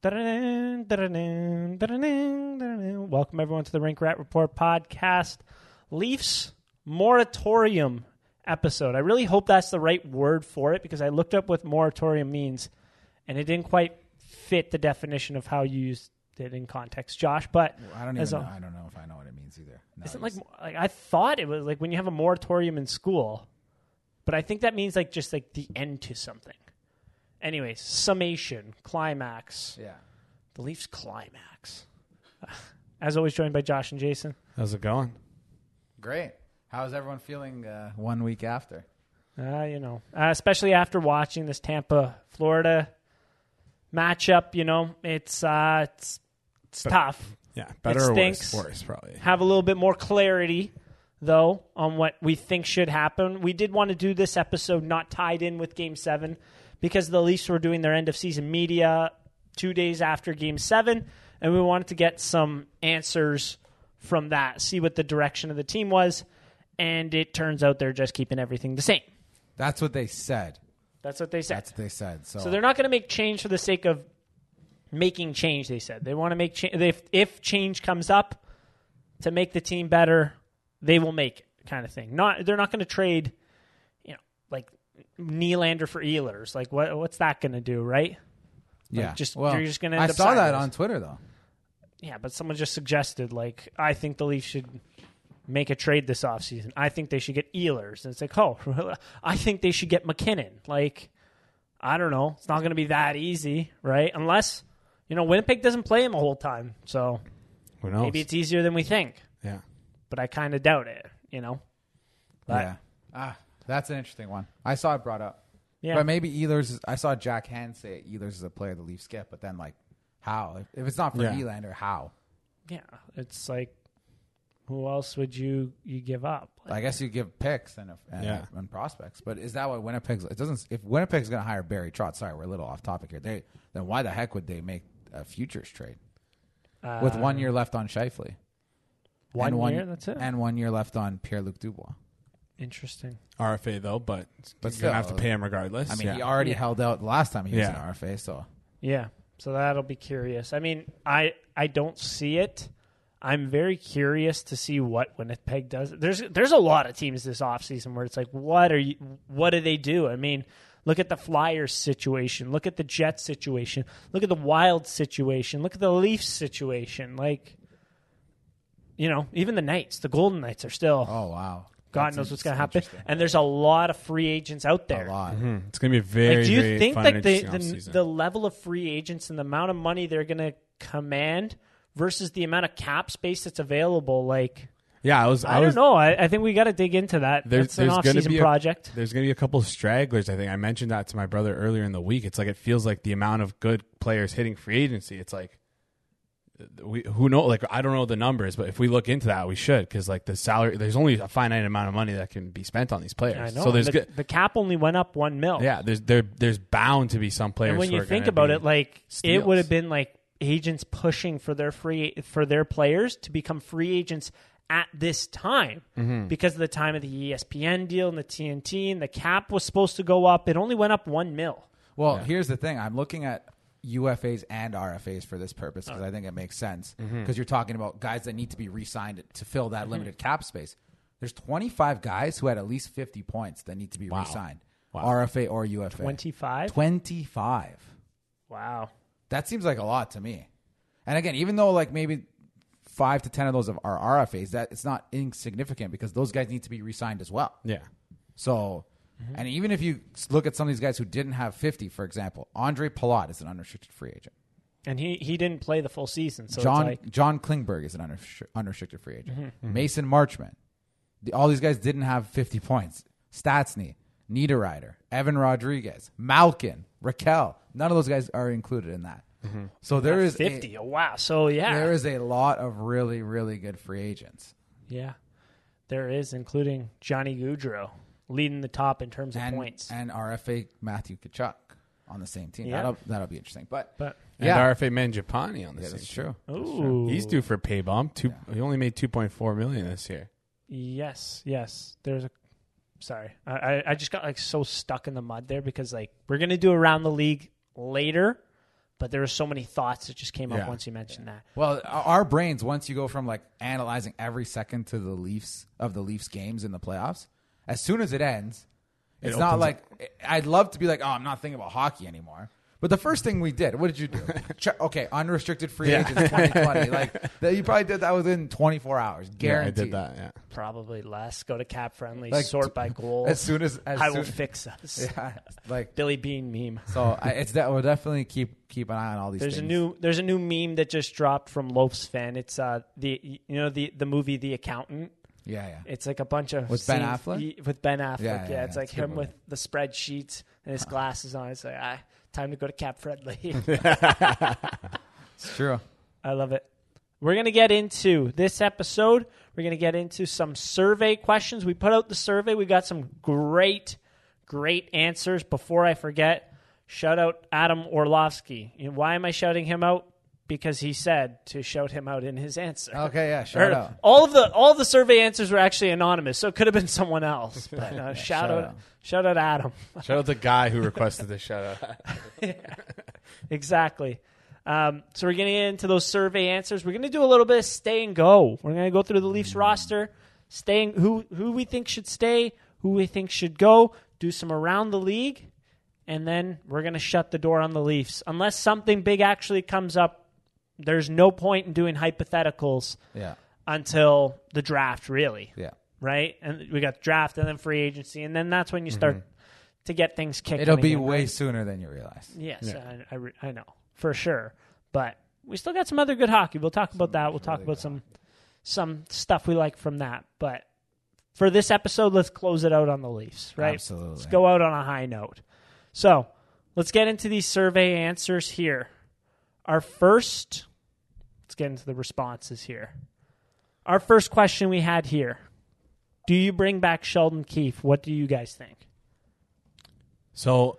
Da-da-ding, da-da-ding, da-da-ding, da-da-ding. Welcome everyone to the Rink Rat Report podcast. Leafs moratorium episode. I really hope that's the right word for it because I looked up what moratorium means and it didn't quite fit the definition of how you used it in context, Josh. But I don't even. As Know, a- I don't know if I know what it means either. No, isn't you like s- like I thought it was like when you have a moratorium in school, but I think that means like just like the end to something. Anyways, summation, climax, yeah. the Leafs climax. As always, joined by Josh and Jason. How's it going? Great. How's everyone feeling uh, one week after? Uh, you know, uh, especially after watching this Tampa Florida matchup, you know, it's uh, it's it's tough. Yeah, better It or stinks. worse? Worse, probably. have a little bit more clarity though on what we think should happen. We did want to do this episode not tied in with game 7 because the Leafs were doing their end of season media 2 days after game 7 and we wanted to get some answers from that, see what the direction of the team was and it turns out they're just keeping everything the same. That's what they said. That's what they said. That's what they said. So, So they're not going to make change for the sake of making change. They said they want to make change. If if change comes up to make the team better, they will make it, kind of thing. Not they're not going to trade, you know, like Nylander for Ehlers. Like what what's that going to do, right? yeah. just- well, you're just gonna I end up saw that sideways. on Twitter though. Yeah, but someone just suggested like I think the Leafs should make a trade this offseason. I think they should get Ehlers. And it's like, oh, I think they should get McKinnon. Like, I don't know. It's not going to be that easy, right? Unless, you know, Winnipeg doesn't play him the whole time. So Who knows? maybe it's easier than we think. yeah. But I kind of doubt it, you know? But- yeah. Ah, that's an interesting one. I saw it brought up. Yeah. But maybe Ehlers. Is, I saw Jack Hand say Ehlers is a player the Leafs get, but then like, how? If, if it's not for Yeah. Elander, how? yeah. It's like, who else would you, you give up? I guess you give picks and, and, Yeah. and prospects, but is that what Winnipeg's? It doesn't. If Winnipeg's going to hire Barry Trotz, sorry, we're a little off topic here. They then why the heck would they make a futures trade with one year left on Shifley? Uh, one, and year, that's it. and one year left on Pierre Luc Dubois. Interesting. RFA though, but, But you're gonna have to still, pay him regardless. I mean, yeah. he already held out the last time he Yeah. was in RFA, so Yeah. So that'll be curious. I mean, I I don't see it. I'm very curious to see what Winnipeg does. There's there's a lot of teams this offseason where it's like, what are you what do they do? I mean, look at the Flyers situation, look at the Jets situation, look at the Wild situation, look at the Leafs situation. Like you know, even the Knights, the Golden Knights are still oh wow, God That's knows what's in- gonna happen. interesting. And there's a lot of free agents out there. A lot. Hmm, it's gonna be a very. Like, do you very think fun like and the interesting the, offseason. the level of free agents and the amount of money they're going to command versus the amount of cap space that's available? Like, yeah, I was. I, I, was, don't know. I, I think we got to dig into that. There's, that's an there's gonna off-season be a- project. there's gonna be a couple of stragglers. I think I mentioned that to my brother earlier in the week. It's like it feels like the amount of good players hitting free agency. It's like we who know like I don't know the numbers, but if we look into that, we should because like the salary, there's only a finite amount of money that can be spent on these players. I know. So there's the, good. the cap only went up one mil. Yeah, there's there there's bound to be some players. Oh. and when who you are think gonna about be- it, like it steals. would have been like agents pushing for their free for their players to become free agents at this time Mm-hmm. because of the time of the E ESPN deal and the TNT and the cap was supposed to go up. It only went up one mil. Well, here's the thing. I'm looking at UFAs and RFAs for this purpose because I think it makes sense because you're talking about guys that need to be re-signed to fill that limited cap space. There's 25 guys who had at least 50 points that need to be re-signed, RFA or UFA. Twenty five. 25. Wow. That seems like a lot to me. And again, even though like maybe five to 10 of those are RFAs, that it's not insignificant because those guys need to be re-signed as well. yeah, So, and even if you s- look at some of these guys who didn't have 50, for example, Andre Palat is an unrestricted free agent. And he, he didn't play the full season. So John it's like, John Klingberg is an unrestri- unrestricted free agent. Mm-hmm. Mason Marchman. The- all these guys didn't have 50 points. Statsny, Niederreiter, Evan Rodriguez, Malkin, Raquel. None of those guys are included in that. So there is a- 50. oh, wow. So yeah. there is a lot of really really good free agents. yeah. There is, including Johnny Goudreau leading the top in terms of And points. and RFA Matthew Kachuk on the same team. Yeah. That'll that'll be interesting. But, but, and yeah, RFA Manjapani on yeah, this. that's true. ooh. He's due for pay bump. Two, He only made two point four million this year. Yes. Yes. There's a. Sorry. I, I, I just got like so stuck in the mud there because like we're going to do around the league later. But there were so many thoughts that just came Yeah. up once you mentioned that. Well, our brains once you go from like analyzing every second to the Leafs of the Leafs games in the playoffs, as soon as it ends, it's not opens like I'd love to be like, oh, I'm not thinking about hockey anymore. But the first thing we did, what did you do? Che- okay, unrestricted free agents 2020. Like that, you probably did that within 24 hours, Yeah, I guaranteed. did that. Yeah. Probably less. Go to cap friendly. Like, sort by goal. As soon as, as I soon, will fix us. yeah, like Billy Bean meme. so, I, it's that we'll definitely keep keep an eye on all these. There's things. a new there's a new meme that just dropped from Loaf's fan. It's uh the you know the the movie The Accountant. yeah, yeah. It's like a bunch of With Ben scenes- Affleck? y- with Ben Affleck, Yeah, yeah. yeah, yeah, It's like it's a good him movie. with the spreadsheets and his glasses on. It's like ah, time to go to cap friendly. It's true. I love it. We're going to get into this episode. We're going to get into some survey questions. We put out the survey. We got some great, great answers. Before I forget, shout out Adam Orlovsky. You know, why am I shouting him out? Because he said to shout him out in his answer. Okay, yeah, Oh, shout Or- out. All of the all of the survey answers were actually anonymous, so it could have been someone else. But uh, shout, shout out, out. shout out Adam. Shout out the guy who requested the shout out. Exactly. Um, so we're getting into those survey answers. We're going to do a little bit of stay and go. We're going to go through the Mm. Leafs roster, staying who who we think should stay, who we think should go, do some around the league, and then we're going to shut the door on the Leafs unless something big actually comes up. There's no point in doing hypotheticals Yeah, until the draft, really, yeah. right? And we got draft and then free agency, and then that's when you start to get things kicking. Mm-hmm. It'll be again, way right? sooner than you realize. Yes, I, I, re- I know for sure. But we still got some other good hockey. We'll talk about that. We'll talk about some some stuff we like from that. But for this episode, let's close it out on the Leafs, right? Absolutely. Let's go out on a high note. So let's get into these survey answers here. Our first, let's get into the responses here. Our first question we had here: Do you bring back Sheldon Keefe? What do you guys think? So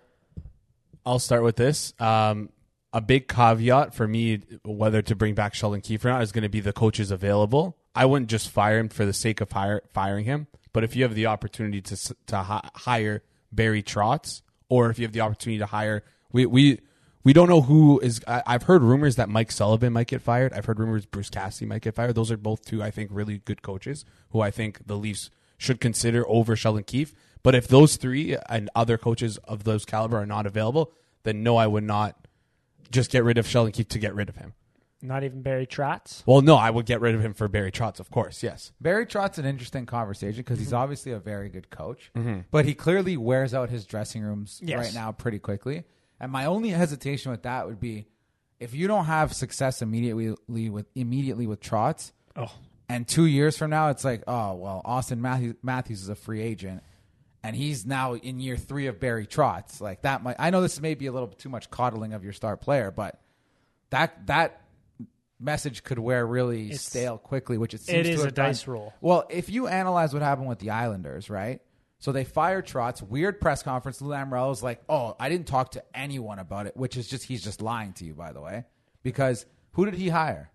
I'll start with this. Um, a big caveat for me, whether to bring back Sheldon Keefe or not, is going to be the coaches available. I wouldn't just fire him for the sake of hire, firing him. But if you have the opportunity to s- to hi- hire Barry Trotz, or if you have the opportunity to hire, we we we don't know who is. I, I've heard rumors that Mike Sullivan might get fired. I've heard rumors Bruce Cassidy might get fired. Those are both two, I think, really good coaches who I think the Leafs should consider over Sheldon Keefe. But if those three and other coaches of those caliber are not available, then no, I would not just get rid of Sheldon Keefe to get rid of him. Not even Barry Trotz. Well, no, I would get rid of him for Barry Trotz, of course. Yes. Barry Trotz an interesting conversation because Mm-hmm. he's obviously a very good coach, but he clearly wears out his dressing rooms Yes. right now pretty quickly. And my only hesitation with that would be if you don't have success immediately with immediately with Trotz, Oh, and two years from now it's like, oh well, Austin Matthews, Matthews is a free agent, and he's now in year three of Barry Trotz. Like that might I know this may be a little too much coddling of your star player, but that that message could wear really stale quickly, which it seems It to is have a dice done. roll. Well, if you analyze what happened with the Islanders, right? So they fire Trotz, weird press conference. Lou Lamorello's like, "Oh, I didn't talk to anyone about it," which is just he's just lying to you, by the way, because who did he hire?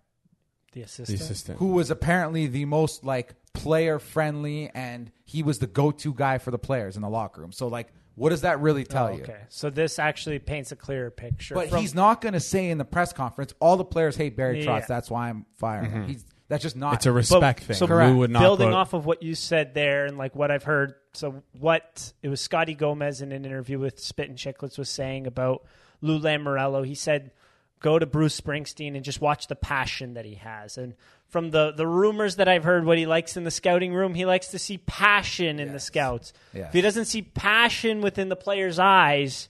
the assistant. assistant. who was apparently the most like player friendly and he was the go-to guy for the players in the locker room. So like what does that really tell you? Oh, Okay, so this actually paints a clearer picture. But from- he's not going to say in the press conference all the players hate Barry Yeah. Trotz. That's why I'm firing him. He's that's just not Mm-hmm. It's a but- respect thing. So Lou would not building go- off of what you said there and like what I've heard. So what it was Scotty Gomez in an interview with Spit and Chicklets was saying about Lou Lamorello. He said, "Go to Bruce Springsteen and just watch the passion that he has." And from the the rumors that I've heard, what he likes in the scouting room, he likes to see passion in the scouts. Yes. If he doesn't see passion within the players' eyes,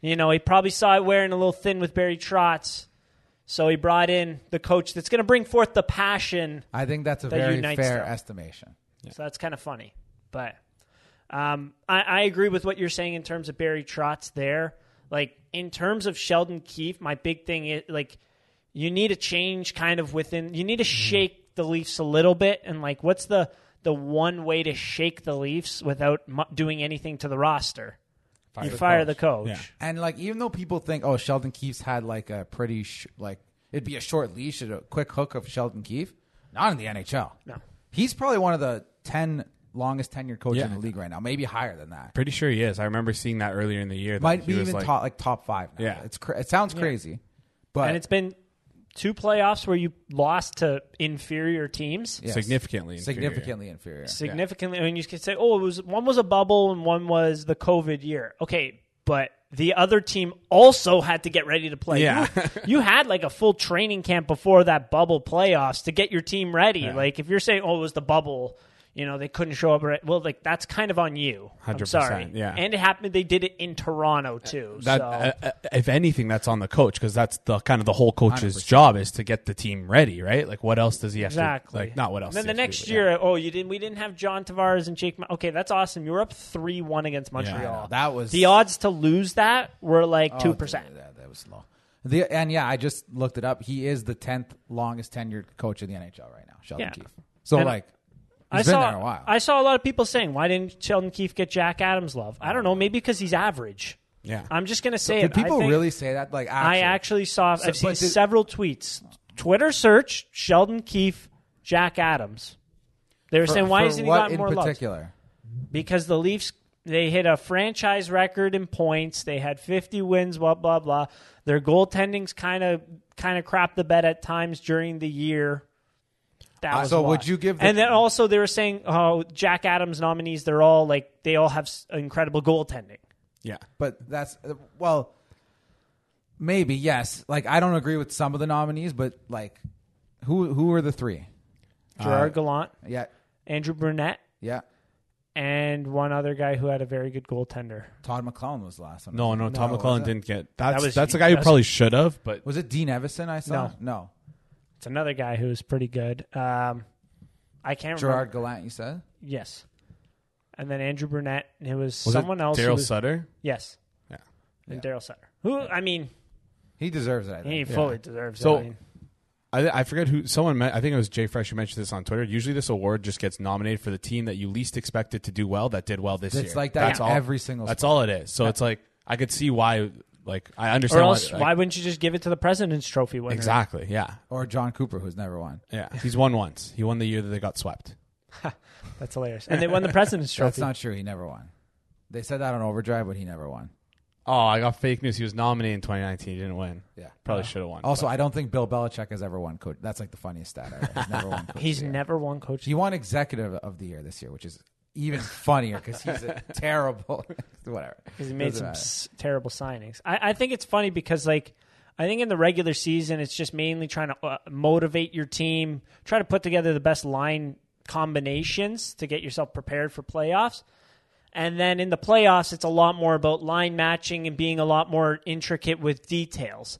you know he probably saw it wearing a little thin with Barry Trotz. So he brought in the coach that's going to bring forth the passion I think that's a That very fair unites them. estimation. so that's kind of funny. But um, I, I agree with what you're saying in terms of Barry Trotz there. Like in terms of Sheldon Keefe, my big thing is like you need a change kind of within. You need to shake the Leafs a little bit, and like what's the the one way to shake the Leafs without mu- doing anything to the roster? you fire the coach. Yeah. And like even though people think oh Sheldon Keefe's had like a pretty sh- like it'd be a short leash and a quick hook of Sheldon Keefe, not in the NHL. No. He's probably one of the 10 longest tenured coaches Yeah. in the league right now, maybe higher than that. Pretty sure he is. I remember seeing that earlier in the year. that Might he be was even like, top like top five. Now. Yeah. it's cra- it sounds crazy. But and it's been two playoffs where you lost to inferior teams. yes. Significantly inferior. significantly inferior. significantly. I mean, you could say, oh, it was one was a bubble and one was the COVID year. Okay, but the other team also had to get ready to play. Yeah. you, you had like a full training camp before that bubble playoffs to get your team ready. Like if you're saying, oh, it was the bubble. You know they couldn't show up. Right. Well, like that's kind of on you. I'm 100%, sorry. yeah. and it happened. They did it in Toronto too. That, so uh, uh, if anything, that's on the coach because that's the kind of the whole coach's job is to get the team ready, right? Like, what else does he have Exactly. to? Like, not what else. And then does the he have to next do, but year, oh, you didn't. We didn't have John Tavares and Jake. Ma- okay, that's awesome. You were up three one against Montreal. know. That was- Oh, the odds to lose that were like two percent. Yeah, that was low. The, and yeah, I just looked it up. He is the tenth longest tenured coach in the NHL right now, Sheldon Yeah. Keefe. So And like, I he's been saw. there a while. I saw a lot of people saying, "Why didn't Sheldon Keefe get Jack Adams love?" I don't know. Maybe because he's average. Yeah. I'm just gonna say Did it. I people think- really say that? Like, I actually, actually saw. I've seen but did- several tweets. Twitter search Sheldon Keefe, Jack Adams. They were for- saying, "Why for isn't he what gotten in more love?" particular? because the Leafs they hit a franchise record in points. They had 50 wins, blah blah blah. Their goaltending's kind of kind of crap the bed at times during the year. That Uh, was so why. would you give the- and then also they were saying, oh, Jack Adams nominees, they're all like they all have s- incredible goaltending. yeah, But that's uh, well, maybe yes. Like, I don't agree with some of the nominees, but like, who who are the three? Gerard Gallant, Yeah, Andrew Brunette, yeah. and one other guy who had a very good goaltender. Todd McClellan was the last one. no, no. Tom was McClellan it? didn't get that's was- that's a guy who that's- probably should have, but Was it Dean Evison? I saw. No. no. It's another guy who was pretty good. Um, I can't remember. Gerard Gallant. You said. Yes. And then Andrew Burnett, and it was, was someone it else. who Daryl was- Sutter. Yes. Yeah. And Daryl Sutter. Who I mean, He deserves it. I he think. fully deserves So- it. I mean, I, I forget who someone met, I think it was Jay Fresh who mentioned this on Twitter. Usually, this award just gets nominated for the team that you least expected to do well that did well this It's year. like that That's in all, every single That's all it is. So it's like I could see why. Like I or understand else why, why wouldn't you just give it to the president's trophy winner? exactly. Yeah, Or John Cooper, who's never won. yeah. He's won once. He won the year that they got swept. That's hilarious. And they won the president's That's trophy. not true. He never won. They said that on Overdrive, but he never won. Oh, I got fake news. He was nominated in 2019. He didn't win. Yeah. Probably should have won. Also, I don't think Bill Belichick has ever won coach. That's like the funniest stat ever. He's never won coach. He's of the year. never won coach. He won executive of the year this year, which is even funnier because he's a terrible. whatever. because he made Doesn't some matter. s- terrible signings. I, I think it's funny because like I think in the regular season it's just mainly trying to uh, motivate your team, try to put together the best line combinations to get yourself prepared for playoffs. And then in the playoffs it's a lot more about line matching and being a lot more intricate with details.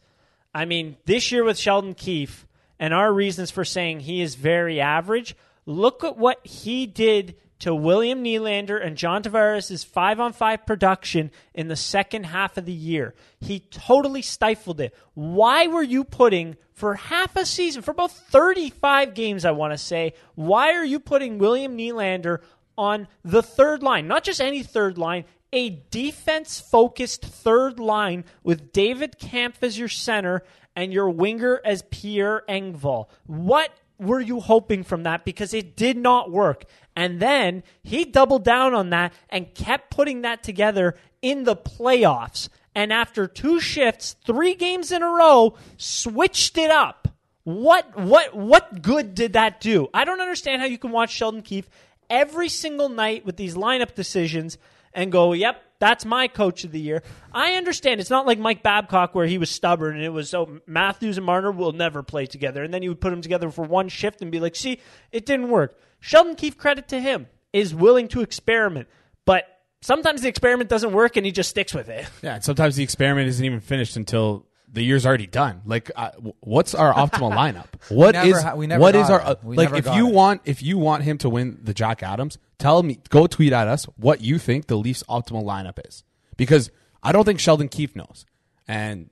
I mean, this year with Sheldon Keefe and our reasons for saying he is very average, look at what he did to William Nylander and John Tavares' five on five production in the second half of the year. He totally stifled it. Why were you putting for half a season, for about 35 games, I want to say, why are you putting William Nylander on the third line? Not just any third line, a defense focused third line with David Kampf as your center and your winger as Pierre Engvall. What were you hoping from that? Because it did not work. And then he doubled down on that and kept putting that together in the playoffs. And after two shifts, three games in a row, switched it up. What what what good did that do? I don't understand how you can watch Sheldon Keefe every single night with these lineup decisions and go, "Yep, that's my coach of the year." I understand it's not like Mike Babcock where he was stubborn and it was so Matthews and Marner will never play together, and then you would put them together for one shift and be like, "See, it didn't work." Sheldon Keefe, credit to him, is willing to experiment, but sometimes the experiment doesn't work and he just sticks with it. Yeah, and sometimes the experiment isn't even finished until the year's already done. Like, uh, w- wwhat's our optimal lineup? What never is ha- we never what got is our it. uh, We like? never If got you it. want, if you want him to win the Jock Adams, tell me. Go tweet at us what you think the Leafs' optimal lineup is, because I don't think Sheldon Keefe knows. And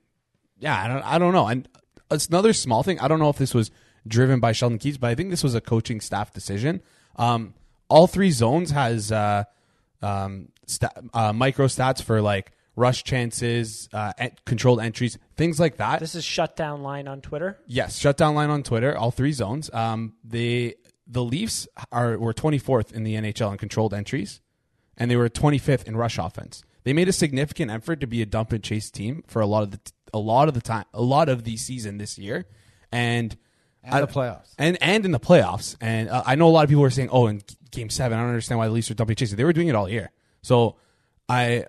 yeah, I don't, I don't know. And it's another small thing. I don't know if this was driven by Sheldon Keefe, but I think this was a coaching staff decision. Um, all three zones has uh, um, sta uh, micro stats for like rush chances, uh, en- controlled entries, things like that. This is shutdown line on Twitter. Yes, shutdown line on Twitter. All three zones. Um, the the Leafs are were 24th in the NHL in controlled entries, and they were 25th in rush offense. They made a significant effort to be a dump and chase team for a lot of the t- a lot of the time, a lot of the season this year, and And the playoffs. and and in the playoffs. And uh, I know a lot of people are saying, "Oh, in Game Seven, I don't understand why the Leafs are double chasing." They were doing it all year, so I. th-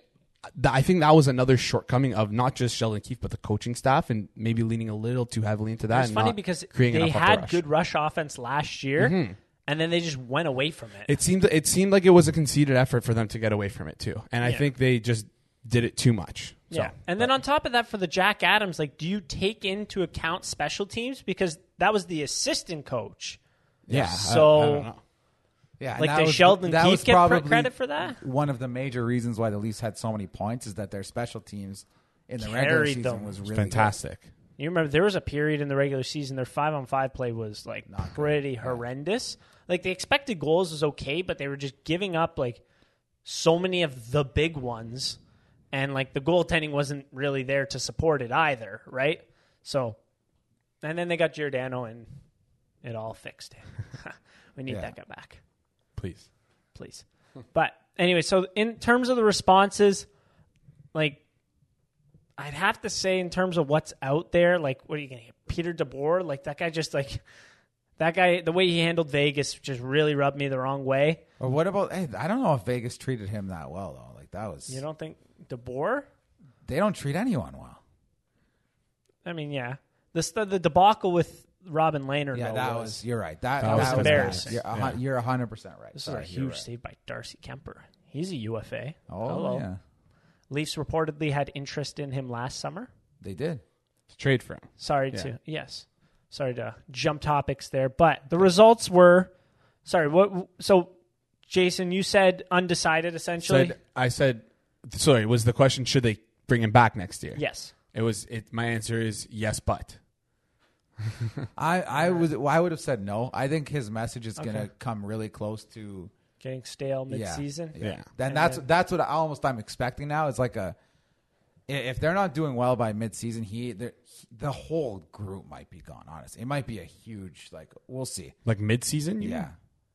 I think that was another shortcoming of not just Sheldon Keefe, but the coaching staff, and maybe leaning a little too heavily into that. It's and funny not because creating they enough upper had rush. Mm-hmm. good rush offense last year, and then they just went away from it. It seemed it seemed like it was a conceded effort for them to get away from it too, and I Yeah. think they just did it too much. So, yeah. And then on top of that, for the Jack Adams, like, do you take into account special teams because that was the assistant coach? Yeah. I- So I don't know. Yeah, and Like, that does was- Sheldon that Keefe was get pr- probably credit for that? One of the major reasons why the Leafs had so many points is that their special teams in the regular Carried season them. was really fantastic. You remember there was a period in the regular season their five on five play was like pretty horrendous. Like the expected goals was okay, but they were just giving up like so many of the big ones, and like the goaltending wasn't really there to support it either, right? So, and then they got Giordano, and it all fixed it. we need Yeah. that guy back Please, please. But anyway, so in terms of the responses, like I'd have to say, in terms of what's out there, like what are you going to get? Peter DeBoer, like that guy, just like that guy, the way he handled Vegas just really rubbed me the wrong way. Good. Or what about? Hey, I don't know if Vegas treated him that well though. Like that was You don't think DeBoer? they don't treat anyone well. I mean, yeah, the st- the debacle with Robin Lehner. Yeah, though, that was, you're right. That, that, was was embarrassing. You're, a hun- you're 100% right. this Sorry, is a you're huge right. save by Darcy Kemper. He's a UFA. Oh, Hello. yeah. Leafs reportedly had interest in him last summer. They did. trade for him. Sorry to yes, sorry to jump topics there, but the results were sorry. What so, Jason? You said undecided essentially. Said, I said, sorry. Was the question should they bring him back next year? yes, It was. It. My answer is yes, but I, I was well, I would have said no. I think his message is going to come really close to getting stale yeah, mid-season. Yeah. Yeah. Then And that's then- that's what I almost I'm expecting now. It's like a i- if they're not doing well by midseason, he there- he- the whole group might be gone. Honest, it might be a huge like we'll see. like mid-season. you Yeah,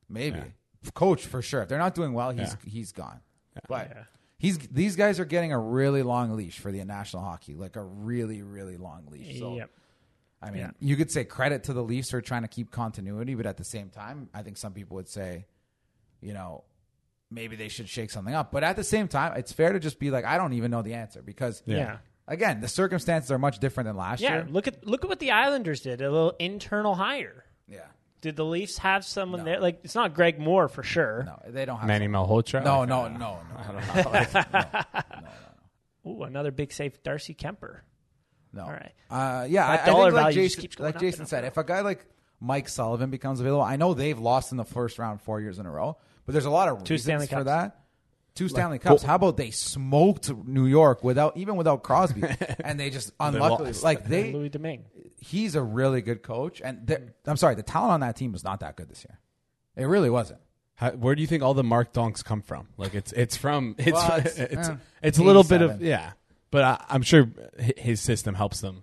mean? maybe coach for sure. If they're not doing well, he's he's gone. But he's these guys are getting a really long leash for the national hockey, like a really really long leash. So Yep. I mean, you could say credit to the Leafs for trying to keep continuity, but at the same time, I think some people would say, you know, maybe they should shake something up. But at the same time, it's fair to just be like, I don't even know the answer because, Yeah. again, the circumstances are much different than last yeah. year. Look at look at what the Islanders did. A little internal hire. Yeah, Did the Leafs have someone there? Like it's not Greg Moore for sure. no, they don't have. Manny Malhotra. no, Like, no, uh, no, no. Ooh, another big save, Darcy Kemper. No. All right. Uh, yeah, I, I dollar think like value just Jason, keeps going like up Jason and up said, and if a guy like Mike Sullivan becomes available, I know they've lost in the first round four years in a row, but there's a lot of Two reasons Stanley for Cups. that. Two Stanley Cups. How about they smoked New York without even without Crosby, and they just unluckily lost. like And they. Louis Domingue. He's a really good coach, and they're- I'm sorry, the talent on that team was not that good this year. It really wasn't. How, where do you think all the Mark Donks come from? Like it's it's from it's Well, it's it's, it's, eh, a little bit of 87. yeah, but I, I'm sure hi- his system helps them.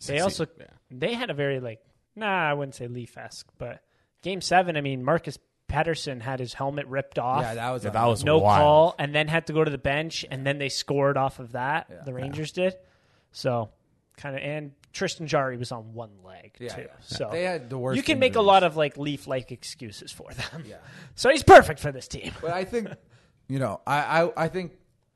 They succeed. also Yeah. they had a very like nah, I wouldn't say Leaf esque, but game seven, I mean Marcus Patterson had his helmet ripped off. Yeah, that was Yeah, that was no wild. call, and then had to go to the bench, and then they scored off of that. The Rangers did. So kind of and Tristan Jari was on one leg Yeah, too. yeah. So They had the worst You can make a injuries. lot of like leaf like excuses for them. Yeah. So he's perfect for this team. But I think, you know, I, I, I think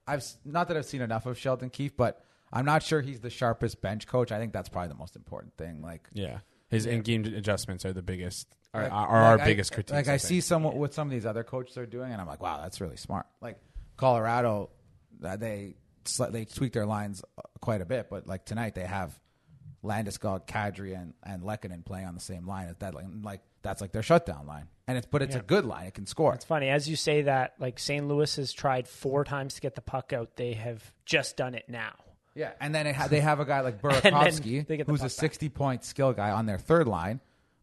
I've s- not that I've seen enough of Sheldon Keefe, but I'm not sure he's the sharpest bench coach. I think that's probably the most important thing. Like, yeah, his in-game adjustments are the biggest are, like- are our like I- biggest critiques. Like I, think. see some what some of these other coaches are doing, and I'm like, wow, that's really smart. Like Colorado, uh, they sli- they tweak their lines uh, quite a bit, but like tonight they have Landeskog, Kadri, and and Lekanen playing on the same line as that line. Like that's like their shutdown line, and it's but it's a good line. It can score. It's funny as you say that. Like St. Louis has tried four times to get the puck out. They have just done it now. Yeah, and then it ha- they have a guy like then Burakovsky, they get the who's puck a back. sixty-point skill guy on their third line.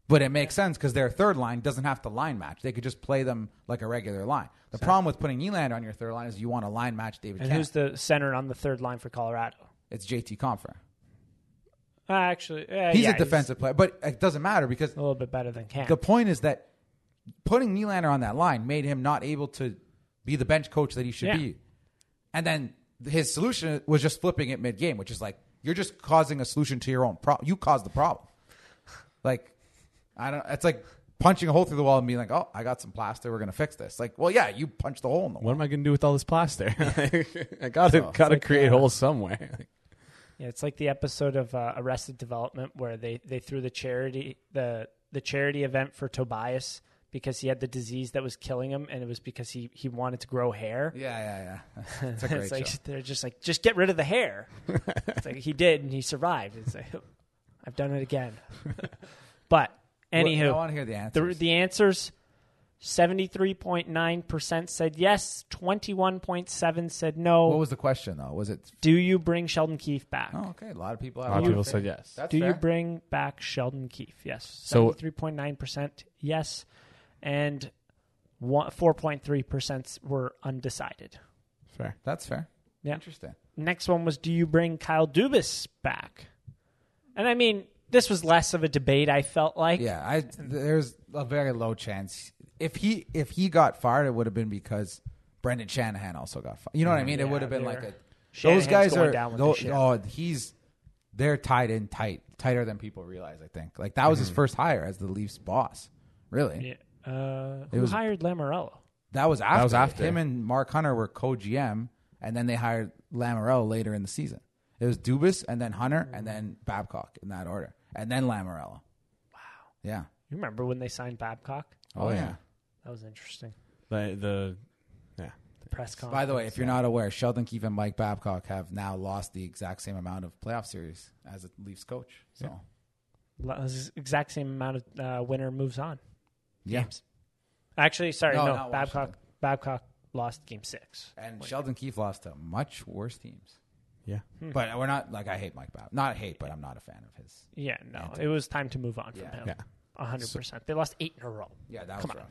But it makes sense because their third line doesn't have to line match; they could just play them like a regular line. The problem with putting Nylander on your third line is you want to line match David. And Kemp. who's the center on the third line for Colorado? It's JT Confer. Uh, actually, uh, He's yeah, a defensive player, but it doesn't matter because a little bit better than Cam. the point is that putting Nylander on that line made him not able to be the bench coach that he should Yeah. be. And then his solution was just flipping it mid game, which is like You're just causing a solution to your own problem. You caused the problem. Like, I don't. It's like punching a hole through the wall and being like, "Oh, I got some plaster. We're gonna fix this." Like, well, yeah, you punched the hole in the What wall. am I going to do with all this plaster? I got to got to create uh, holes somewhere. Yeah, it's like the episode of uh, Arrested Development where they, they threw the charity the the charity event for Tobias because he had the disease that was killing him, and it was because he he wanted to grow hair. Yeah, yeah, yeah. It's a great it's like show. they're just like just get rid of the hair. it's like he did and he survived. It's like I've done it again. but anywho, I want to hear the answer. the, the answers 73.9% said yes, 21.7 said no. what was the question though? Was it? Do you bring Sheldon Keefe back? Oh, okay. A lot of people. A lot of people said yes. That's Do you fair. bring back Sheldon Keefe? Yes. So- 73.9% yes and one- 4.3% were undecided. Fair. That's fair. Yeah. Interesting. Next one was do you bring Kyle Dubas back? And I mean, this was less of a debate I felt like. Yeah, I there's a very low chance if he if he got fired, it would have been because Brendan Shanahan also got fired. You know what I mean? it Mm-hmm. Yeah, would have been they like were- a Shanahan's those guys going are down with tho- the ship. oh he's they're tied in tight tighter than people realize. I think like that was his first hire as the Leafs boss. Really, Mm-hmm. Yeah. Uh, who was- hired Lamorello? that was after was after. him and Mark Hunter were co GM, and then they hired Lamorello later in the season. It was Dubas and then Hunter Mm-hmm. and then Babcock in that order, and then Lamorello. Wow. Yeah. You remember when they signed Babcock? Oh, yeah. That was interesting. The, the yeah. The press conference. By the way, if you're not aware, Sheldon Keefe and Mike Babcock have now lost the exact same amount of playoff series as a Leafs coach. So That was the exact same amount of uh, winner moves on. yeah, Games. Actually, sorry, No, no, not Babcock. Washington. Babcock lost game six. and Sheldon Keefe lost to much worse teams. Yeah. Hmm. But we're not like I hate Mike Babcock. Not hate, but I'm not a fan of his. Yeah, no, it was time to move on from Yeah. him. Yeah. A hundred percent. They lost eight in a row. Yeah, that was Come on. rough.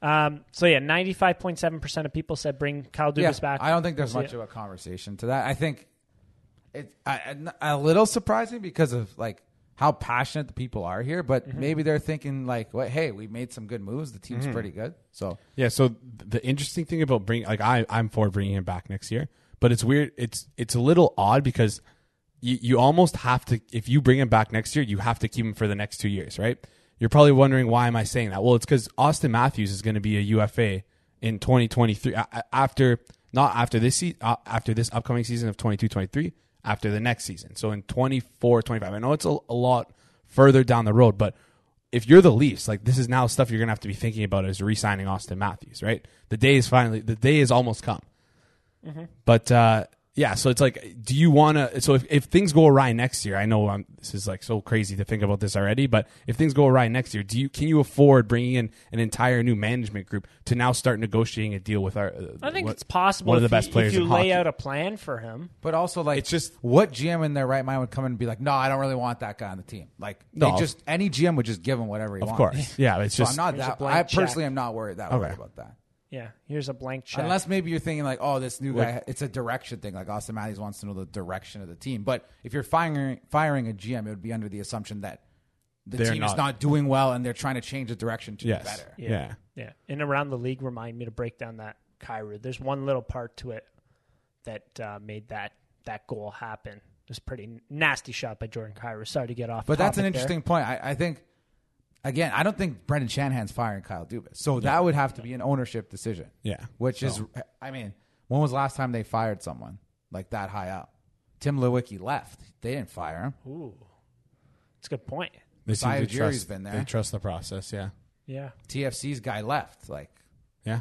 Um, so yeah, ninety-five point seven percent of people said bring Kyle Dubas Yeah, back. I don't think there's We'll see much it. of a conversation to that. I think it I, I- a little surprising because of like how passionate the people are here. But Mm-hmm. maybe they're thinking like, well, hey, we made some good moves. The team's pretty good. So Yeah. So th- the interesting thing about bringing, like, I I'm for bringing him back next year, but it's weird. It's it's a little odd because you you almost have to if you bring him back next year, you have to keep him for the next two years, right? You're probably wondering why am I saying that? Well, it's because Austin Matthews is going to be a UFA in 2023 a- a- after not after this se- uh, after this upcoming season of 22-23 after the next season. So in 24-25, I know it's a, a lot further down the road, but if you're the Leafs, like this is now stuff you're gonna have to be thinking about is re-signing Austin Matthews, right? The day is finally the day is almost come. Mm-hmm. But uh, yeah, so it's like, do you want to? So if, if things go awry next year, I know i this is like so crazy to think about this already. But if things go awry next year, do you can you afford bringing in an entire new management group to now start negotiating a deal with our? uh, I think it's possible. One of the if you- best players If you in lay hockey. out a plan for him, But also, like, It's just- what GM in their right mind would come in and be like, "No, I don't really want that guy on the team." Like, they No. just any GM would just give him whatever he Of wants. course, yeah. It's So just I'm not Here's a that. blank I personally check. am not worried that worried Okay. about that. yeah, here's a blank check. Unless maybe you're thinking like, "Oh, this new guy, Like- it's a direction thing." Like Austin Matthews wants to know the direction of the team. But if you're firing firing a GM, it would be under the assumption that the They're team is not- not doing well and they're trying to change the direction to yes, be better. yeah. Yeah. And around the league, remind me to break down that Kyra. There's one little part to it that uh, made that that goal happen. It was a pretty nasty shot by Jordan Kyra. Sorry to get off. But that's an topic there. interesting point. I, I think, again, I don't think Brendan Shanahan's firing Kyle Dubas. So that would have to be an ownership decision. Yeah. Which is, I mean, when was the last time they fired someone like that high up? Tim Lewicki left. They didn't fire him. Ooh, it's a good point. They seem to Messiah Jury's trust- been there. They trust the process. Yeah, Yeah, TFC's guy left. Like, yeah.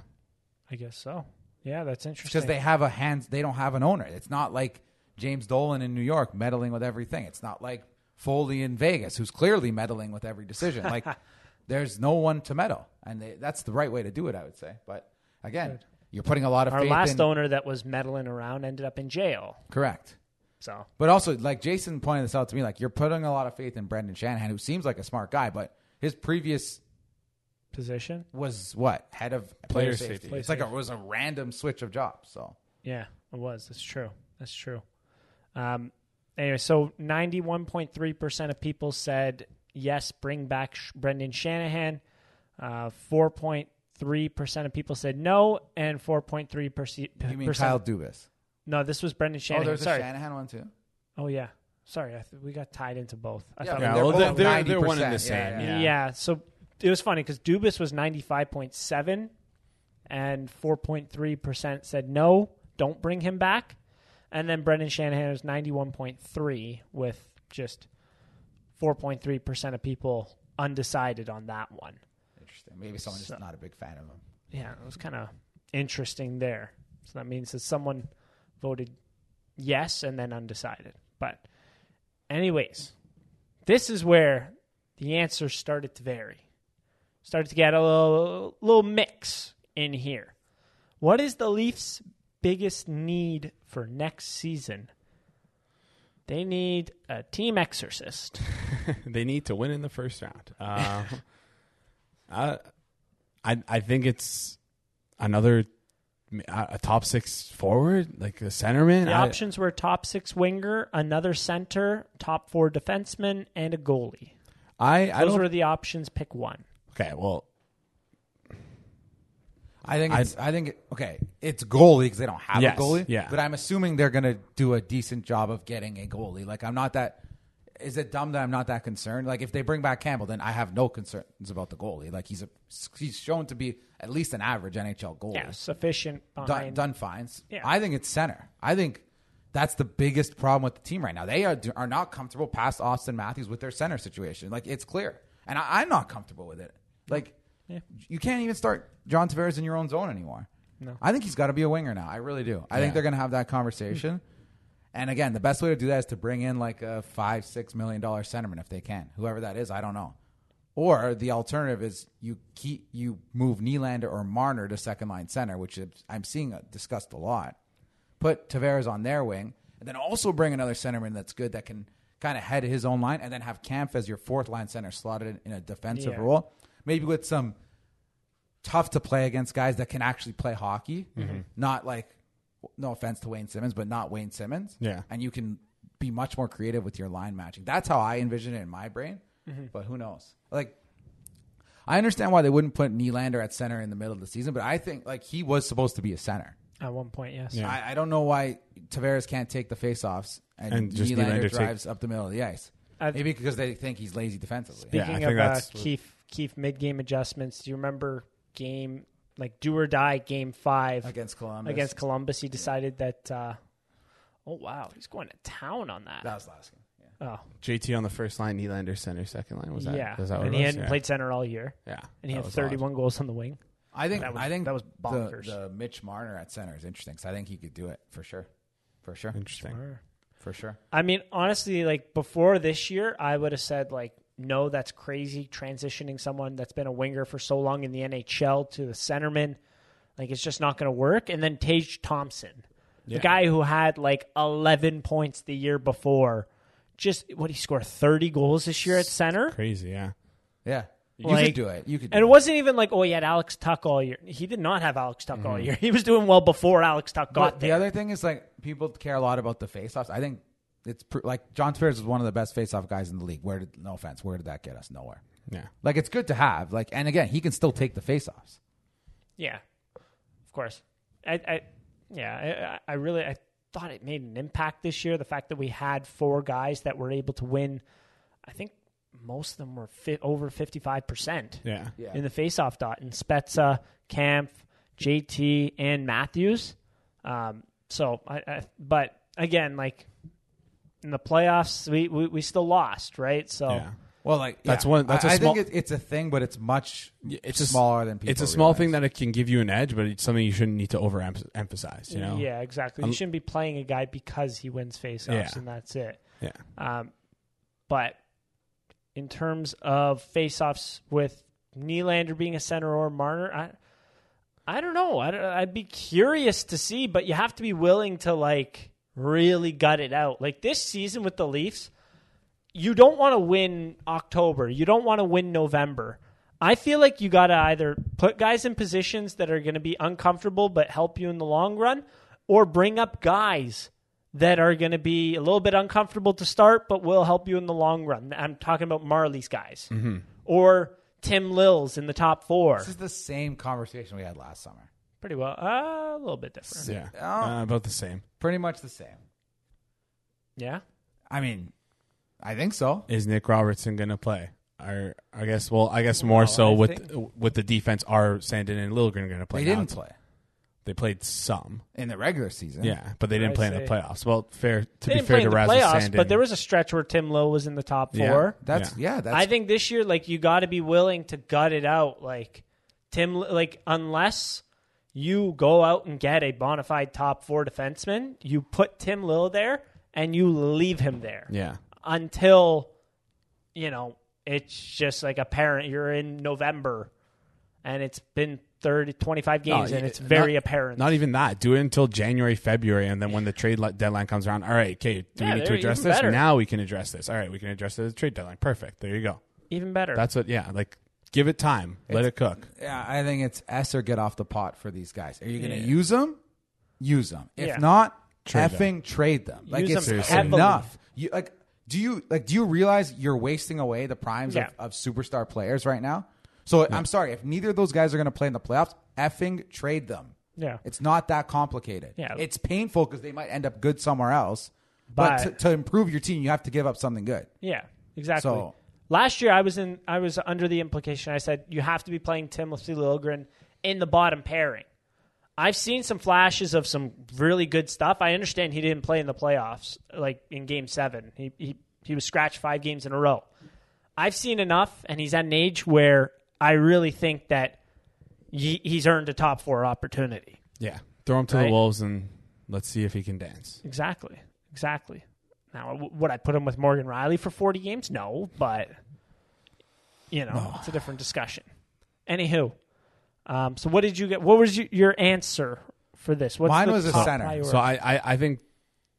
I guess so. Yeah, that's interesting. because they have a hands, they don't have an owner. It's not like James Dolan in New York meddling with everything. It's not like Foley in Vegas, who's clearly meddling with every decision. Like, there's no one to meddle, and they, that's the right way to do it, I would say. But again, you're putting a lot of Our faith last in, owner that was meddling around ended up in jail. correct. So But also, like Jason pointed this out to me, like you're putting a lot of faith in Brendan Shanahan, who seems like a smart guy, but his previous position. was what head of player, Player safety. safety. It's like a, it was a random switch of jobs. So Yeah, it was. That's true. That's true. Um, anyway, so 91.3% of people said, yes, bring back Sh- Brendan Shanahan. Uh, 4.3% of people said no, and 4.3%. you mean Kyle Dubas? No, this was Brendan Oh, Shanahan. there's a Sorry. Shanahan one too. Oh, yeah. Sorry, I th- we got tied into both. I Yeah, thought I Yeah, mean, well, they're they're, both they're, they're one and the 90%, yeah, same. Yeah. yeah. so it was funny because Dubas was 95.7 and 4.3% said no, don't bring him back. And then Brendan Shanahan was 91.3 with just 4.3% of people undecided on that one. Interesting. Maybe someone's just not a big fan of him. Yeah, it was kind of interesting there. So that means that someone voted yes and then undecided. But, anyways, this is where the answers started to vary, started to get a little, little mix in here. What is the Leafs' biggest need for next season? They need a team exorcist. they need to win in the first round. Uh, I, I, I think it's another a a top six forward, like a centerman. The I- options were top six winger, another center, top four defenseman, and a goalie. I, I Those don't. were the options. Pick one. okay, well, I think I- it's, I think it, okay, it's goalie because they don't have Yes, a goalie. yeah. but I'm assuming they're gonna do a decent job of getting a goalie. Like I'm not that. Is it dumb that I'm not that concerned? Like if they bring back Campbell, then I have no concerns about the goalie. Like he's a he's shown to be at least an average NHL goalie. Yeah, sufficient done, behind. done fines. Yeah. I think it's center. I think that's the biggest problem with the team right now. They are are not comfortable past Austin Matthews with their center situation. Like it's clear, and I, I'm not comfortable with it. Like you can't even start John Tavares in your own zone anymore. No. I think he's got to be a winger now. I really do. I Yeah. think they're going to have that conversation. And again, the best way to do that is to bring in like a five, six million dollar centerman if they can, whoever that is. I don't know. Or the alternative is you keep you move Nylander or Marner to second line center, which is, I'm seeing discussed a lot. Put Tavares on their wing, and then also bring another centerman that's good that can kind of head his own line, and then have Camp as your fourth line center slotted in, in a defensive Yeah. role, maybe with some tough to play against guys that can actually play hockey. Mm-hmm. Not like, no offense to Wayne Simmons, but not Wayne Simmons. Yeah. And you can be much more creative with your line matching. That's how I envision it in my brain. Mm-hmm. But who knows? Like, I understand why they wouldn't put Nylander at center in the middle of the season, but I think like he was supposed to be a center. At one point, yes. Yeah. I, I don't know why Tavares can't take the faceoffs and, And just Nylander Nylander, take- drives up the middle of the ice. I- Maybe because they think he's lazy defensively. Yeah, I Speaking think of uh, that's what- Keefe, Keefe mid game adjustments, do you remember game like do or die game five Against Columbus. against Columbus? He decided that. Uh, oh wow, he's going to town on that. that was last game. Yeah. oh JT on the first line, Nylander center, second line. Was that? yeah, was that what and it he was? hadn't yeah. played center all year, Yeah, and he that had was odd. thirty-one goals on the wing. I think That was- I think that was the- bonkers. The, Mitch Marner at center is interesting because I think he could do it for sure, for sure, Interesting. for sure. I mean, honestly, like before this year, I would have said like, no, that's crazy transitioning someone that's been a winger for so long in the NHL to the centerman. Like it's just not going to work. And then Tage Thompson, Yeah. the guy who had like 11 points the year before, just what he scored 30 goals this year at center. Crazy. Yeah. Yeah, you Like- could do it. You could. And it do wasn't even like, oh, he had Alex Tuck all year. He did not have Alex Tuck Mm-hmm. all year. He was doing well before Alex Tuck But got the there. other thing is like people care a lot about the faceoffs. I think it's pr- like John Tavares is one of the best faceoff guys in the league. Where did no offense, where did that get us? Nowhere. Yeah. Like it's good to have. Like and again, he can still take the faceoffs. Yeah, of course. I, I yeah, I, I really I thought it made an impact this year. The fact that we had four guys that were able to win, I think most of them were fi- over fifty five percent Yeah. in the faceoff dot in Spezza, Camp, JT, and Matthews. Um, so, I, I, but again, like in the playoffs, we, we, we still lost, right? So, Yeah. Well, like That's yeah. one- that's I- a I small- think it, it's a thing, but it's much It's it's a s- smaller than people. It's a small realize. thing that it can give you an edge, but it's something you shouldn't need to overemphasize. You know. yeah, exactly. You Um, shouldn't be playing a guy because he wins faceoffs, Yeah. and that's it. Yeah. Um, but in terms of face-offs with Nylander being a center or Marner, I I don't know. I don't- I'd be curious to see, but you have to be willing to like really gut it out. Like this season with the Leafs, you don't want to win October. You don't want to win November. I feel like you got to either put guys in positions that are going to be uncomfortable but help you in the long run or bring up guys that are going to be a little bit uncomfortable to start but will help you in the long run. I'm talking about Marley's guys or Tim Lills in the top four. This is the same conversation we had last summer. Pretty well. Uh, a little bit different. Uh, Yeah. Uh, about the same. Pretty much the same. Yeah. I mean, I think so. Is Nick Robertson going to play? Or I guess well, I guess more so I with think- with the defense. Are Sandin and Lilligren going to play? They Now didn't it's- play They played some. in the regular season. Yeah, but they didn't I play in the see. playoffs. Well, fair to They be didn't fair play to in the Rasmus playoffs, Sandin, but there was a stretch where Tim Lowe was in the top Yeah. four. That's yeah. that's I think this year, like you got to be willing to gut it out. Like Tim, like unless you go out and get a bona fide top four defenseman, you put Tim Lill there and you leave him there yeah, until you know it's just like apparent. You're in November, and it's been 30, 25 games, No, Uh, and it's not- very apparent. Not even that. Do it until January, February, and then when the trade li- deadline comes around. All right, okay. Do Yeah, we need to they're address even this? better. Now we can address this. All right, we can address it at the trade deadline. Perfect. There you go. even better. That's what. Yeah, like give it time. Let it cook. yeah. I think it's S or get off the pot for these guys. Are you going to use them? Use them. If Yeah. not, Trade effing 'em. trade them. Like Use it's 'em Seriously. enough. You like. Do you like? Do you realize you're wasting away the primes Yeah. of, of superstar players right now? So I'm sorry if neither of those guys are going to play in the playoffs. Effing trade them. Yeah. it's not that complicated. Yeah. it's painful because they might end up good somewhere else. But- But, to, to improve your team, you have to give up something good. Yeah, exactly. So- Last year, I was in. I was under the implication. I said you have to be playing Timothy Lilgren in the bottom pairing. I've seen some flashes of some really good stuff. I understand he didn't play in the playoffs, like in Game Seven. He he he was scratched five games in a row. I've seen enough, and he's at an age where I really think that he, he's earned a top four opportunity. Yeah, throw him to Right. the wolves and let's see if he can dance. Exactly, exactly. Now, w- would I put him with Morgan Riley for 40 games? No, but you know, it's a different discussion. Anywho, um, so what did you get? What was your, your answer for this? What's Mine the was a top center. priority? So I, I, I think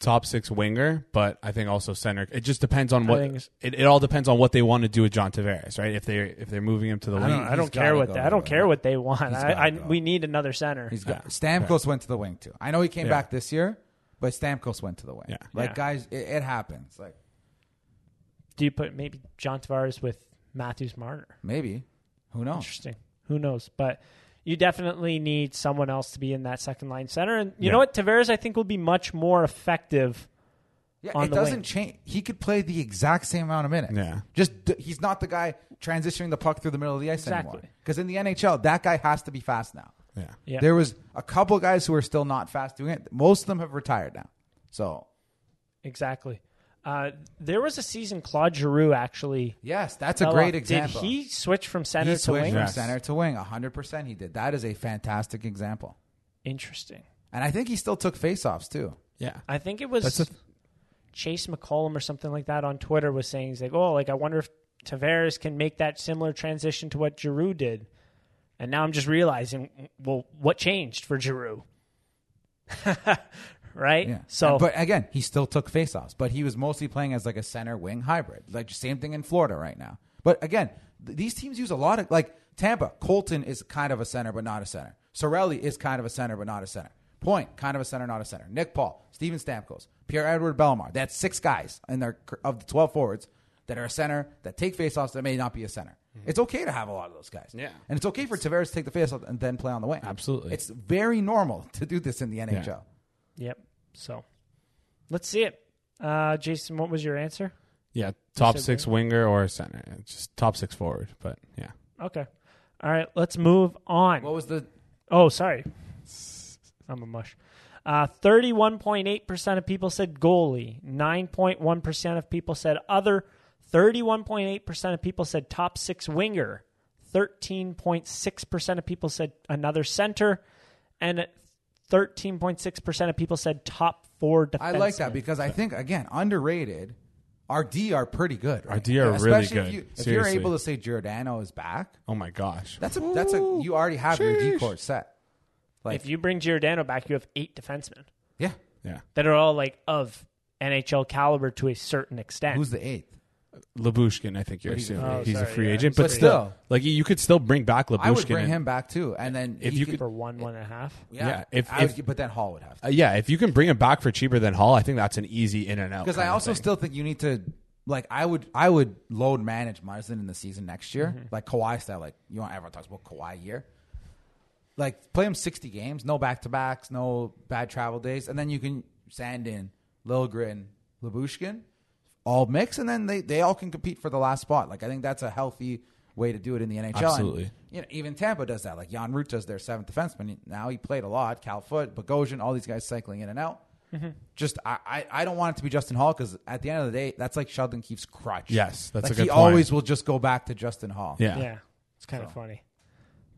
top six winger, but I think also center. It just depends on what think it's- it, it all depends on what they want to do with John Tavares, right? If they if they're moving him to the I wing, don't, I he's don't gotta care what go they, to I don't the- care what they want. he's I, gotta I go. we need another center. He's got Stamkos went to the wing too. I know he came Yeah. back this year, but Stamkos went to the wing. Yeah. Like Yeah. guys, it, it happens. Like Do you put maybe John Tavares with Matthews Marner? maybe, who knows? Interesting. Who knows? But you definitely need someone else to be in that second line center. And you know Yeah. what? Tavares, I think, will be much more effective. Yeah, On it the doesn't wing. change. He could play the exact same amount of minutes. Yeah. just d- he's not the guy transitioning the puck through the middle of the ice anymore. Exactly. Because in the NHL, that guy has to be fast now. yeah. Yeah. There was a couple guys who are still not fast doing it. Most of them have retired now. So Exactly. Uh, there was a season Claude Giroux actually. yes, that's a fell off. great example. Did he switch from center He to switched wing? from Yes. center to wing. hundred percent, he did. That is a fantastic example. Interesting. And I think he still took faceoffs too. Yeah. I think it was That's a Chase McCollum or something like that on Twitter was saying he's like, oh, like I wonder if Tavares can make that similar transition to what Giroux did. And now I'm just realizing, well, what changed for Giroux? right. Yeah. So but again, he still took faceoffs, but he was mostly playing as like a center wing hybrid. Like same thing in Florida right now. But again, th- these teams use a lot of like Tampa. Colton is kind of a center, but not a center. Sorelli is kind of a center, but not a center. Point, kind of a center, not a center. Nick Paul, Steven Stamkos, Pierre Edward Belmar. That's six guys in their of the twelve forwards that are a center that take faceoffs that may not be a center. It's okay to have a lot of those guys. Mm-hmm. Yeah. And it's okay for Tavares to take the faceoff and then play on the wing. Absolutely. It's very normal to do this in the NHL. yep. So let's see it. Uh, Jason, what was your answer? Yeah, top said six winger or center. It's Just top six forward. But yeah. Okay. All right. Let's move on. What was the Oh, sorry. I'm a mush. Uh, 31.8% of people said goalie. 9.1% of people said other. 31.8% of people said top six winger. 13.6% of people said another center. And 13.6% of people said top four defensemen. I like that because I think again underrated. Our D are pretty good. Right? Our D are Especially really if good. you- If, you're Seriously. able to say Giordano is back, Oh my gosh. that's a that's a you already have your D sheesh. core set. If you bring Giordano back, you have eight defensemen Yeah, yeah. that are all like of NHL caliber to a certain extent. who's the eighth? Labushkin, I think you're assuming free- Oh, he's sorry, a free yeah, agent, he's a but free still, agent. like you could still bring back Labushkin. I would bring and- him back too, and then If he you could- for one, one and a half? yeah, Yeah, if- I would if- gi- but then Hall would have to Uh, yeah, if you can bring him back for cheaper than Hall, I think that's an easy in and out. because kind I of also thing. still think you need to like I would I would load manage Marsden in the season next year Mm-hmm. like Kawhi style. Like you want everyone talks about Kawhi year. Like play him sixty games, no back to backs, no bad travel days, and then you can sand in Lilgren, Labushkin, all mix, and then they, they all can compete for the last spot. Like I think that's a healthy way to do it in the NHL. And, Absolutely. you know, even Tampa does that. Like Jan Root does their seventh defenseman. Now he played a lot. Cal Foot, Bogosian, all these guys cycling in and out. Just I, I, I don't want it to be Justin Hall because at the end of the day, that's like Sheldon Keefe's crutch. Yes, that's like a good he point. always will just go back to Justin Hall. Yeah. Yeah, it's kind of funny.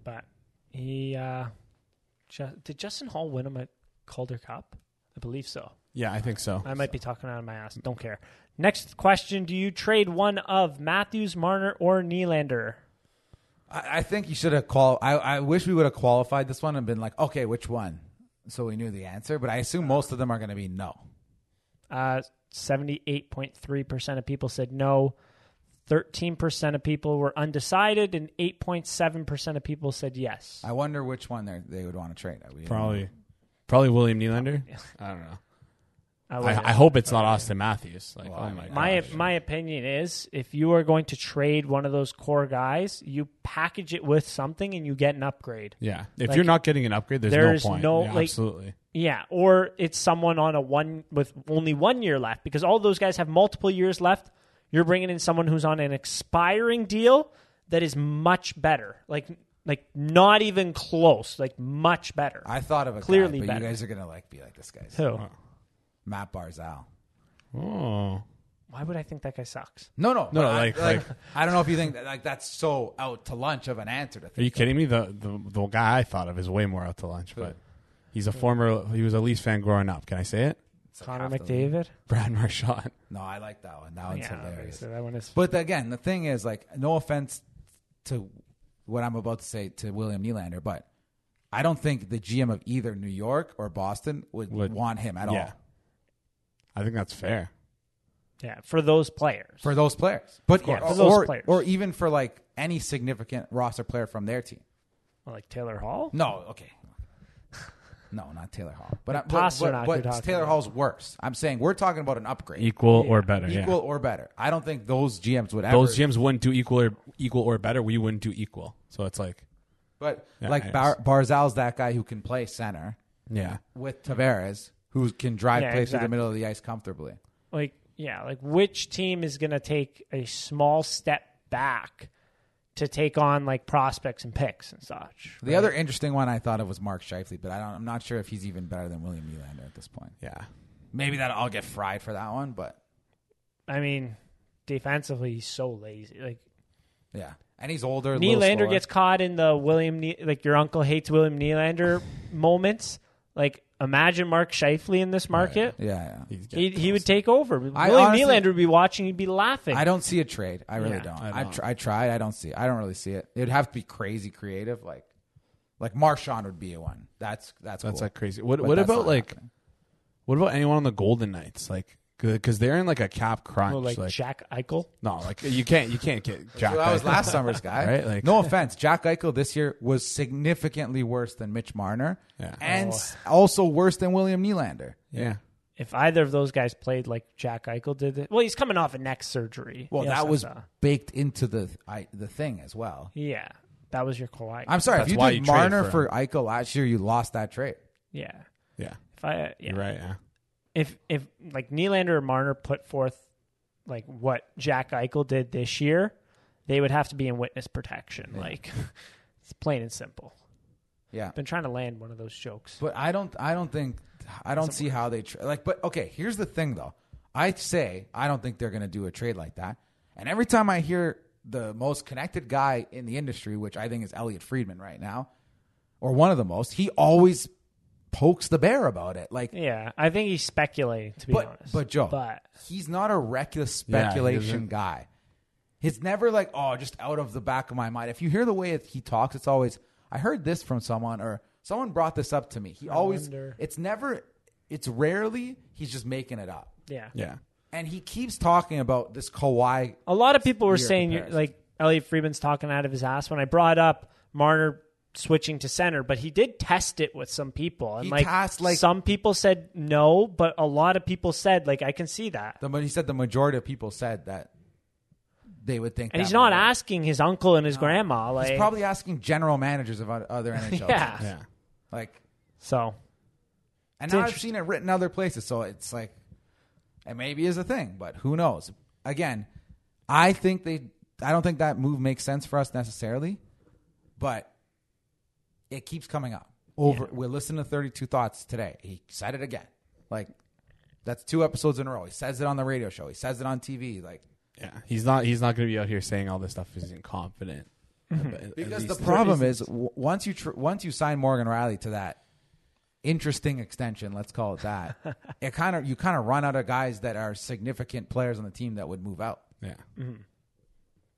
But he uh, ju- did Justin Hall win him a Calder Cup? I believe so. Yeah, I think so. I might be talking out of my ass. Don't care. Next question: Do you trade one of Matthews, Marner, or Nylander? I, I think you should have qual. I, I wish we would have qualified this one and been like, okay, which one? So we knew the answer. But I assume most of them are going to be no. Uh, Seventy-eight point three percent of people said no. Thirteen percent of people were undecided, and eight point seven percent of people said yes. I wonder which one they they would want to trade. We- Probably, probably William Nylander. I don't know. I would- I, I hope it's not Austin Matthews. Like, oh my, My gosh. my opinion is if you are going to trade one of those core guys, you package it with something and you get an upgrade. yeah. If like, you're not getting an upgrade, there's, there's no point. no, Yeah, like- absolutely. Yeah, or it's someone on a one with only one year left because all those guys have multiple years left. You're bringing in someone who's on an expiring deal that is much better. Like like not even close, like much better. I thought of a Clearly guy, but better. you guys are going to like be like this guy's Who? Matt Barzal. Oh, Why would I think that guy sucks? No, no, No, but no, I- like- like- I don't know if you think that, like that's so out to lunch of an answer to are think. you kidding me? The, the the guy I thought of is way more out to lunch, but he's a former. He was a Leafs fan growing up. Can I say it? It's like Connor half the league. McDavid? Brad Marchand. No, I like that one. That one's Yeah, hilarious. so that one is But again, the thing is, like, no offense to what I'm about to say to William Nylander, but I don't think the GM of either New York or Boston would, Would- want him at yeah. all I think that's fair. yeah, for those players. for those players. But Yeah, or, for those or- players. or even for like any significant roster player from their team. like Taylor Hall? No, okay. No, not Taylor Hall. But I- but, Pasternak but, you're but talking Taylor about. Hall's worse. I'm saying we're talking about an upgrade, Equal or better. equal or better. I don't think those GMs would ever. Those gyms wouldn't do equal or equal or better. We wouldn't do equal. So it's like, but Yeah, like I Bar- Barzal's that guy who can play center. yeah. with Tavares, who can drive Yeah, play through exactly. the middle of the ice comfortably. like yeah like which team is going to take a small step back to take on like prospects and picks and such The other interesting one I thought of was Mark Scheifele, but I don't, I'm not sure if he's even better than William Nylander at this point. Yeah. Maybe that I'll get fried for that one, but i mean defensively he's so lazy like yeah. And he's older. a little Nylander slower. gets caught in the William Ne- like your uncle hates William Nylander moments like imagine Mark Scheifele in this market Yeah, yeah. He's he he would take over I William honestly- Nylander would be watching he'd be laughing I don't see a trade. I really Yeah. don't. I I, don't. tr- I tried. I don't see. It. I don't really see it. It'd have to be crazy creative, like like Marshawn would be one. That's that's That's cool. like crazy. What But what that's about not like happening. what about anyone on the Golden Knights? Like because they're in like a cap crunch. Oh, like, like Jack Eichel no, like you can't you can't get Jack. So that was Eichel. last summer's guy. Right, like- no offense, Jack Eichel this year was significantly worse than Mitch Marner, Yeah. and s- also worse than William Nylander. yeah. if either of those guys played like Jack Eichel did it, well he's coming off a neck surgery Well, He that also was has a- baked into the I, the thing as well. Yeah, that was your Kawhi. I'm sorry That's if you why did you traded Marner for for, Eichel last year, you lost that trade. yeah, Yeah. if I uh, yeah, You're right. Yeah. if if like Nylander or Marner put forth like what Jack Eichel did this year, they would have to be in witness protection. Like it's plain and simple. Yeah, Been trying to land one of those jokes. but I don't. I don't think. I don't see how they tra- like. But okay, here's the thing though. I say I don't think they're going to do a trade like that. And every time I hear the most connected guy in the industry, which I think is Elliot Friedman right now, or one of the most, he always pokes the bear about it. Like Yeah, I think he's speculating to be but, honest. But Joe, but he's not a reckless Yeah, he speculation doesn't- guy. He's never like, oh, just out of the back of my mind. If you hear the way that he talks, it's always, I heard this from someone or someone brought this up to me. He always, wonder. it's never, it's rarely he's just making it up. yeah, Yeah. And he keeps talking about this Kawhi. a lot of people were Year saying you comparison. like Elliot Friedman's talking out of his ass when I brought up Marner switching to center, but he did test it with some people, and He like, tasked, like- some people said no, but a lot of people said like I can see that. The, he said the majority of people said that they would think and that he's not might work. asking his uncle and his grandma, like He's probably asking general managers of o- other NHL. yeah. teams. Yeah. Like, So And It's now I've interesting. seen it written other places, so it's like It maybe is a thing, but who knows? Again, I think they. I don't think that move makes sense for us necessarily, but it keeps coming up. Over we're listening to Thirty Two Thoughts today. He said it again. Like that's two episodes in a row. He says it on the radio show. He says it on TV. Like Yeah, he's not. He's not going to be out here saying all this stuff. He's incompetent. Mm-hmm. Because the problem is, w- once you tr- once you sign Morgan Riley to that interesting extension, let's call it that, it kind of you kind of run out of guys that are significant players on the team that would move out. yeah,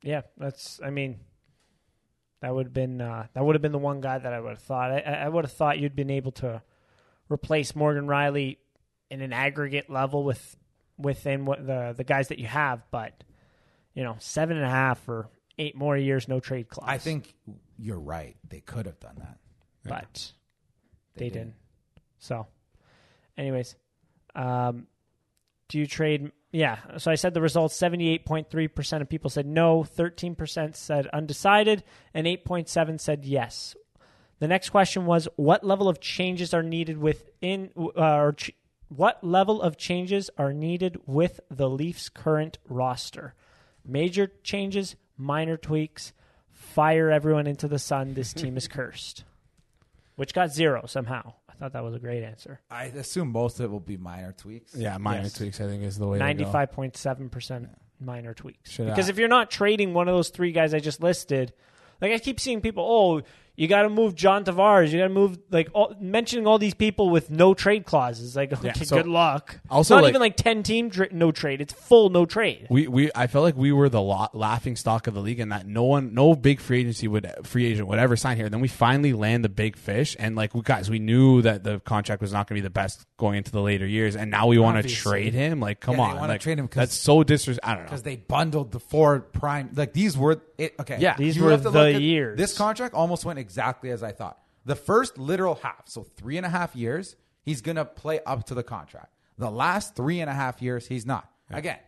Yeah, that's. I mean, that would have been uh, that would have been the one guy that I would have thought. I, I would have thought you'd been able to replace Morgan Riley in an aggregate level with within what the the guys that you have, but you know, seven and a half or eight more years, no trade clause. I think you're right. They could have done that. but they, didn't. didn't. So, anyways, um, do you trade? Yeah. So I said the results: seventy-eight point three percent of people said no, thirteen percent said undecided, and eight point seven said yes. The next question was: What level of changes are needed within, uh, or ch- what level of changes are needed with the Leafs' current roster? Major changes, minor tweaks. Fire everyone into the sun. This team is cursed which got zero somehow. I thought that was a great answer. I assume most of it will be minor tweaks. yeah. Minor Yes. tweaks, I think, is the way. to go. Ninety-five point seven percent minor tweaks. Should because I- if you're not trading one of those three guys I just listed, like I keep seeing people, oh, you got to move John Tavares. You got to move like all, mentioning all these people with no trade clauses. Like, okay, so- good luck. Also, it's not like- even like ten team tra- no trade. It's full no trade. We we I felt like we were the la- laughing stock of the league, and that no one, no big free agency would free agent would ever sign here. Then we finally land the big fish, and like we, guys, we knew that the contract was not going to be the best going into the later years, and now we want to Obviously. trade him. Like, come Yeah, they on, wanna like, trade him 'cause- that's so disres. I don't know. Because they bundled the four prime, like these were it. Okay, Yeah. These You were have to the look at- years. This contract almost went exactly as I thought. The first literal half, so three and a half years, he's gonna play up to the contract. The last three and a half years, he's not. Again,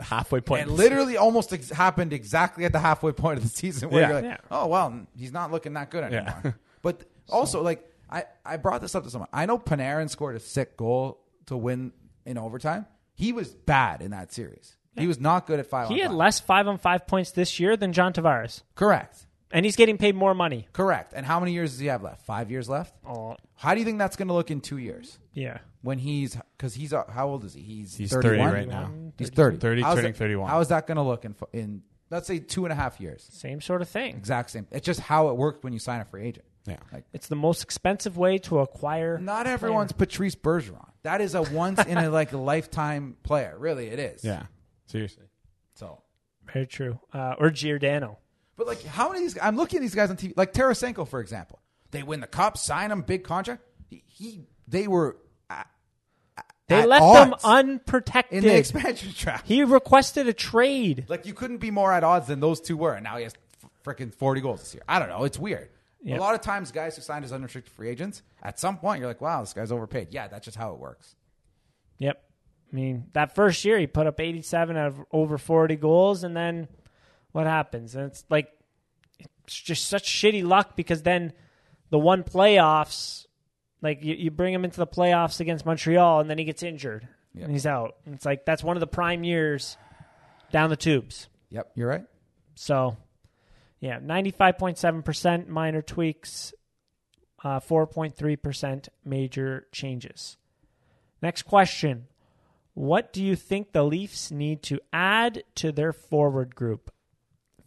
halfway point. it literally almost ex- happened exactly at the halfway point of the season where Yeah. you're like, Yeah. oh well, he's not looking that good anymore. but th- also, like I, I brought this up to someone. I know Panarin scored a sick goal to win in overtime. He was bad in that series. He was not good at five. He on had five. less five on five points this year than John Tavares, Correct. and he's getting paid more money. Correct. And how many years does he have left? Five years left. Oh, How do you think that's going to look in two years yeah. when he's because he's uh, how old is he? He's He's 30 31 right now. He's thirty. 30, How's turning that- 31. How is that going to look in in let's say two and a half years? Same sort of thing. Exact same. It's just how it worked when you sign a free agent. Yeah. Like It's the most expensive way to acquire. not everyone's Patrice Bergeron. That is a once in a like lifetime player. Really, it is. yeah, seriously. So, Very true. Uh, or Giordano. but like, how many of these? I'm looking at these guys on TV. Like Tarasenko, for example. They win the cup, sign him, big contract. He, he they were at, They at left him odds in unprotected. the expansion draft. he requested a trade. Like you couldn't be more at odds than those two were, and now he has freaking forty goals this year. I don't know. It's weird. Yeah. A lot of times, guys who signed as unrestricted free agents, at some point, you're like, "Wow, this guy's overpaid." Yeah, that's just how it works. Yep. I mean, that first year he put up 87 out of over 40 goals, and then what happens? And it's like, it's just such shitty luck because then the one playoffs, like you, you bring him into the playoffs against Montreal, and then he gets injured Yep. and he's out. And it's like, that's one of the prime years down the tubes. Yep, you're right. So, yeah, 95.7% minor tweaks, uh, 4.3% major changes. Next question What do you think the Leafs need to add to their forward group?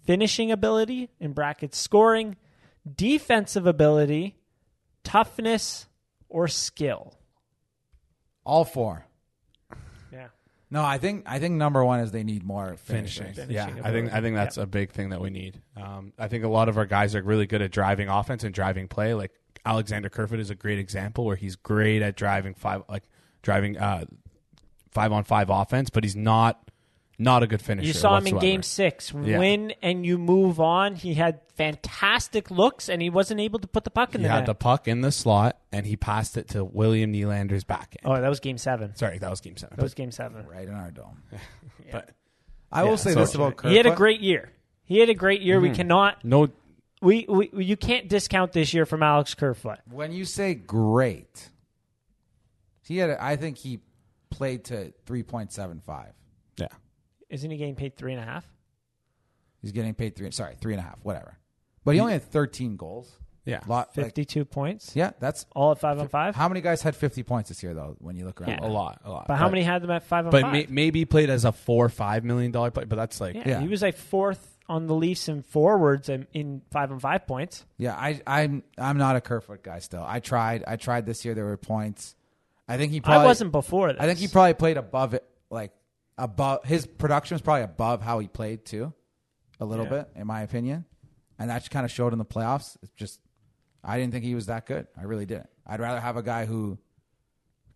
Finishing ability, in brackets, scoring, defensive ability, toughness, or skill? All four. Yeah. No, I think I think number one is they need more finishing. finishing. Yeah, Finishing I think I ability. think that's a big thing that we need. Um, I think a lot of our guys are really good at driving offense and driving play. Like Alexander Kerfoot is a great example where he's great at driving five, like driving uh, five on five offense, but he's not not a good finisher. You saw him in whatsoever. game six. Yeah. Win and you move on. He had fantastic looks and he wasn't able to put the puck in He the had net. the puck in the slot and he passed it to William Nylander's back end. oh, that was game seven. Sorry, that was game seven. That was game seven. Right in our dome. But I Yeah, will say so- this about Kerfoot. Mm-hmm. He had a great year. He had a great year. We cannot, no, we, we, you can't discount this year from Alex Kerfoot. When you say great, he had. A, I think he played to three point seven five. Yeah. Isn't he getting paid three and a half? He's getting paid three. Sorry, three and a half, whatever. But he only had thirteen goals. Yeah. Lot, like, Fifty-two points. yeah, that's All at five on five. how many guys had fifty points this year though. When you look around, Yeah. A lot. A lot. but how many had them at five on But five? may, maybe he played as a four or five million dollar player, but that's like yeah, yeah. he was like fourth on the Leafs in forwards and in five on five points. Yeah, I, I'm I'm not a Kerfoot guy still. I tried. I tried this year. There were points. I think he probably. I wasn't before this. I think he probably played above it. Like above his production was probably above how he played too, a little Yeah. bit in my opinion, and that kind of showed in the playoffs. It's just I didn't think he was that good. I really didn't. I'd rather have a guy who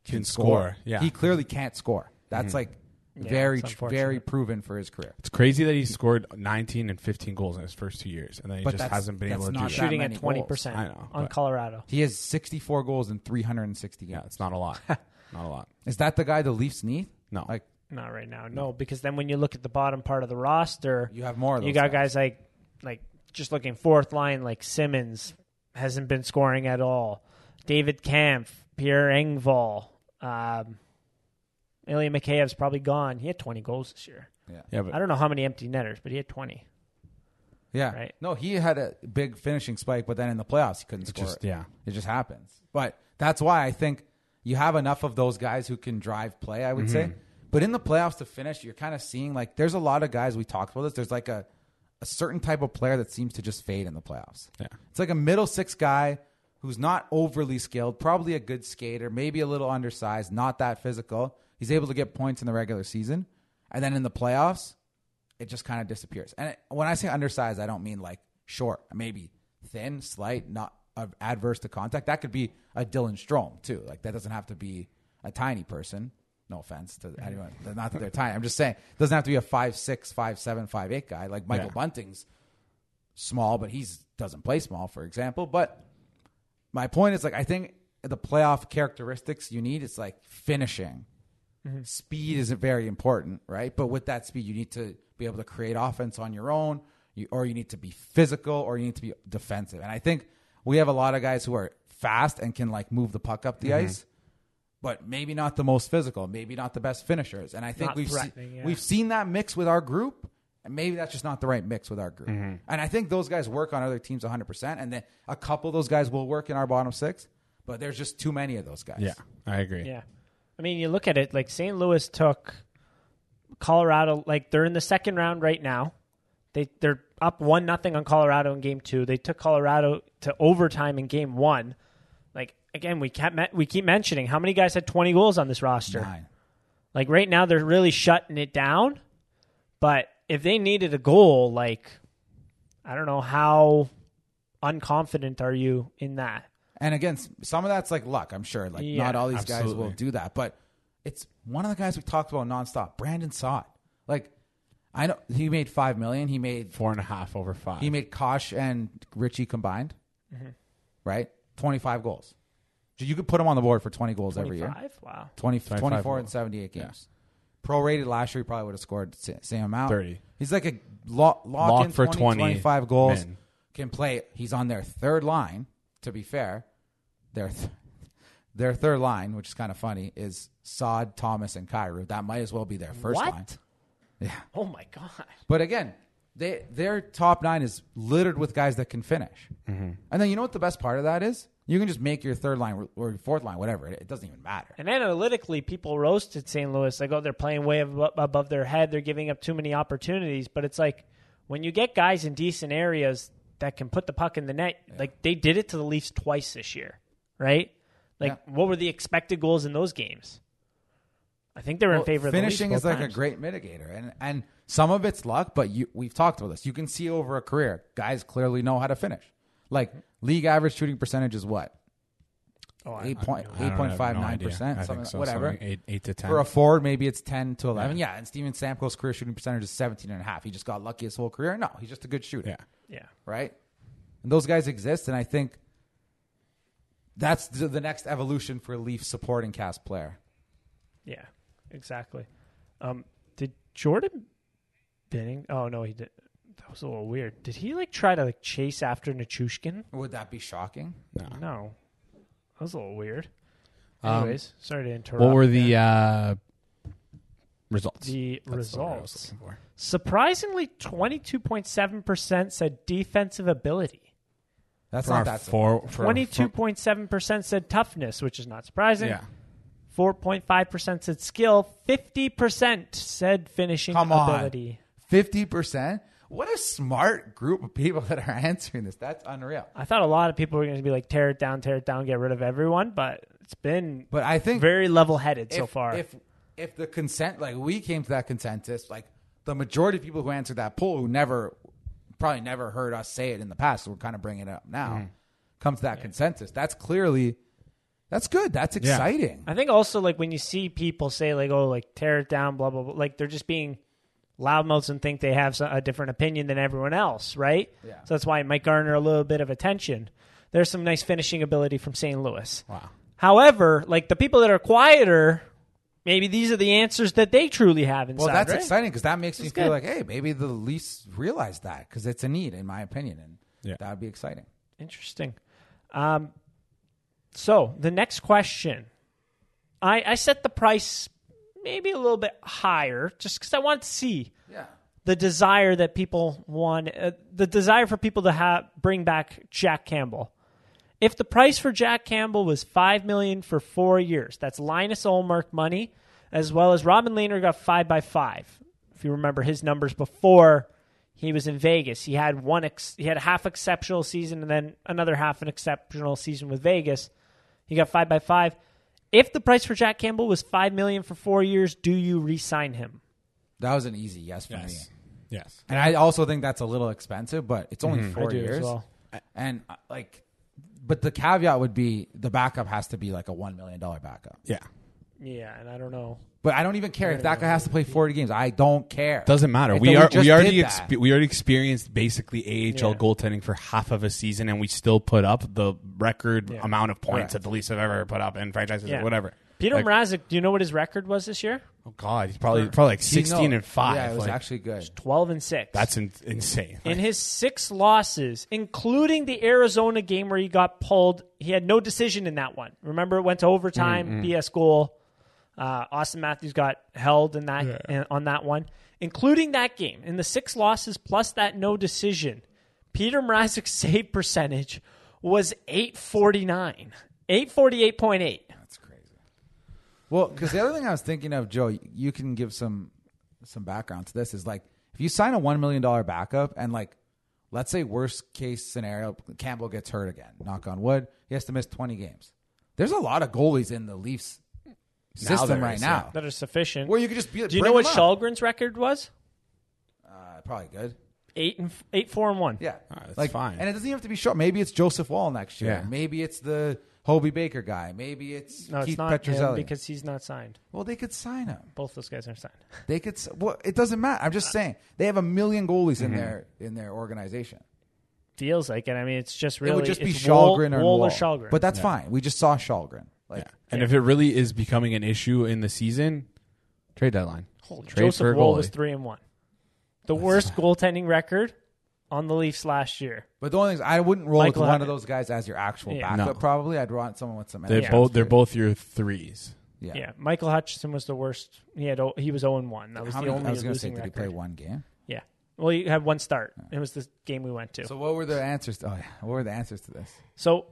can score. Yeah. Mm-hmm. He clearly can't score. That's like very it's tr- very unfortunate. proven for his career. it's crazy that he scored 19 and 15 goals in his first two years, and then he But just that's- hasn't been that's able to do not that. that shooting at many twenty I percent know, on but- Colorado. He has 64 goals in 360 games. Yeah, it's not a lot. not a lot. Is that the guy the Leafs need? No. Like Not right now, no, because then when you look at the bottom part of the roster, you have more of those you got guys like like just looking fourth line like Simmons hasn't been scoring at all. David Kampf, Pierre Engvall, um, Ilya Mikheyev's probably gone. He had 20 goals this year. Yeah, but I don't know how many empty netters, but he had 20. Yeah. Right. No, he had a big finishing spike, but then in the playoffs he couldn't score. just- it. yeah. It just happens. But that's why I think you have enough of those guys who can drive play, I would Mm-hmm. say. But in the playoffs to finish, you're kind of seeing like there's a lot of guys we talked about this. There's like a a certain type of player that seems to just fade in the playoffs. Yeah. It's like a middle six guy who's not overly skilled, probably a good skater, maybe a little undersized, not that physical. He's able to get points in the regular season. And then in the playoffs, it just kind of disappears. And it, when I say undersized, I don't mean like short, maybe thin, slight, not uh, adverse to contact. That could be a Dylan Strom too. Like that doesn't have to be a tiny person. No offense to anyone, not that they're tiny. I'm just saying it doesn't have to be a five six, five seven, five eight guy. Like Michael Yeah. Bunting's small, but he's doesn't play small, for example. But my point is like I think the playoff characteristics you need is like finishing. Mm-hmm. Speed isn't very important, right? But with that speed, you need to be able to create offense on your own, you, or you need to be physical, or you need to be defensive. And I think we have a lot of guys who are fast and can like move the puck up the Mm-hmm. ice, but maybe not the most physical, maybe not the best finishers. And I think Not we've se- threatening, yeah. we've seen that mix with our group, and maybe that's just not the right mix with our group. Mm-hmm. And I think those guys work on other teams 100%, and then a couple of those guys will work in our bottom six, but there's just too many of those guys. yeah, I agree. Yeah. I mean, you look at it, like St. Louis took Colorado, like they're in the second round right now. They they're up one nothing on Colorado in game 2. They took Colorado to overtime in game 1. Like again, we kept we keep mentioning how many guys had 20 goals on this roster. Nine. Like right now they're really shutting it down, but if they needed a goal, like I don't know how unconfident are you in that? And again, s- some of that's like luck, I'm sure. Like Yeah, not all these guys absolutely. will do that, but it's one of the guys we talked about nonstop. Brandon saw it. Like I know he made five million. He made Four and a half over five. he made Kosh and Richie combined, right? Twenty five goals. So You could put him on the board for twenty goals every year. 25? Wow. 20, 24 more. and 78 games. Prorated last year, he probably would have scored sa- same amount. 30. He's like a lock, lock, Lock in for 20, 20, 25 goals. man. Can play. He's on their third line, to be fair. Their, th- their third line, which is kind of funny, is Sod, Thomas, and Cairo. That might as well be their first what? line. Oh my god. But again, they their top nine is littered with guys that can finish. Mm-hmm. And then you know what the best part of that is? You can just make your third line or- or fourth line, whatever. It, it doesn't even matter. And analytically, people roasted St. Louis. Like, oh, they're playing way ab- above their head. They're giving up too many opportunities. But it's like when you get guys in decent areas that can put the puck in the net, like they did it to the Leafs twice this year, right? Like, what were the expected goals in those games? I think they were in Well, favor of the Leafs finishing is both like times. a great mitigator, and and some of it's luck, but you we've talked about this. You can see over a career, guys clearly know how to finish. Like league average shooting percentage is what I- eight point Oh, I don't eight know, point five I have no nine idea. I percent, think something so, whatever. something eight, eight to ten. For a forward, maybe it's ten to eleven. Yeah, and Steven Stamkos' career shooting percentage is seventeen and a half. He just got lucky his whole career. No, he's just a good shooter yeah, yeah. right? And those guys exist, and I think that's the, the next evolution for Leaf supporting cast player. Yeah, exactly. Um, did Jordan Binning? Oh no, he did. That was a little weird. Did he like try to like chase after Nichushkin? Would that be shocking? No, that was a little weird. Um, Anyways, sorry to interrupt. What were the uh, results. the That's the word I was results. looking for. Surprisingly, 22.7% said defensive ability. That's For not our that. four- for our- 22.7% said toughness, which is not for- surprising. Yeah. 4.5% said skill. 50% said finishing Come on. ability. Fifty percent. What a smart group of people that are answering this. That's unreal. I thought a lot of people were going to be like, tear it down, tear it down, get rid of everyone, but it's been But I think very level headed if, so far. If if the consent, like we came to that consensus, like the majority of people who answered that poll, who never, probably never heard us say it in the past, so we're kind of bringing it up now, comes to that consensus. That's clearly, that's good. That's exciting. I think also like when you see people say like oh like tear it down blah blah blah like they're just being loudmouths and think they have so- a different opinion than everyone else right Yeah. so that's why it might garner a little bit of attention there's some nice finishing ability from St. Louis Wow. however like the people that are quieter maybe these are the answers that they truly have inside Well, that's right? exciting because that makes me It's feel good. like, hey, maybe the Leafs realize that because it's a need, in my opinion, and Yeah. that would be exciting. Interesting. Um, so the next question, I, I set the price maybe a little bit higher just because I wanted to see Yeah. the desire that people want, uh, the desire for people to have bring back Jack Campbell. If the price for Jack Campbell was five million for four years, that's Linus Olmark money, as well as Robin Lehner got five by five. If you remember his numbers before he was in Vegas, he had one, ex- he had a half exceptional season, and then another half an exceptional season with Vegas. He got five by five. If the price for Jack Campbell was five million for four years, do you re-sign him? That was an easy yes for me. Yes. Yes. And I also think that's a little expensive, but it's only Mm-hmm. four I do as years. well. And uh, like, but the caveat would be the backup has to be like a one million dollar backup. Yeah. Yeah, and I don't know. But I don't even care if that guy has to play forty games. I don't care. Doesn't matter. Like, we though are just we already did exp- that. we already experienced basically AHL Yeah. goaltending for half of a season, and we still put up the record Yeah. amount of points Correct. that the Leafs have ever put up in franchises Yeah. or whatever. Peter Like, Mrazek, do you know what his record was this year? oh God, he's probably probably like You know- sixteen and five. Yeah, it was like, actually good. 12 and 6. that's in- insane. in his 6 losses, including the Arizona game where he got pulled. He had no decision in that one. Remember it went to Mm-hmm. overtime, BS goal. Uh, Austin Matthews got held in that in- on that one, including that game. In the 6 losses plus that no decision, Peter Mrazek's save percentage was 849. 848.8. That's crazy. Well, because the other thing I was thinking of, Joe, you can give some some background to this. Is like if you sign a one million dollar backup, and like let's say worst case scenario, Campbell gets hurt again. Knock on wood, he has to miss twenty games. There's a lot of goalies in the Leafs there system is, right yeah. now. That is sufficient. Well, you could just be. Do you know what Shalgren's record was? Uh, probably good. Eight and f- eight, four and one. Yeah, right, that's fine. And it doesn't even have to be Shaw. Maybe it's Joseph Wall next year. Yeah. Maybe it's the Hobie Baker guy. Maybe it's No, Keith it's not him Petruzzelli. because he's not signed. well, they could sign him. Both those guys aren't signed. They could. s- Well, it doesn't matter. I'm Uh, just saying they have a million goalies Mm-hmm. in their in their organization. Feels like it. I mean, it's just really it would just be it's Wall- Shalgren or Wall Wall. or Shalgren. But that's fine. We just saw Shalgren. Like, And if it really is becoming an issue in the season, trade deadline. Holy trade for a Joseph Wall was goalie. three and one. The worst goaltending record on the Leafs last year. But the only thing is, I wouldn't roll Michael with one Hutt- of those guys as your actual Yeah. backup. No. Probably, I'd want someone with some. They're energy. both they're both your threes. Yeah. Yeah. Michael Hutchinson was the worst. He had o- he was zero and one. That was How the many, only I was going to say, losing did he record. play one game? Yeah. Well, you had one start. It was the game we went to. So what were the answers? To, oh, yeah. What were the answers to this? So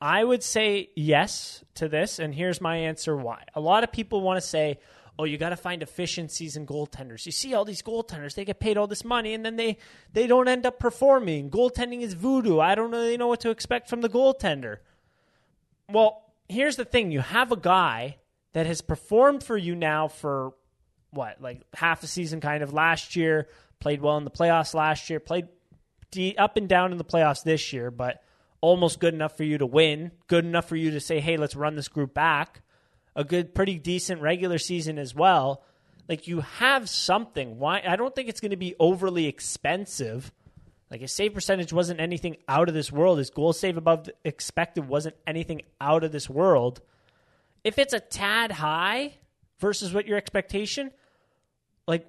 I would say yes to this, and here's my answer why. A lot of people want to say, oh, you got to find efficiencies in goaltenders. You see all these goaltenders, they get paid all this money, and then they, they don't end up performing. Goaltending is voodoo. I don't really know what to expect from the goaltender. Well, here's the thing you have a guy that has performed for you now for what, like half a season kind of last year, played well in the playoffs last year, played de- up and down in the playoffs this year, but almost good enough for you to win, good enough for you to say, hey, let's run this group back. A good, pretty decent regular season as well. Like you have something. Why? I don't think it's going to be overly expensive. Like his save percentage wasn't anything out of this world. His goal save above the expected wasn't anything out of this world. If it's a tad high versus what your expectation, like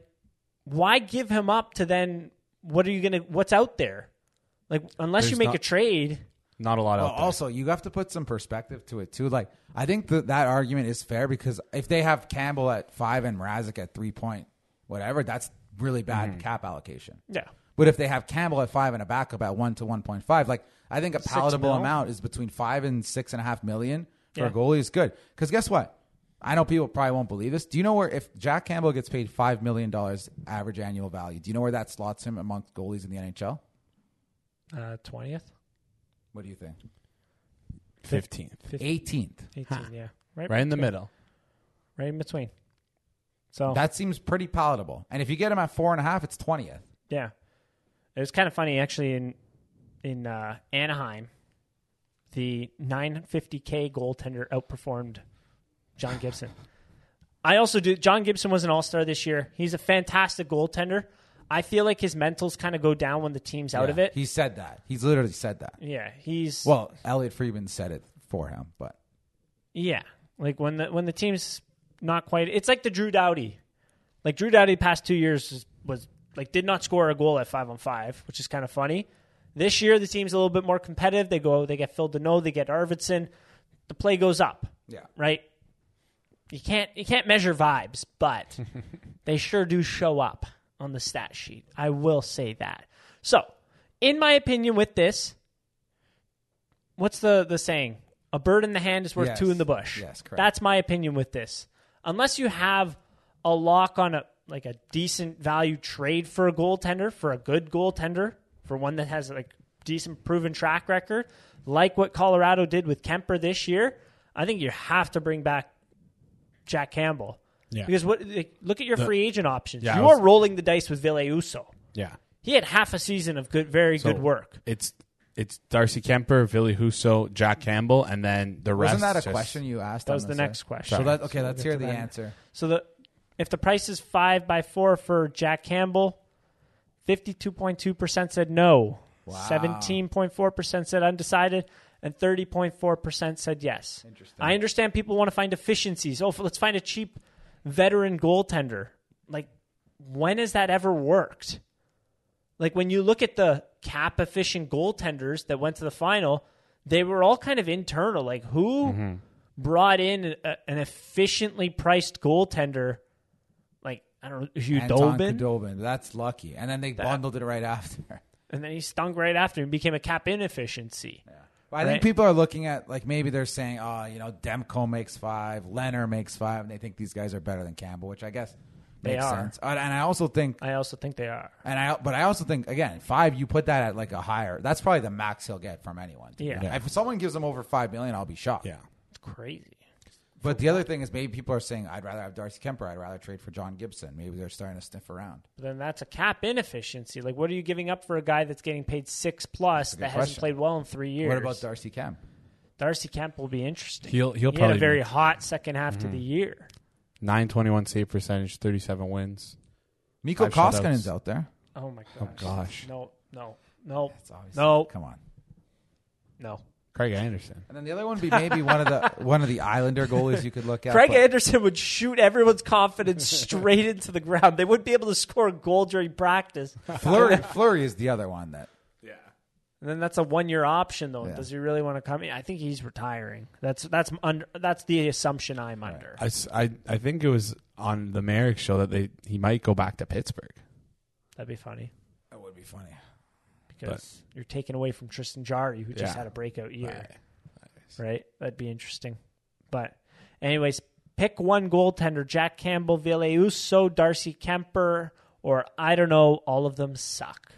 why give him up to then what are you gonna what's out there? Like unless you There's make not- a trade, Not a lot Well, out there. Oh, also, you have to put some perspective to it too. Like, I think that that argument is fair because if they have Campbell at five and Mrazek at three point, whatever, that's really bad Mm-hmm. cap allocation. Yeah. But if they have Campbell at five and a backup at one to one point five, like I think a palatable mil? amount is between five and six and a half million for Yeah. a goalie is good. Because guess what? I know people probably won't believe this. Do you know where if Jack Campbell gets paid five million dollars average annual value, do you know where that slots him amongst goalies in the NHL? Uh, Twentieth, What do you think? 15th. Eighteenth. eighteenth, yeah, right, Right in the between- middle. right in between. So That seems pretty palatable. And if you get him at four and a half, it's twentieth. Yeah. It was kind of funny actually in in uh, Anaheim, the 950k goaltender outperformed John Gibson. I also do John Gibson was an all-star this year. He's a fantastic goaltender. I feel like his mentals kind of go down when the team's out of it. He said that. He's literally said that. yeah, he's Well, Elliot Friedman said it for him, but Yeah, like when the when the team's not quite, it's like the Drew Doughty. Like Drew Doughty, the past two years was, was like did not score a goal at five on five, which is kind of funny. This year, the team's a little bit more competitive. They go, they get Phil Deneau, they get Arvidsson. The play goes up, yeah. right? You can't you can't measure vibes, but they sure do show up on the stat sheet. I will say that. So, in my opinion, with this, what's the the saying? A bird in the hand is worth Yes. two in the bush. Yes, correct. That's my opinion with this. Unless you have a lock on a like a decent value trade for a goaltender, for a good goaltender, for one that has like decent proven track record, like what Colorado did with Kemper this year, I think you have to bring back Jack Campbell. Yeah. Because what like, look at your free agent options. Yeah, I you was- are rolling the dice with Ville Uso. Yeah. He had half a season of good very So good work. It's it's Darcy Kemper, Billy Huso, Jack Campbell, and then the rest. Wasn't that a just- question you asked? That on was the this, next eh? question. So that, okay, So let's we'll hear get to the that. answer. So the if the price is five by four for Jack Campbell, fifty two point two percent said no. Seventeen point four percent said undecided, and thirty point four percent said yes. Interesting. I understand people want to find efficiencies. Oh, f- let's find a cheap veteran goaltender. Like, when has that ever worked? Like when you look at the cap efficient goaltenders that went to the final, they were all kind of internal. Like who Mm-hmm. brought in a, an efficiently priced goaltender? Like I don't know, Anton Hudobin, Kudobin. That's lucky. And then they bundled it right after. and then he stunk right after and became a cap inefficiency. Well, I Right. think people are looking at like maybe they're saying, oh, you know, Demko makes five, Leonard makes five, and they think these guys are better than Campbell, which I guess They makes are. sense. Uh, And I also think, I also think they are. and I but I also think again, five you put that at like a higher. That's probably the max he'll get from anyone. Yeah. Yeah. If someone gives him over five million, I'll be shocked. Yeah. It's crazy. But the other thing is maybe people are saying, I'd rather have Darcy Kemper. I'd rather trade for John Gibson. Maybe they're starting to sniff around. But then that's a cap inefficiency. Like what are you giving up for a guy that's getting paid six plus good that hasn't question. played well in three years? What about Darcy Kemp? Darcy Kemp? Will be interesting. He'll- he'll he had probably a be- very hot second half to the Mm-hmm. year. 921 save percentage, 37 wins. Miko Five shutouts. Koskinen's out there. Oh my gosh. gosh. No, no, no, It's obviously- no, Come on. no. Craig Anderson. And then the other one would be maybe one of the one of the Islander goalies you could look at. Craig but- Anderson would shoot everyone's confidence straight into the ground. They wouldn't be able to score a goal during practice. and Flurry Flurry is the other one that then that's a one-year option, though. Yeah. Does he really want to come in? I think he's retiring. That's that's under, that's the assumption I'm under. I, s- I- I think it was on the Merrick show that they he might go back to Pittsburgh. That'd be funny that would be funny. because you're taking away from Tristan Jari, who just Yeah. had a breakout year. right? That'd be interesting. But, anyways, pick one goaltender: Jack Campbell, Villeuso, Darcy Kemper, or I don't know. All of them suck.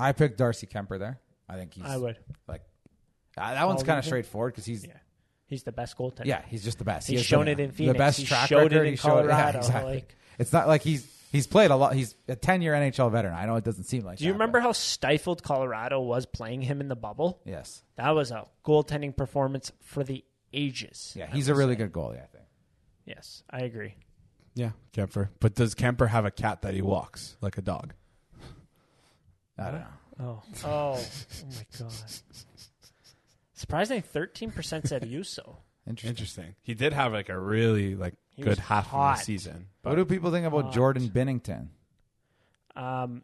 I picked Darcy Kemper there. I think he's I would. like uh, that one's All of kind of them? straightforward because he's Yeah. He's the best goaltender. yeah he's just the best. He He's has shown the, it in The Phoenix. best He track showed it record. in he showed it. Colorado, Yeah, exactly. like- it's not like he's he's played a lot. He's a ten year NHL veteran. I know it doesn't seem like. Do you that, remember but- how stifled Colorado was playing him in the bubble? Yes. That was a goaltending performance for the ages. Yeah, he's a really good goalie. I think. Yes, I agree. Yeah, Kemper. But does Kemper have a cat that he walks like a dog? I don't know. Oh, oh, oh my god! Surprisingly, thirteen percent said Uso. Interesting. Interesting. He did have like a really like He was good half hot. of the season. What do people think about Hot. Jordan Bennington? Um,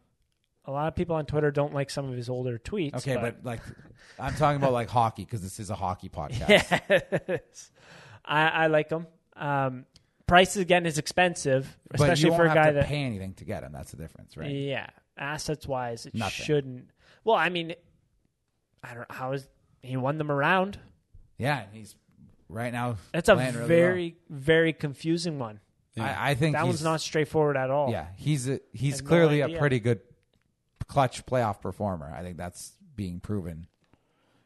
a lot of people on Twitter don't like some of his older tweets. Okay, but, like, I'm talking about like hockey because this is a hockey podcast. yes, I, I like him. Um, price again is expensive, but especially you won't for a have guy to that pay anything to get him. That's the difference, right? yeah, assets wise, it Nothing. shouldn't. Well, I mean, I don't how is he won them around? Yeah, and he's right now. That's a playing really very very confusing one. well. I, I think That he's, one's not straightforward at all. Yeah, he's a, he's Had no clearly a idea. pretty good clutch playoff performer. I think that's being proven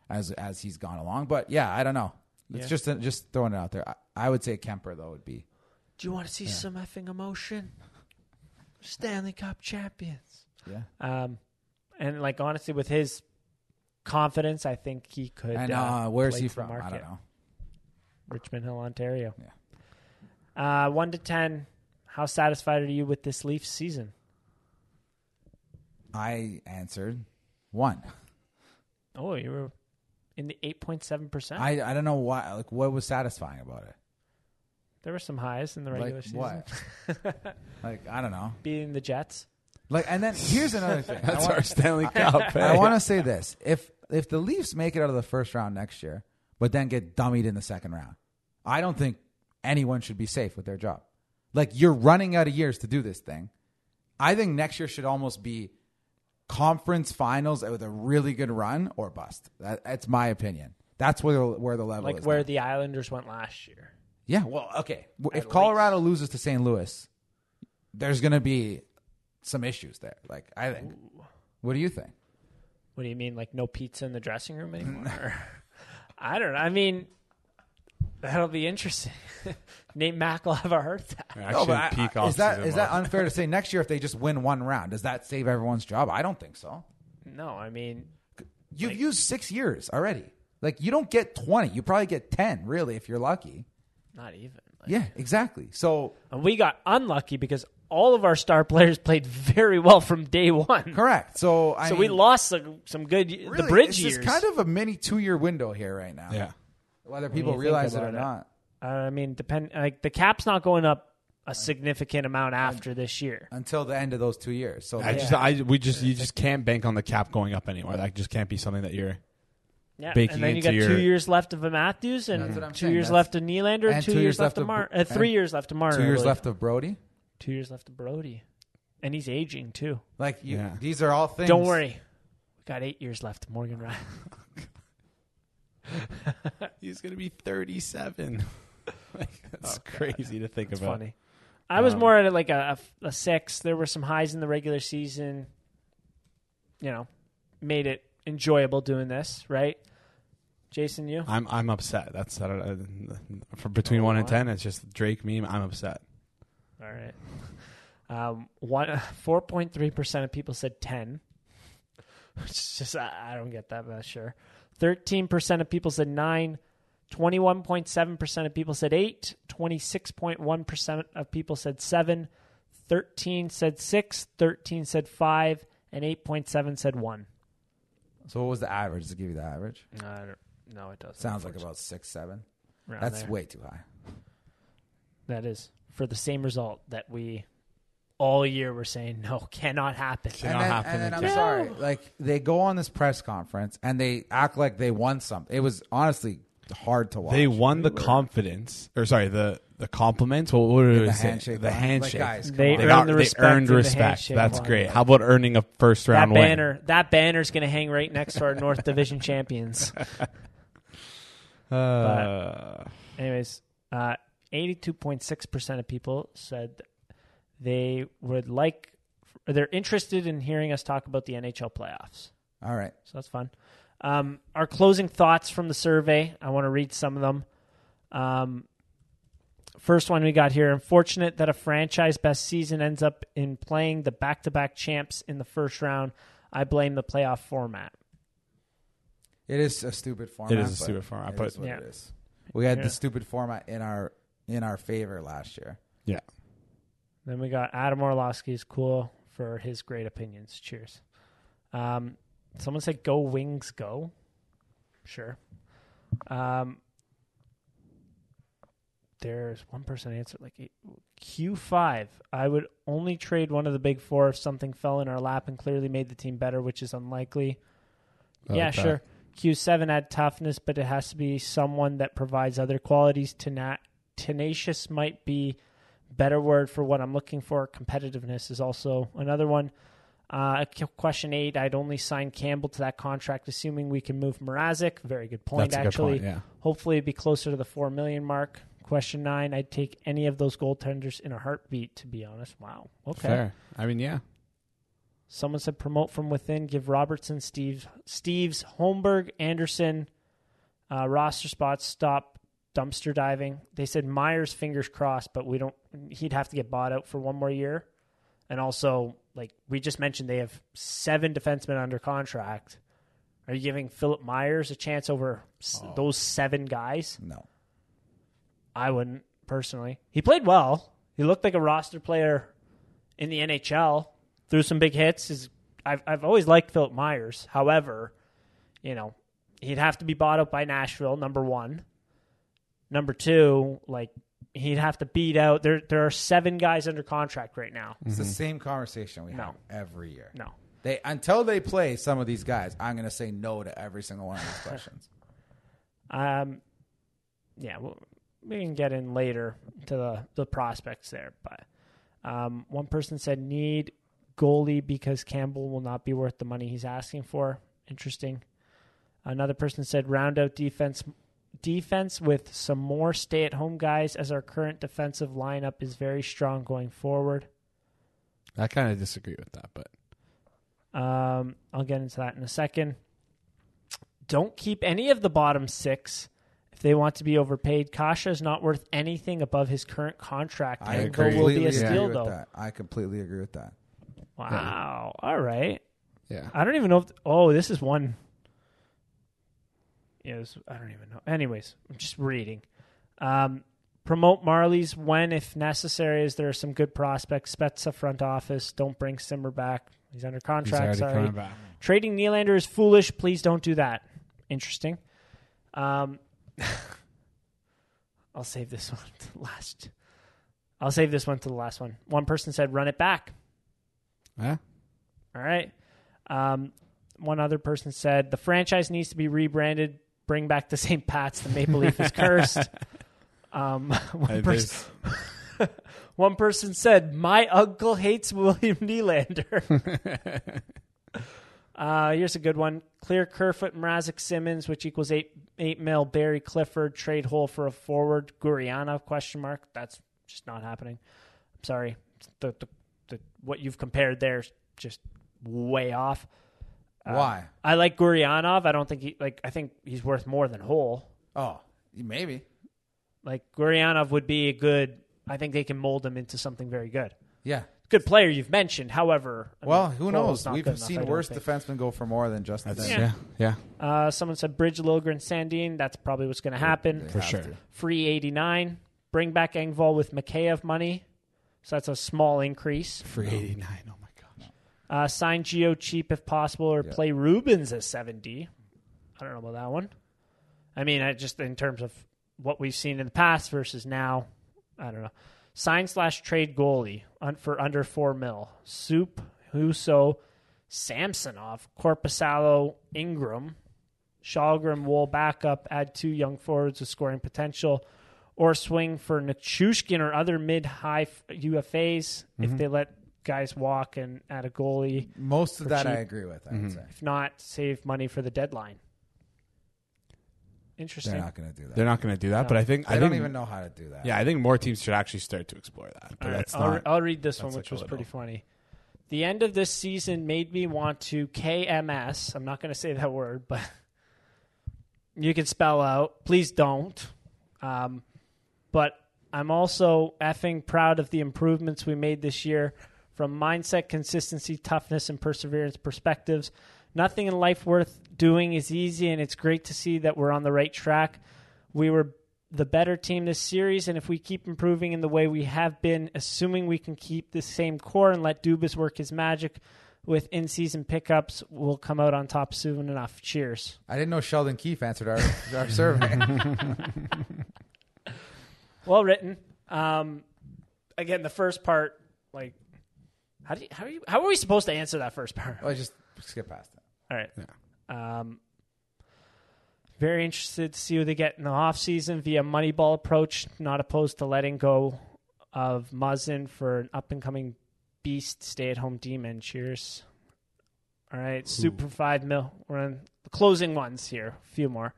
as as he's gone along. But yeah, I don't know. It's Yeah. just just throwing it out there. I, I would say Kemper though would be. Do you want to see some effing emotion? Stanley Cup champions. Yeah, Um, and like honestly, with his confidence, I think he could. and uh, uh, where's play he to the from? I market. don't know. Richmond Hill, Ontario. Yeah. Uh, one to ten. How satisfied are you with this Leafs season? I answered one. Oh, you were in the eight point seven percent. I I don't know why. Like, what was satisfying about it? There were some highs in the regular Like season. what? like I don't know. Beating the Jets. Like, and then here's another thing. I That's want- our Stanley Cup. I eh? want to say this: if if the Leafs make it out of the first round next year, but then get dummied in the second round, I don't think anyone should be safe with their job. Like you're running out of years to do this thing. I think next year should almost be conference finals with a really good run or bust. That, that's my opinion. That's where the, where the level Like is. where now. the Islanders went last year. yeah, well, okay. Well, If Colorado loses to St. Louis, there's going to be some issues there. Like I think. What do you think? What do you mean, like no pizza in the dressing room anymore? I don't know. I mean, that'll be interesting. Nate Mack will have a heart attack. No, Actually, but I- peak I- off is that season is that mode. unfair to say next year if they just win one round does that save everyone's job? I don't think so. No, I mean, You've used six years already. Like you don't get twenty, you probably get ten, really, if you're lucky. not even. Like, Yeah, exactly. So And we got unlucky because all of our star players played very well from day one. correct. So I So mean, we lost some, some good y the really, bridge it's years. just kind of a mini two year window here right now. yeah. whether you people think realize it or about it. not. I mean, depend like the cap's not going up a significant amount after this year. Until the end of those two years. Oh, So I just, I, we just, you just can't bank on the cap going up anywhere. That just can't be something that you're. Yeah, baking and then you into got your- two years left of Matthews, and That's two what I'm saying. years That's- left of Nylander, and two, years, left of Mar- uh, and three years left of Marner, two I years believe. left of Brody. Two years left of Brody, and he's aging too. Like you, Yeah. these are all things. Don't worry, we got eight years left of Morgan Riley. He's gonna be Oh, 37. that's crazy to think It's about. funny. I was Um, more at like a, a, a six. There were some highs in the regular season. You know, made it enjoyable doing this, right? Jason, you I'm, I'm upset. That's I don't, I, for between Oh, one and why? ten. It's just Drake meme. I'm upset. all right? Um, one four point three percent of people said ten, which is just I, I don't get that, but sure. Thirteen percent of people said nine. 21.7% of people said 8, 26.1% of people said 7, 13 said 6, 13 said 5, and 8.7 said 1. So what was the average? Does it give you the average? No, I don't, no it doesn't. Sounds like about six, seven. Around That's there. way too high. that is for the same result that we all year were saying no cannot happen. Cannot and then, happen and then I'm again. sorry. Like they go on this press conference and they act like they won something. It was honestly hard to watch. They won the confidence, or sorry, the the compliments. Well, what did the I say? handshake The line. Like, handshake. guys, come They they, on. earned got, the they respect earned of the respect. handshake That's line. great. How about earning a first round that win? banner, that banner's going to hang right next to our North Division champions. Uh, Anyways, uh, 82.6% of people said they would like, or they're interested in hearing us talk about the NHL playoffs. All right. So that's fun. Um, our closing thoughts from the survey. I want to read some of them. Um, first one we got here. Unfortunate that a franchise best season ends up in playing the back to back champs in the first round. I blame the playoff format. It is a stupid format. is a but stupid format, it but- is what Yeah. it is. We had Yeah. the stupid format in our in our favor last year. yeah. Then we got Adam Orlovsky is cool for his great opinions. Cheers. Um, someone said, "Go Wings, go." Sure. Um, there's one person answered like Q five. I would only trade one of the big four if something fell in our lap and clearly made the team better, which is unlikely. I yeah, like that. sure. Q seven had toughness, but it has to be someone that provides other qualities. Tena- tenacious might be better word for what I'm looking for. Competitiveness is also another one. Uh, q- question eight: I'd only sign Campbell to that contract, assuming we can move Mrazek. Very good point. That's a good actually, point, yeah. hopefully, it'd be closer to the four million mark. Question nine: I'd take any of those goaltenders in a heartbeat. To be honest, wow. Okay. Fair. I mean, yeah. Someone said promote from within. Give Robertson, Steve, Steve's, Holmberg, Anderson, uh, roster spots. Stop dumpster diving. They said Myers, fingers crossed, but we don't. He'd have to get bought out for one more year, and also like we just mentioned, they have seven defensemen under contract. Are you giving Philip Myers a chance over s those seven guys? No. I wouldn't personally. He played well. He looked like a roster player in the NHL. Threw some big hits. His, I've I've always liked Philip Myers. However, you know he'd have to be bought up by Nashville. Number one. Number two, like he'd have to beat out. There there are seven guys under contract right now. It's the same conversation we No. have every year. No. They until they play some of these guys, I'm going to say no to every single one of these questions. Um, yeah, well, we can get in later to the, the prospects there, but um, one person said need goalie because Campbell will not be worth the money he's asking for. Interesting. Another person said round out defense defense with some more stay at home guys as our current defensive lineup is very strong going forward. I kind of disagree with that, but Um, I'll get into that in a second. Don't keep any of the bottom six if they want to be overpaid. Kasha is not worth anything above his current contract. I Engvall agree. will be a completely agree steal, with though. that. I completely agree with that. Wow. All right. yeah. I don't even know if. Oh, this is one. Yeah, this, I don't even know. Anyways, I'm just reading. Um, promote Marley's when, if necessary, as there are some good prospects. Spezza front office. Don't bring Simmer back. He's under contract. He's already sorry. coming back. Trading Nylander is foolish. Please don't do that. Interesting. Um, I'll save this one to the last. I'll save this one to the last one. One person said, "Run it back." Yeah. All right. Um, one other person said, "The franchise needs to be rebranded. Bring back the St. Pat's. The Maple Leaf is cursed." Um, one, It person, is. one person said, "My uncle hates William Nylander." Uh, here's a good one. Clear Kerfoot, Mrazek, Simmons, which equals eight eight mil. Barry Clifford trade hole for a forward. Guriana question mark. That's just not happening. I'm sorry. The, the, the what you've compared there is just way off. Uh, Why? I like Gurianov. I don't think he like. I think he's worth more than Hole. Oh, maybe. Like Gurianov would be a good. I think they can mold him into something very good. Yeah. Good player you've mentioned. However, I Well, mean, who Hole's knows? not We've good enough, I seen don't worse think. defensemen go for more than just That's this. yeah. Yeah. Uh, someone said Bridge, Lilgren, Sandine. That's probably what's going to happen. They For have sure. to. Free 89. Bring back Engvall with Mikheyev money. So that's a small increase. For 89. Oh my gosh. Uh, sign Geo cheap if possible or Yeah. play Rubens as 7D. I don't know about that one. I mean, I just in terms of what we've seen in the past versus now, I don't know. Sign slash trade goalie un- for under 4 mil. Soup, Huso, Samsonov, Corpusalo, Ingram, Shalgrim, Wool backup, add two young forwards with scoring potential, or swing for Nichushkin or other mid high UFAs if they let guys walk and add a goalie. Most of For that I cheap. agree with, I would Mm-hmm. say. If not, save money for the deadline. They're Interesting. not going to do that. They're not going to do that, No. but I think they I don't think- even know how to do that. Yeah, I think more teams should actually start to explore that. But All right, that's I'll, not. I'll read this one, that's which like a was pretty little- funny. The end of this season made me want to KMS. I'm not going to say that word, but you can spell out. Please don't. Um, but I'm also effing proud of the improvements we made this year from mindset, consistency, toughness, and perseverance perspectives. Nothing in life worth doing is easy, and it's great to see that we're on the right track. We were the better team this series, and if we keep improving in the way we have been, assuming we can keep the same core and let Dubas work his magic with in season pickups, we'll come out on top soon enough. Cheers. I didn't know Sheldon Keefe answered our, our survey. well written. Um, again, the first part, like, how do you, how are you how are we supposed to answer that first part? Let's just skip past it. All right. Um, very interested to see who they get in the offseason via Moneyball approach. Not opposed to letting go of Muzzin for an up and coming beast, stay at home demon. Cheers. All right, Super Five Mil. We're on the closing ones here. A few more.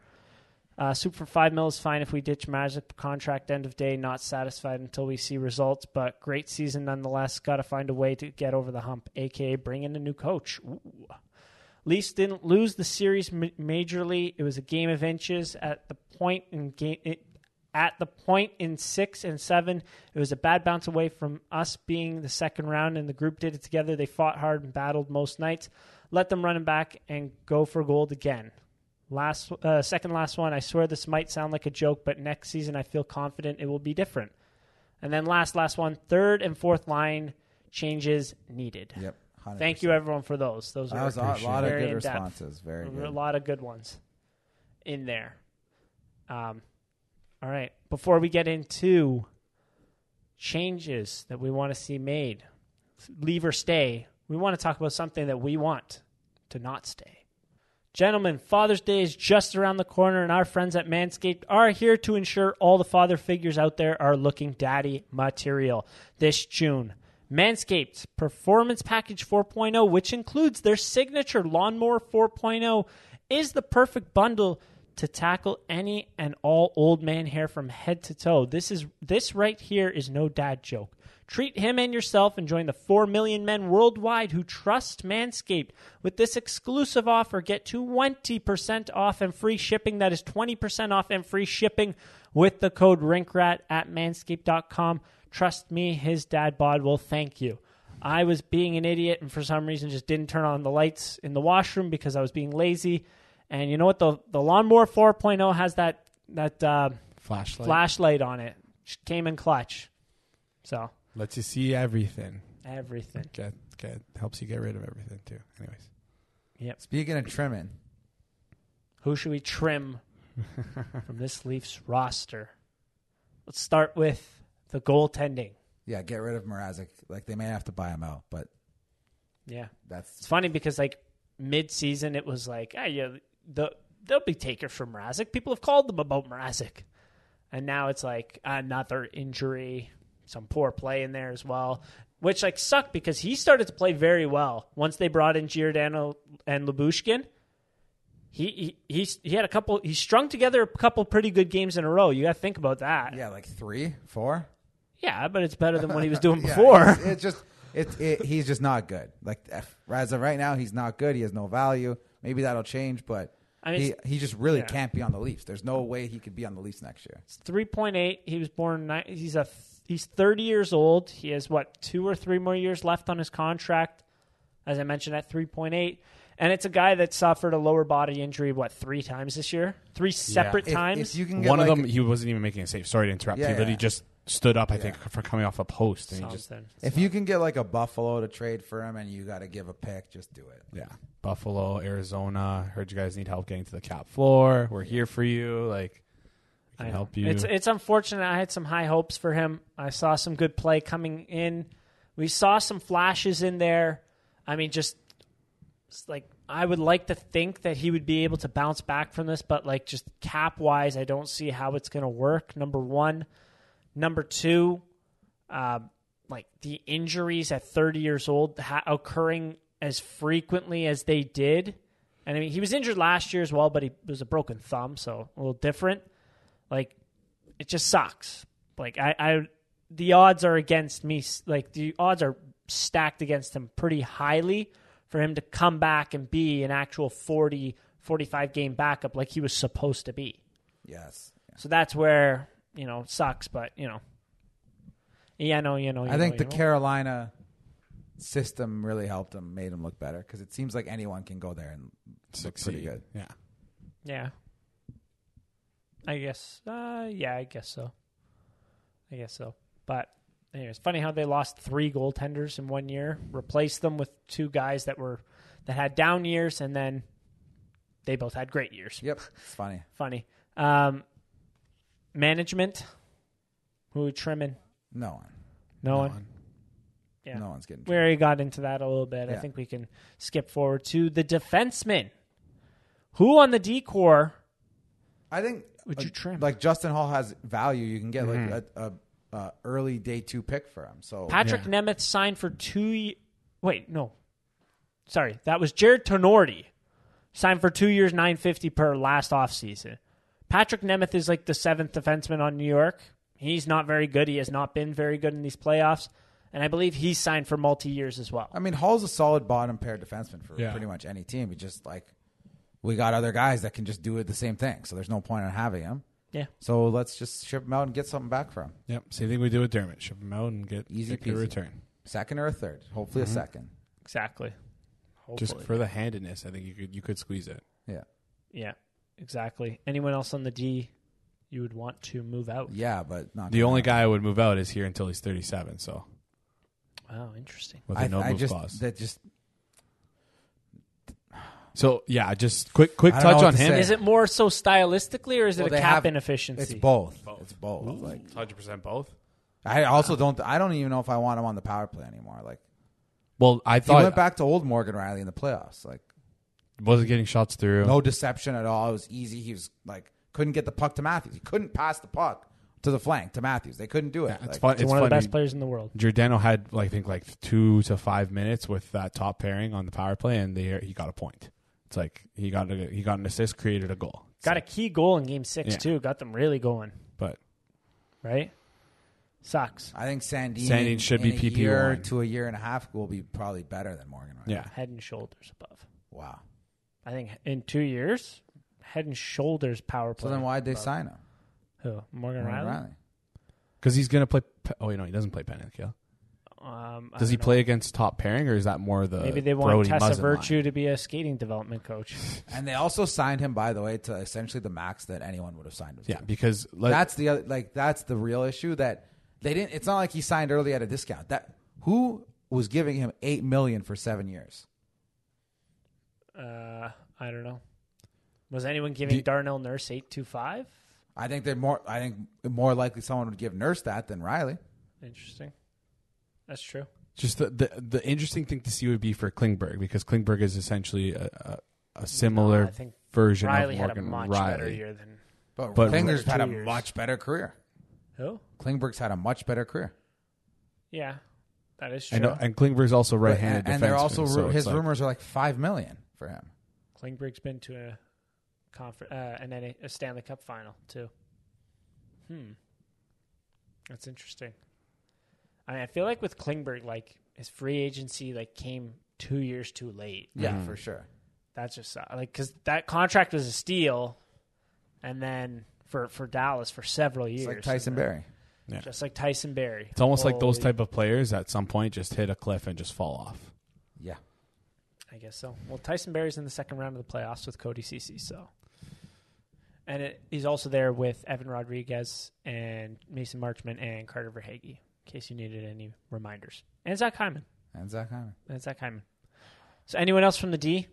Uh, Super for Five Mil is fine if we ditch Magic contract end of day. Not satisfied until we see results, but great season nonetheless. Got to find a way to get over the hump, aka bring in a new coach. Ooh. Leafs didn't lose the series ma- majorly. It was a game of inches at the point in game. It, at the point in six and seven, it was a bad bounce away from us being the second round, and the group did it together. They fought hard and battled most nights. Let them run it back and go for gold again. Last, uh, second last one. I swear this might sound like a joke, but next season I feel confident it will be different. And then last, last one. Third and fourth line changes needed. Yep. 100%. Thank you, everyone, for those. Those That are was a lot of very good in-depth. responses. Very There were a good. lot of good ones in there. Um, all right. Before we get into changes that we want to see made, leave or stay, we want to talk about something that we want to not stay. Gentlemen, Father's Day is just around the corner, and our friends at Manscaped are here to ensure all the father figures out there are looking daddy material this June. Manscaped Performance Package 4.0, which includes their signature Lawnmower 4.0, is the perfect bundle to tackle any and all old man hair from head to toe. This is this right here is no dad joke. Treat him and yourself and join the 4 million men worldwide who trust Manscaped. With this exclusive offer, get 20% off and free shipping. That is 20% off and free shipping with the code RINKRAT at manscaped.com. Trust me, his dad bod will thank you. I was being an idiot and for some reason just didn't turn on the lights in the washroom because I was being lazy. And you know what? The, the Lawnmower 4.0 has that, that uh, Flashlight flashlight on it. Just Came in clutch. So lets you see everything. everything. Get get helps you get rid of everything too. Anyways, Speaking of trimming, Who should we trim from this Leafs roster? Let's start with the goaltending. yeah, get rid of Mrazek. Like they may have to buy him out, but Yeah. that's It's funny because like mid-season it was like, ah, yeah, the they'll be takers for Mrazek. People have called them about Mrazek. And now it's like ah, another injury, some poor play in there as well, which like sucked because he started to play very well once they brought in Giordano and Labushkin. He, he he he had a couple. He strung together a couple pretty good games in a row. You got to think about that. yeah, like three, four. Yeah, but it's better than what he was doing Yeah, before. it's, it's just it's it, he's just not good. Like f- as of right now, he's not good. He has no value. Maybe that'll change, but I mean, he he just really yeah. can't be on the Leafs. There's no way he could be on the Leafs next year. It's 3.8. He was born. ni- He's a. He's 30 years old. He has what two or three more years left on his contract, as I mentioned at 3.8. And it's a guy that suffered a lower body injury what three times this year, three separate If- if times. you can get one like- of them he wasn't even making a save. Sorry to interrupt. Yeah, he literally yeah. just stood up. I think for coming off a post and he just Something. If you can get like a Buffalo to trade for him, and you got to give a pick, just do it. yeah. Buffalo, Arizona. Heard you guys need help getting to the cap floor. We're here for you. Like we can I know. help you. It's it's unfortunate. I had some high hopes for him. I saw some good play coming in. We saw some flashes in there. I mean, just it's like I would like to think that he would be able to bounce back from this, but like just cap wise, I don't see how it's going to work. Number one, number two, um, like the injuries at 30 years old ha- occurring as frequently as they did. And I mean, he was injured last year as well, but he it was a broken thumb, so a little different. Like, it just sucks. Like, I, I, the odds are against me. s- Like, the odds are stacked against him pretty highly for him to come back and be an actual 40, 45 game backup like he was supposed to be. Yes, So that's where, you know, it sucks, but, you know. Yeah, no, you know. You I think know, the you know. Carolina system really helped him, made him look better because it seems like anyone can go there and look pretty succeed. good. Yeah. Yeah. I guess. Uh, yeah, I guess so. I guess so. But anyways, funny how they lost three goaltenders in one year, replaced them with two guys that were that had down years, and then they both had great years. Yep, it's funny. Funny. Um, management. Who we trimming? No one. No, one. Yeah. No one's getting. We already got into that a little bit. I Yeah. think we can skip forward to the defensemen. Who on the decor? I think Would uh, you trim? like Justin Hall has value. You can get like Mm-hmm. a, a, a early day two pick for him. So Patrick Nemeth signed for two. Ye- Wait, no. Sorry, that was Jared Tenorti. Signed for two years, nine fifty per last offseason. Patrick Nemeth is like the seventh defenseman on New York. He's not very good. He has not been very good in these playoffs, and I believe he's signed for multi years as well. I mean, Hall's a solid bottom pair defenseman for Yeah. pretty much any team. He just like we got other guys that can just do it the same thing. So there's no point in having him. Yeah. So let's just ship him out and get something back for him. Yep. Same thing we do with Dermot. Ship him out and get Easy get the peasy. return. Second or a third, hopefully Mm-hmm. a second. Exactly. Just for the handedness, I think you could you could squeeze it. Yeah, Yeah, exactly. Anyone else on the D you would want to move out? yeah, but not The gonna only happen. guy I would move out is here until he's 37. So Wow, interesting. with a no I, I move just clause. that just so yeah, just quick quick I don't know touch what on to him. say. Is it more so stylistically, or is Well, it a they cap have- inefficiency? it's both. It's both. Like 100 percent both. I also don't. I don't even know if I want him on the power play anymore. Like Well, I he went thought back to old Morgan Riley in the playoffs. Like wasn't getting shots through. no deception at all. It was easy. He was like couldn't get the puck to Matthews. He couldn't pass the puck to the flank to Matthews. They couldn't do it. it's Like, fun. He's It's one of the funny. best players in the world. Giordano had like I think like two to five minutes with that top pairing on the power play, and they, he got a point. It's like he got a, he got an assist, created a goal. Got a key goal in game six, Yeah. too. Got them really going, But right? Sucks. I think Sandine, Sandin should be in a PP1. year to a year and a half will be probably better than Morgan Riley. yeah, Head and shoulders above. Wow. I think in two years, head and shoulders power So play. then why'd they sign him? Who? Morgan Morgan Riley? Riley. because he's gonna play. pe- Oh wait, no, he doesn't play penalty kill. Um, I Does he don't know. play against top pairing, or is that more the Maybe they want Brody Tessa Muzzin line? Virtue to be a skating development coach. And they also signed him, by the way, to essentially the max that anyone would have signed him Yeah, to. because let, That's the other like that's the real issue that they didn't it's not like he signed early at a discount. That who was giving him eight million for seven years? Uh, I don't know. Was anyone giving Darnell Nurse eight two five? I think they're more I think more likely someone would give Nurse that than Riley. Interesting. That's true. just the, the the interesting thing to see would be for Klingberg because Klingberg is essentially a, a, a similar I think version Riley of had a Morgan much better Riley. year than But, But- Klingberg's had a Two years. much better career. who? Klingberg's had a much better career. Yeah, that is true. And, and Klingberg's also right-handed, and, and they're defenseman, also so ru- it's his like- rumors are like five million for him. Klingberg's been to a conference, uh, an NA, a Stanley Cup final too. Hmm, that's interesting. I mean, I feel like with Klingberg, like his free agency, like came two years too late. Yeah, Mm-hmm. for sure. That's just uh, like because that contract was a steal, and then for for Dallas for several years, It's like Tyson and then- Berry. just like Tyson Berry. It's almost like those Holy- type of players at some point just hit a cliff and just fall off. Yeah. I guess so. Well, Tyson Berry's in the second round of the playoffs with Cody Cece, so. And it, he's also there with Evan Rodriguez and Mason Marchman and Carter Verhage, in case you needed any reminders. And Zach Hyman. And Zach Hyman. And Zach Hyman. So, anyone else from the D?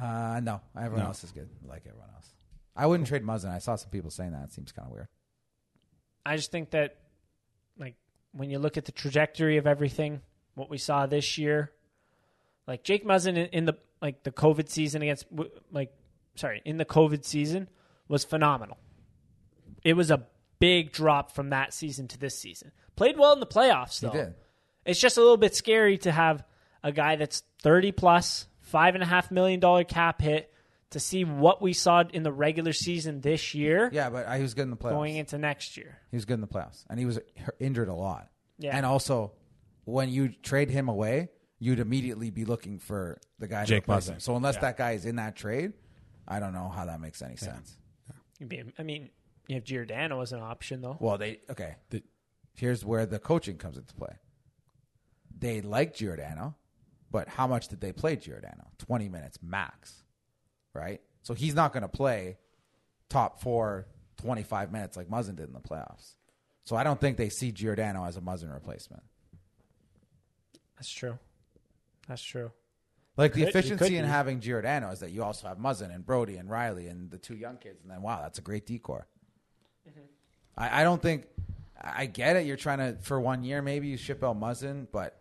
Uh, no, everyone No. else is good. I Like everyone else, I wouldn't trade Muzzin. I saw some people saying that. It seems kind of weird. I just think that, like, when you look at the trajectory of everything, what we saw this year, like Jake Muzzin in, in the like the COVID season against, w- like, sorry, in the COVID season was phenomenal. It was a big drop from that season to this season. Played well in the playoffs, though. He did. It's just a little bit scary to have a guy that's 30 plus, five and a half million dollar cap hit to see what we saw in the regular season this year Yeah, but uh, he was good in the playoffs. going into next year. he was good in the playoffs, and he was h- injured a lot. Yeah. And also, when you trade him away, you'd immediately be looking for the guy Jake to replace him. Muzzin. So unless that guy is in that trade, I don't know how that makes any sense. You'd be- I mean, you have Giordano as an option, though. Well, they okay. The- Here's where the coaching comes into play. They liked Giordano, but how much did they play Giordano? Twenty minutes max, right? So he's not going to play top four 25 minutes like Muzzin did in the playoffs. So I don't think they see Giordano as a Muzzin replacement. That's true. That's true. Like Could- the it could efficiency in be. having Giordano is that you also have Muzzin and Brody and Riley and the two young kids, and then wow, that's a great decor. I, I don't think I get it. You're trying to for one year maybe you ship El Muzzin, but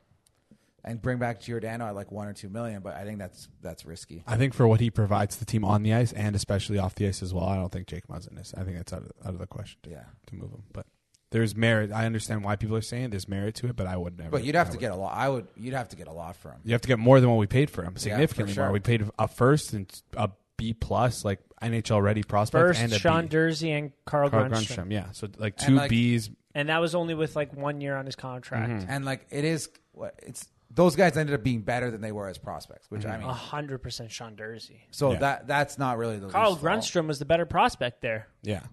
and bring back Giordano at like one or two million. But I think that's that's risky. I think for what he provides the team on the ice and especially off the ice as well, I don't think Jake Muzzin is. I think that's out of, out of the question to, Yeah. to move him. But there's merit. I understand why people are saying there's merit to it, but I would never. But you'd have I to would- get a lot. I would. You'd have to get a lot for him. You have to get more than what we paid for him. Significantly sure. more. We paid a first and a B plus, like NHL ready prospect, and First, a Sean B. Dursey and Carl, Carl Grundstrom. Grundstrom. Yeah, so like And, two like- Bs. and that was only with like one year on his Mm-hmm. contract. And like it is, what it's those guys ended up being better than they were as prospects, which I A mean. hundred percent Sean Dursey. So Yeah. that that's not really the Carl least fault. Grunstrom was the better prospect there, Yeah,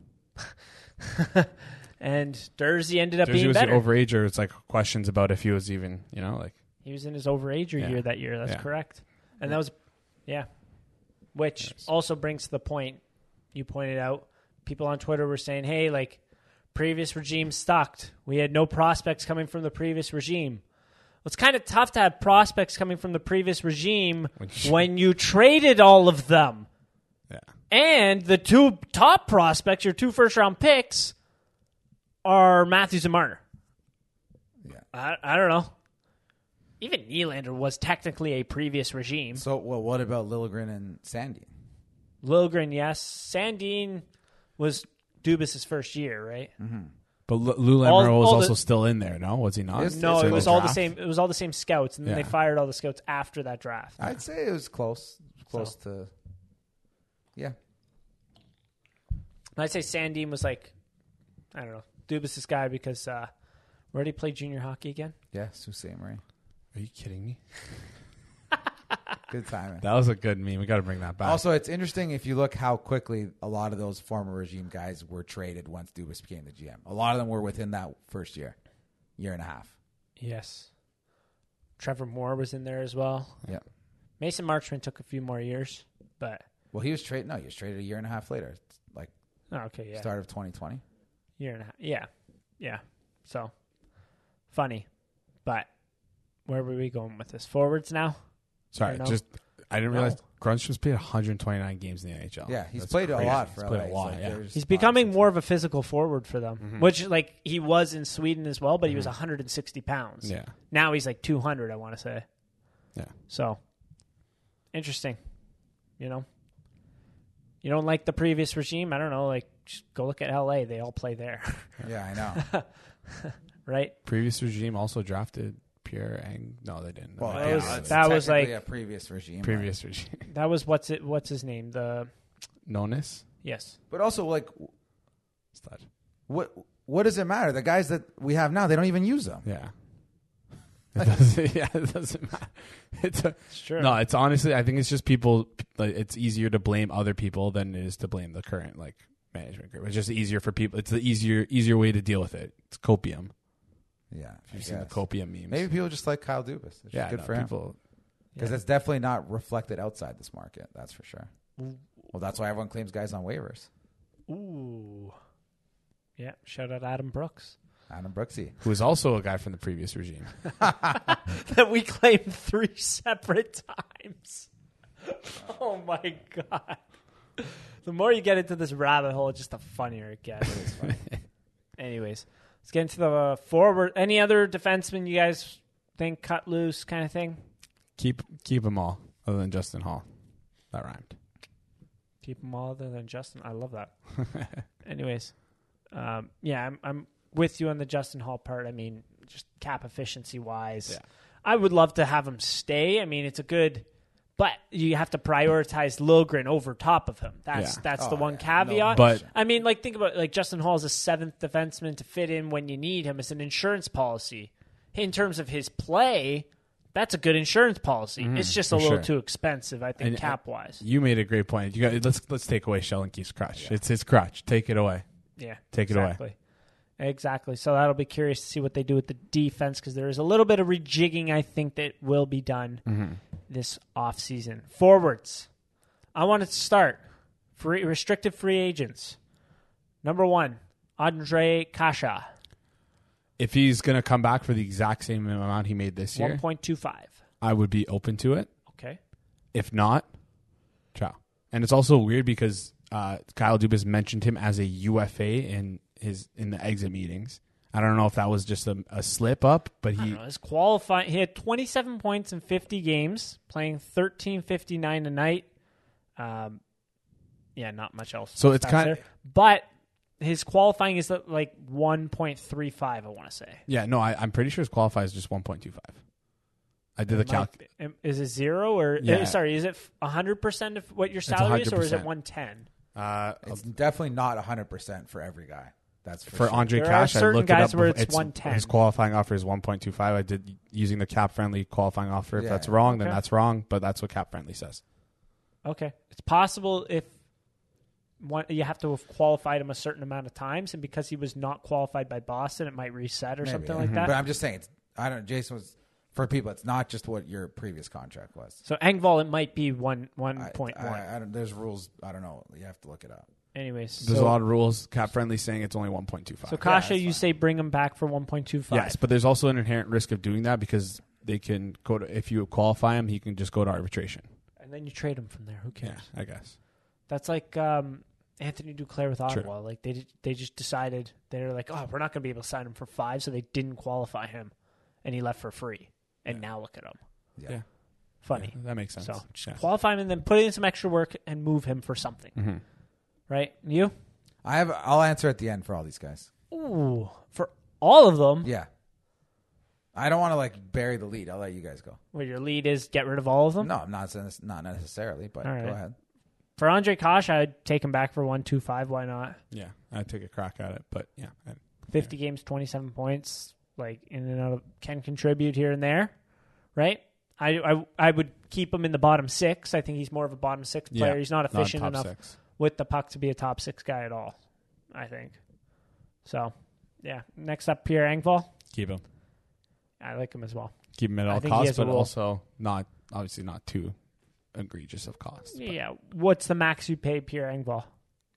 and Dursey ended up Jersey being was better. the overager. It's like questions about if he was even, you know, like he was in his overager Yeah. year that year. That's Yeah. correct. And that was, yeah. Which also brings to the point you pointed out. People on Twitter were saying, "Hey, like previous regime sucked. We had no prospects coming from the previous regime." Well, it's kind of tough to have prospects coming from the previous regime when you traded all of them. yeah. And the two top prospects, your two first round picks, are Matthews and Marner. Yeah. I, I don't know. Even Nylander was technically a previous regime. So well, what about Lilligren and Sandy? Lilgren, yes. Sandine was Dubas's first year, right? But L- Lou All- Lamoriello was all also the- still in there. No, was he not? Yes, No, It's it a was all the draft. same. It was all the same scouts, and then Yeah. they fired all the scouts after that draft. I'd say it was close, close to. Yeah, And I'd say Sandine was like, I don't know, Dubas's guy because uh, where did he play junior hockey again? yeah, Sault Ste. Marie. Are you kidding me? Good timing. That was a good meme. We got to bring that back. Also, it's interesting if you look how quickly a lot of those former regime guys were traded once Dubas became the GM. A lot of them were within that first year, year and a half. Yes. Trevor Moore was in there as well. Yeah. Mason Marchman took a few more years, but Well, he was traded. No, he was traded a year and a half later, like oh, okay, yeah, start of 2020. year and a half, yeah, yeah. So funny, but where were we going with this? Forwards now? Sorry, I know. just I didn't No. realize Grunstrom's played 129 games in the NHL. Yeah, he's Oh, That's played crazy. a lot for he's played LA. a lot. Like, yeah. there's He's becoming obviously- more of a physical forward for them, Mm-hmm. which like he was in Sweden as well, but he was 160 pounds. yeah, Now he's like 200, I want to say. yeah. So interesting, you know. You don't like the previous regime? I don't know. Like, just go look at L.A. They all play there, Yeah, I know. right? Previous regime also drafted Pierre Ang. No, they didn't. Well, They That yeah, didn't. was- No, they it's didn't. that was, technically like- a previous regime. right? previous regime. That was what's it? What's his name? The Nonis. yes, but also like Stud. what what does it matter? The guys that we have now, they don't even use them. Yeah. It doesn't, yeah, it doesn't matter. It's a, it's true. No, it's honestly, I think it's just people. Like, it's easier to blame other people than it is to blame the current like management group. It's just easier for people. It's the easier easier way to deal with it. It's copium. Yeah, I You've seen the guess. copium memes. Maybe people just like Kyle Dubas. It's yeah, good no, for him people. because Yeah. it's definitely not reflected outside this market. That's for sure. Well, that's why everyone claims guys on waivers. Ooh, yeah. Shout out Adam Brooks. Adam Brooksy. Who is also a guy from the previous regime. that we claimed three separate times. oh my god! The more you get into this rabbit hole, just the funnier it gets. Anyways, let's get into the uh, forward. Any other defensemen you guys think cut loose, kind of thing? keep keep them all, other than Justin Hall. That rhymed. Keep them all other than Justin. I love that. Anyways, um, yeah, I'm, I'm with you on the Justin Hall part. I mean, just cap efficiency wise, Yeah. I would love to have him stay. I mean, it's a good, but you have to prioritize Lilgren over top of him. That's Yeah. that's the Oh, one yeah. No caveat. But I mean, like think about like Justin Hall is a seventh defenseman to fit in when you need him. It's an insurance policy in terms of his play. That's a good insurance policy. it's just a for little sure. too expensive, I think, Mm-hmm. And- uh, cap wise. you made a great point. You got let's let's take away Shelenke's crutch. It's his crutch. Take it away. Yeah. Take it away. exactly. Exactly. So that'll be curious to see what they do with the defense because there is a little bit of rejigging I think that will be done this offseason. Forwards. I want to start free restricted free agents. Number 1, Andre Kasha, If he's gonna come back for the exact same amount he made this year, 1.25. I would be open to it. Okay. If not, ciao. And it's also weird because uh, Kyle Dubas mentioned him as a UFA in his in the exit meetings. I don't know if that was just a, a slip up, but I he don't know, his qualifying, he had 27 points in 50 games, playing 13.59 a night. Um, yeah, not much else. So it's That's kind- there. but his qualifying is like 1.35. I want to say. yeah no I, I'm pretty sure his qualifies just 1.25. I did the calc. Might be- Is it zero or Yeah. eh, sorry? Is it hundred percent of what your salary is, or is it 100%. one ten? Uh, It's definitely not 100% for every guy. That's for, for sure. Andre There are Cash, I certain looked guys it up. where befo- it's 110. His qualifying offer is 1.25. I did using the cap friendly qualifying offer. If Yeah. that's wrong, then Okay. that's wrong. But that's what cap friendly says. Okay, it's possible if one you have to have qualified him a certain amount of times, and because he was not qualified by Boston, it might reset or Maybe. something like that. But I'm just saying, it's, I don't. Jason was for people. It's not just what your previous contract was. so Engvall, it might be one one I- point I, one. I don't, there's rules. I don't know. You have to look it up. Anyways, There's so, a lot of rules. Cap friendly saying it's only 1.25. so Kasha, that's you fine. say bring him back for one point two five. yes, but there's also an inherent risk of doing that because they can go to if you qualify him, he can just go to arbitration. and then you trade him from there. Who cares? Yeah, I guess. That's like um, Anthony Duclair with Ottawa. Like they di- they just decided they're like, oh, we're not going to be able to sign him for five, so they didn't qualify him, and he left for free. And now look at him. Yeah. Yeah. Funny. Yeah, that makes sense. So, Yeah. Qualify him and then put in some extra work and move him for something. Mhm. Right? You? I have. I'll answer at the end for all these guys. Ooh, for all of them. Yeah. I don't want to like bury the lead. I'll let you guys go. Where your lead is, get rid of all of them. No, I'm not saying this, not necessarily, but All right. go ahead. For Andre Kosh, I'd take him back for one two five. Why not? Yeah, I take a crack at it, but yeah, I- Fifty games, twenty seven points. Like in and out of can contribute here and there. Right? I, I I would keep him in the bottom six. I think he's more of a bottom six Yeah, player. he's not not efficient top enough six. with the puck to be a top six guy at all. I think. So, yeah. Next up, Pierre Engvall. Keep him, I like him as well. keep him at I all think he costs, has a but role. also not obviously not too egregious of cost. but- Yeah. What's the max you pay Pierre Engvall?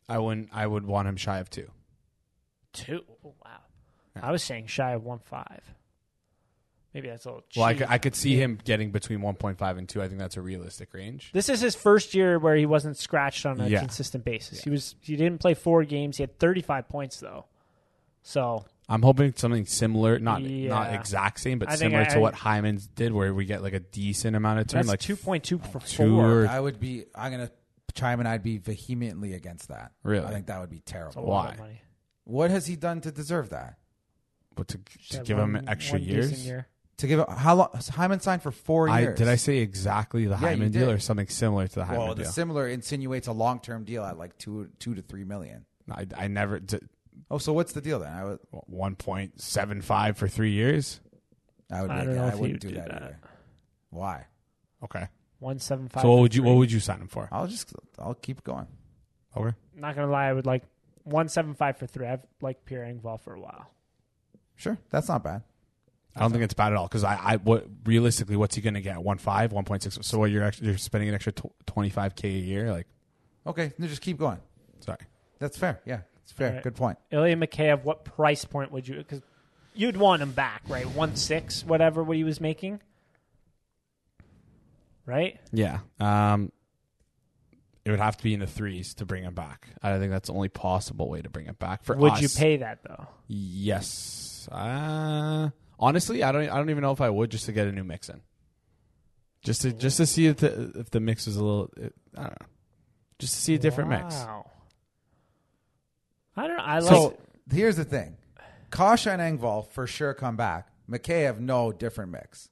I wouldn't. I would want him shy of two. Two. Oh, wow. Yeah. I was saying shy of one five. Maybe that's a little cheap. Well, I could, I could see him getting between 1.5 and two. I think that's a realistic range. this is his first year where he wasn't scratched on a Yeah. consistent basis. He was. He didn't play four games. He had thirty five points though. So I'm hoping something similar, not not Yeah. exact same, but I think similar I- to what Hyman's did, where we get like a decent amount of turn, that's like two point two for two four. or- I would be. I'm gonna chime in. I'd be vehemently against that. Really? I think that would be That's a terrible. lot of Why? money. What has he done to deserve that? but to, to Had give him one- extra one decent years. year. To give how long? Hyman signed for four I years. did I say exactly the Yeah, you Hyman deal did. or something similar to the Hyman Well, the deal? similar insinuates a long-term deal at like two, two to three million. No, I, I never d- Oh, so what's the deal then? I would, 1.75 for three years. I would, I make don't it. know I if he wouldn't would do do that, that. either. Why? Okay, One seven five. so what for would you three. what would you sign him for? I'll just, I'll keep going. Okay, Not gonna lie, I would like one seven five for three. I've liked Pierre Engvall for a while. Sure, that's not bad. I don't think it's bad at all because I, I what realistically what's he going to get? One five, one point six. So what you're actually you're spending an extra twenty five k a year. Like Okay, no, just keep going. sorry, That's fair. Yeah, it's fair. Alright. Good point. Ilya Mikheyev, what price point would you? Because you'd want him back, right? One six, whatever what he was making, right? yeah. Um, it would have to be in the threes to bring him back. I think that's the only possible way to bring it back. For Would us, you pay that though? Yes. Uh, honestly, I don't. I don't even know if I would just to get a new mix in. Just to just to see if the if the mix was a little. I don't know. Just to see a different mix. Wow. I don't. know. I like. So here's the thing: Kasha and Engvall for sure come back. McKay no different mix.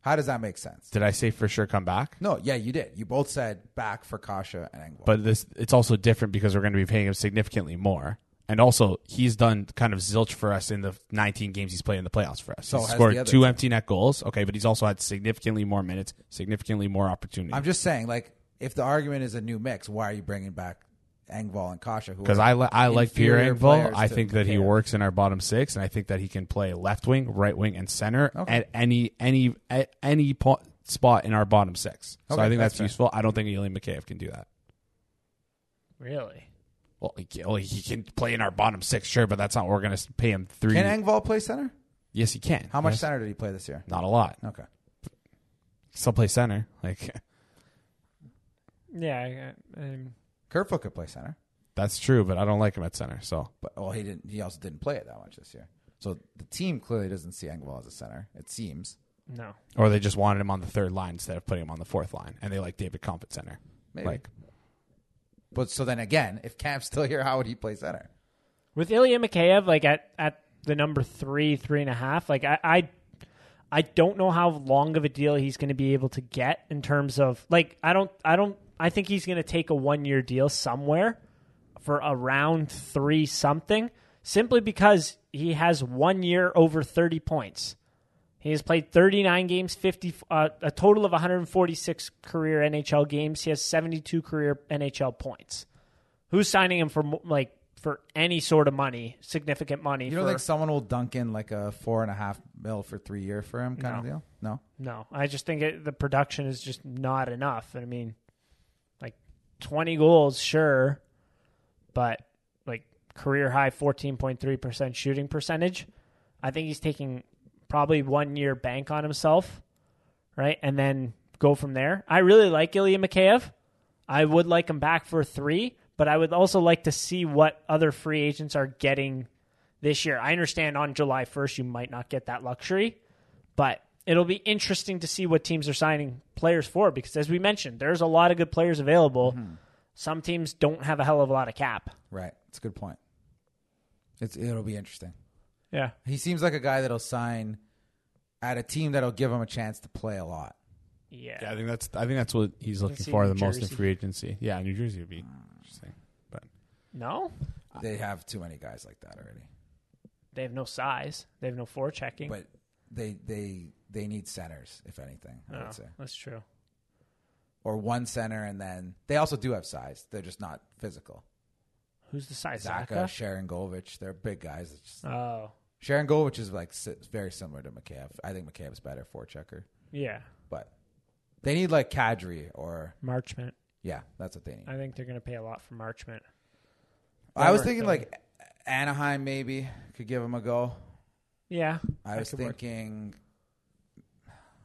How does that make sense? Did I say for sure come back? No, yeah, you did. You both said back for Kasha and Engvall. but this it's also different because we're going to be paying him significantly more. And also, he's done kind of zilch for us in the 19 games he's played in the playoffs for us. So he's has the scored other two team. empty net goals. Okay, but he's also had significantly more minutes, significantly more opportunity. I'm just saying, like, if the argument is a new mix, why are you bringing back Engvall and Kasha? who Because are I, li- I like Pierre inferior Engvall. players I to think that he Mikheyev? works in our bottom six, and I think that he can play left wing, right wing, and center Okay. at any any at any po- spot in our bottom six. So Okay, I think that's that's, fair. useful. I don't think Ely Mikheyev can do that. really? Well, he can, well, he can play in our bottom six, sure, but that's not what we're going to pay him three. Can Engvall play center? yes, he can. How much Yes. center did he play this year? Not a lot. Okay. still play center. Like Yeah. I, um, Kerfoot could play center, that's true, but I don't like him at center. So but well, he didn't. He also didn't play it that much this year. So the team clearly doesn't see Engvall as a center. It seems No. Or they just wanted him on the third line instead of putting him on the fourth line, and they like David Kampf at center. maybe. Like but so then again, if Camp's still here, how would he play center? With Ilya Mikheyev, like at, at the number three, three and a half, like I, I, I don't know how long of a deal he's going to be able to get in terms of like I don't, I don't, I think he's going to take a one year deal somewhere for around three something, simply because he has one year over thirty points. He has played 39 games, 50 uh, a total of 146 career NHL games. He has 72 career NHL points. Who's signing him for mo- like for any sort of money, significant money? You don't for- think someone will dunk in like a four and a half mil for three year for him kind of No. deal? No. No, I just think it, the production is just not enough. And I mean, like 20 goals, sure, but like career high 14.3% shooting percentage. I think he's taking probably one year bank on himself, right? And then go from there. I really like Ilya Mikheyev. I would like him back for three, but I would also like to see what other free agents are getting this year. I understand on July 1st, you might not get that luxury but it'll be interesting to see what teams are signing players for because as we mentioned there's a lot of good players available Mm-hmm. some teams don't have a hell of a lot of cap Right. It's a good point. It's it'll be interesting. yeah He seems like a guy that'll sign at a team that'll give him a chance to play a lot. yeah, yeah, I think that's I think that's what he's looking see for the New most in Jersey. Hmm. free agency. Yeah, New Jersey would be interesting. But no They Ah. have too many guys like that already. they have no size they have no forechecking But they they they need centers, if anything, I no, would say. Oh, that's true Or one center and then they also do have size. They're just not physical. who's the size Zaka, Zaka? Sharon Govich, they're big guys. It's just, oh Sharon Govich is like si- very similar to McCabe. I think McCabe's better for checker. yeah But they need like Kadri or marchment yeah, that's what they need. i think they're going to pay a lot for marchment I was Or- thinking like Anaheim maybe could give him a go. yeah I that was could work. thinking,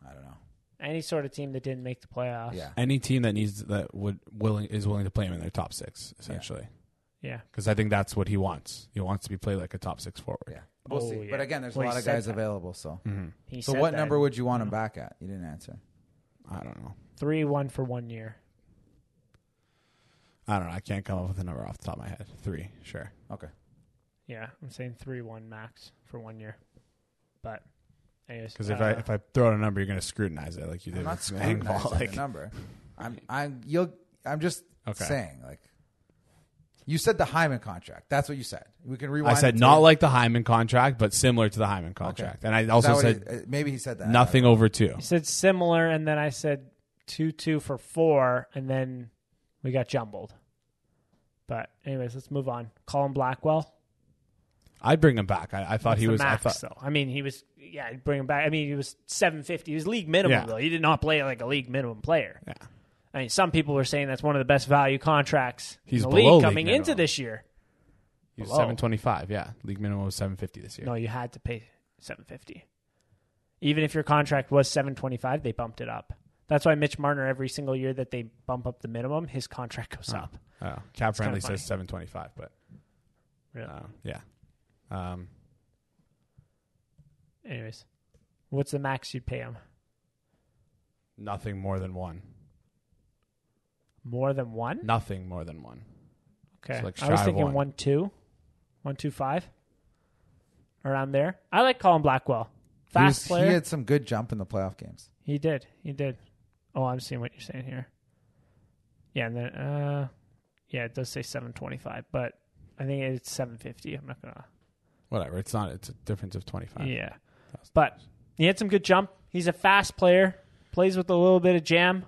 I don't know. any sort of team that didn't make the playoffs Yeah, any team that needs that would willing is willing to play him in their top six essentially, yeah because I think that's what he wants. He wants to be played like a top six forward. yeah. We'll Oh, see. yeah. But again, there's Well, a he lot of said guys that. available. So, Mm-hmm. he so said that. what Mm-hmm. number would you want him back at? You didn't answer. I don't know. three one for one year I don't know. I can't come up with a number off the top of my head. Three, sure. Okay. yeah i'm saying three one max for one year but anyways Because if uh, I if I throw out a number, you're going to scrutinize it like you did. I'm not with Engvall. scrutinizing Like, the number. I'm I'm you'll I'm just Okay. saying like you said the Hyman contract. That's what you said. We can rewind. I it said to- not like the Hyman contract, but similar to the Hyman contract, and I Is that also what said he- uh, maybe he said that nothing over You two. said similar, and then I said two two for four, and then we got jumbled. But anyways, let's move on. Colin Blackwell. I'd bring him back. I, I thought That's Uh, he the was. max, I thought though. I mean, he was. Yeah, I'd bring him back. I mean, he was seven fifty. He was league minimum Yeah. though. He did not play like a league minimum player. Yeah. I mean, some people were saying that's one of the best value contracts in He's the below league league coming into minimum. this year. he was Hello. seven twenty five. Yeah, league minimum was seven fifty this year. No, you had to pay seven fifty. Even if your contract was seven twenty five, they bumped it up. That's why Mitch Marner, every single year that they bump up the minimum, his contract goes up. Oh, cap friendly kinda says seven twenty five, but Really? uh, yeah. Um, Anyways, what's the max you'd pay him? nothing more than one. More than one? Nothing more than one. Okay, like I was shy of thinking one. one two, one two five, around there. I like Colin Blackwell, He was- fast player. He had some good jump in the playoff games. He did. He did. Oh, I'm seeing what you're saying here. Yeah, and then uh yeah, it does say 725, but I think it's 750. I'm not going to. Whatever. It's not. It's a difference of twenty five. Yeah. But he had some good jump. He's a fast player, plays with a little bit of jam.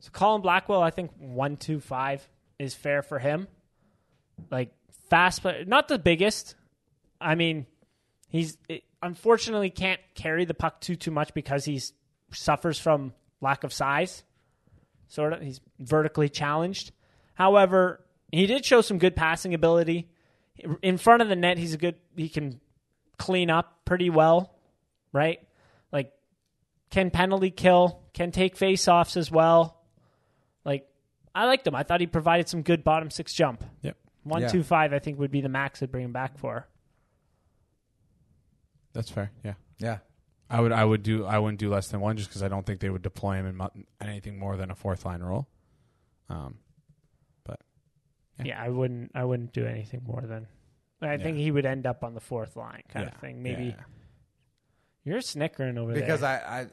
So Colin Blackwell, I think 125 is fair for him. Like fast player, not the biggest. I mean, he's it, unfortunately can't carry the puck too too much because he's suffers from lack of size. Sort of, he's vertically challenged. However, he did show some good passing ability. In front of the net, he's a good. He can clean up pretty well, right? Like can penalty kill, can take faceoffs as well. Like I liked him. I thought he provided some good bottom six jump. Yep. One Yeah. two five, I think, would be the max I'd bring him back for. That's fair. Yeah. Yeah. I would I would do I wouldn't do less than one just because I don't think they would deploy him in mu- anything more than a fourth line role. Um, Yeah. Yeah, I wouldn't. I wouldn't do anything more than. I think he would end up on the fourth line, kind yeah. of thing. Maybe Yeah. you're snickering over Because there. I, I,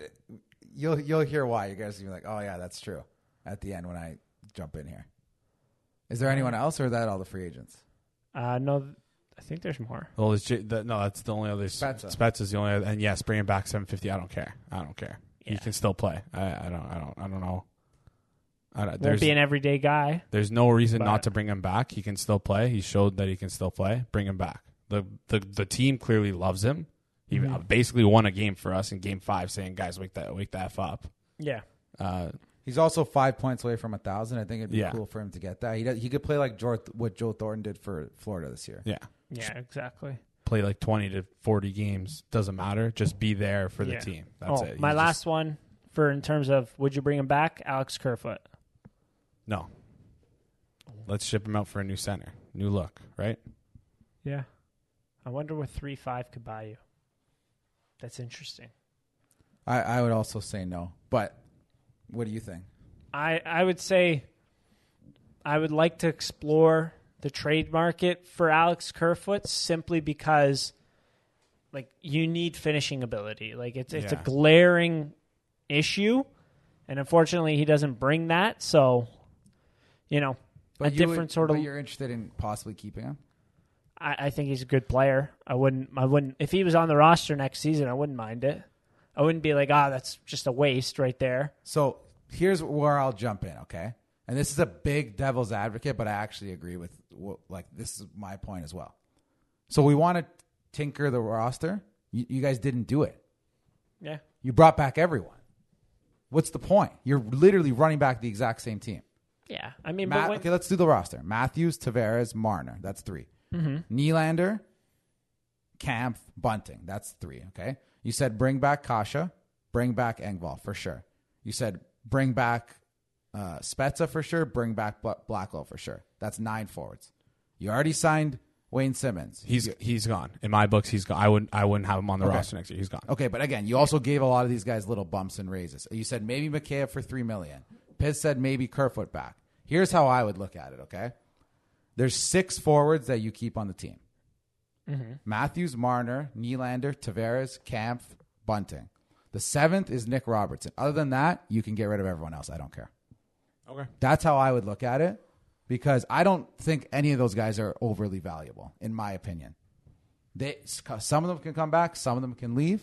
you'll you'll hear why. You guys will be like, oh yeah, that's true. At the end when I jump in here, is there anyone else or are that all the free agents? uh, no, th- I think there's more. Well, it's J- the, no, that's the only other. Spezza. Spetz is the only, other, and yes, bring him back seven fifty. I don't care. I don't care. He Yeah. can still play. I, I don't. I don't. I don't know. I don't, Won't there's be an everyday guy. there's no reason but- not to bring him back. He can still play. He showed that he can still play. Bring him back. The the the team clearly loves him. He Mm-hmm. uh basically won a game for us in game five, saying, "Guys, wake that wake the f up." Yeah, Uh, He's also five points away from a thousand. I think it'd be Yeah. cool for him to get that. He does, he could play like Jor, what Joe Thornton did for Florida this year. yeah, yeah, exactly. play like twenty to forty games doesn't matter. Just be there for the Yeah. team. That's oh, it. my You last just- one for in terms of would you bring him back, Alex Kerfoot? no. Let's ship him out for a new center, new look, right? Yeah, I wonder what three five could buy you. That's interesting. I, I would also say no. But what do you think? I I would say I would like to explore the trade market for Alex Kerfoot simply because like you need finishing ability. Like it's it's Yeah. a glaring issue and unfortunately he doesn't bring that, so you know, a you different would- sort of But you're interested in possibly keeping him. I, I think he's a good player. I wouldn't. I wouldn't. If he was on the roster next season, I wouldn't mind it. I wouldn't be like, ah, that's just a waste right there. So here's where I'll jump in, okay? And this is a big devil's advocate, but I actually agree with wh- like this is my point as well. So we want to tinker the roster. You, you guys didn't do it. Yeah, You brought back everyone. What's the point? You're literally running back the exact same team. yeah. I mean, Ma- but when, okay, let's do the roster: Matthews, Tavares, Marner. That's 3 Mm-hmm. Nylander, Camp, Bunting. That's three. Okay. You said bring back Kasha, bring back Engvall for sure. You said bring back uh, Spezza for sure, bring back Bla- Blackwell for sure. That's nine forwards. You already signed Wayne Simmons. He's he's gone. In my books, he's gone. I wouldn't I wouldn't have him on the roster next year. He's gone. Okay, Oh, but again, you also gave a lot of these guys little bumps and raises. You said maybe Mikheyev for three million. Piz said maybe Kerfoot back. Here's how I would look at it. Okay, there's six forwards that you keep on the team: Matthews, Marner, Nylander, Tavares, Camp, Bunting. The seventh is Nick Robertson. Other than that, you can get rid of everyone else. I don't care. Okay. That's how I would look at it because I don't think any of those guys are overly valuable, in my opinion. They some of them can come back, some of them can leave.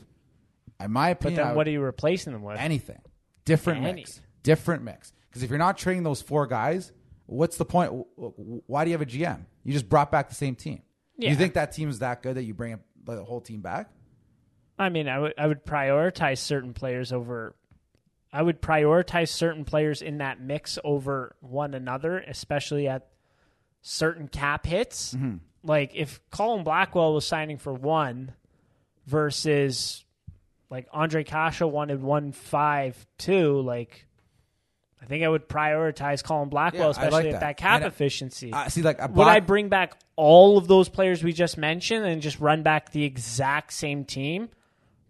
In my but opinion, I then would- what are you replacing them with? anything different Any. mix, different mix. Because if you're not trading those four guys, what's the point? W- w- Why do you have a GM? You just brought back the same team. Yeah. You think that team is that good that you bring the whole team back? I mean, I would I would prioritize certain players over. I would prioritize certain players in that mix over one another, especially at certain cap hits. Mm-hmm. Like if Colin Blackwell was signing for one versus like Andre Kasha wanted one five two, like I think I would prioritize Colin Blackwell, Yeah, I like especially at that. that, cap And I- efficiency. Uh, see, like a Would I Black- bring back all of those players we just mentioned and just run back the exact same team?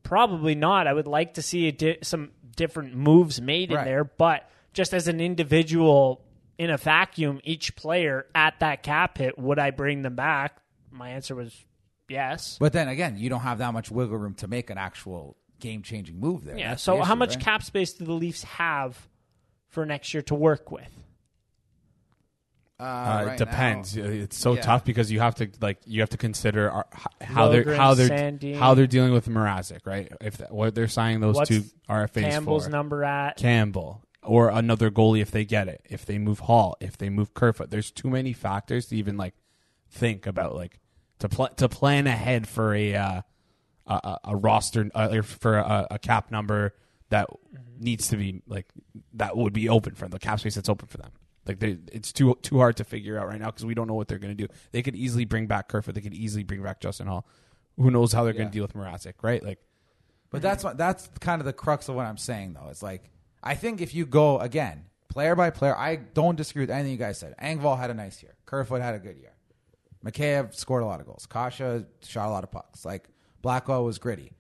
Probably not. I would like to see a di- some different moves made Right. in there, but just as an individual in a vacuum, each player at that cap hit, would I bring them back? My answer was yes. But then again, you don't have that much wiggle room to make an actual game-changing move there. yeah. That's So the how issue, much right? cap space do the Leafs have for next year to work with? Uh, Uh, right it depends. now- It's so Yeah. tough because you have to like you have to consider our, h- how they're Logren, how they're Sandin. how they're dealing with Mrazek, right? If that, what they're signing those What's two RFAs Campbell's for number at Campbell or another goalie if they get it, if they move Hall, if they move Kerfoot. There's too many factors to even like think about like to pl- to plan ahead for a uh, a- a, a roster uh, or for a, a cap number that needs to be like that would be open for them, the cap space that's open for them. Like they, it's too too hard to figure out right now because we don't know what they're going to do. They could easily bring back Kerfoot. They could easily bring back Justin Hall. Who knows how they're going Yeah. to deal with Mrazek, right? Like But that's what, that's kind of the crux of what I'm saying, though. It's like I think if you go again player by player, I don't disagree with anything you guys said. Angval had a nice year. Kerfoot had a good year. Mikheyev scored a lot of goals. Kasha shot a lot of pucks. Like Blackwell was gritty.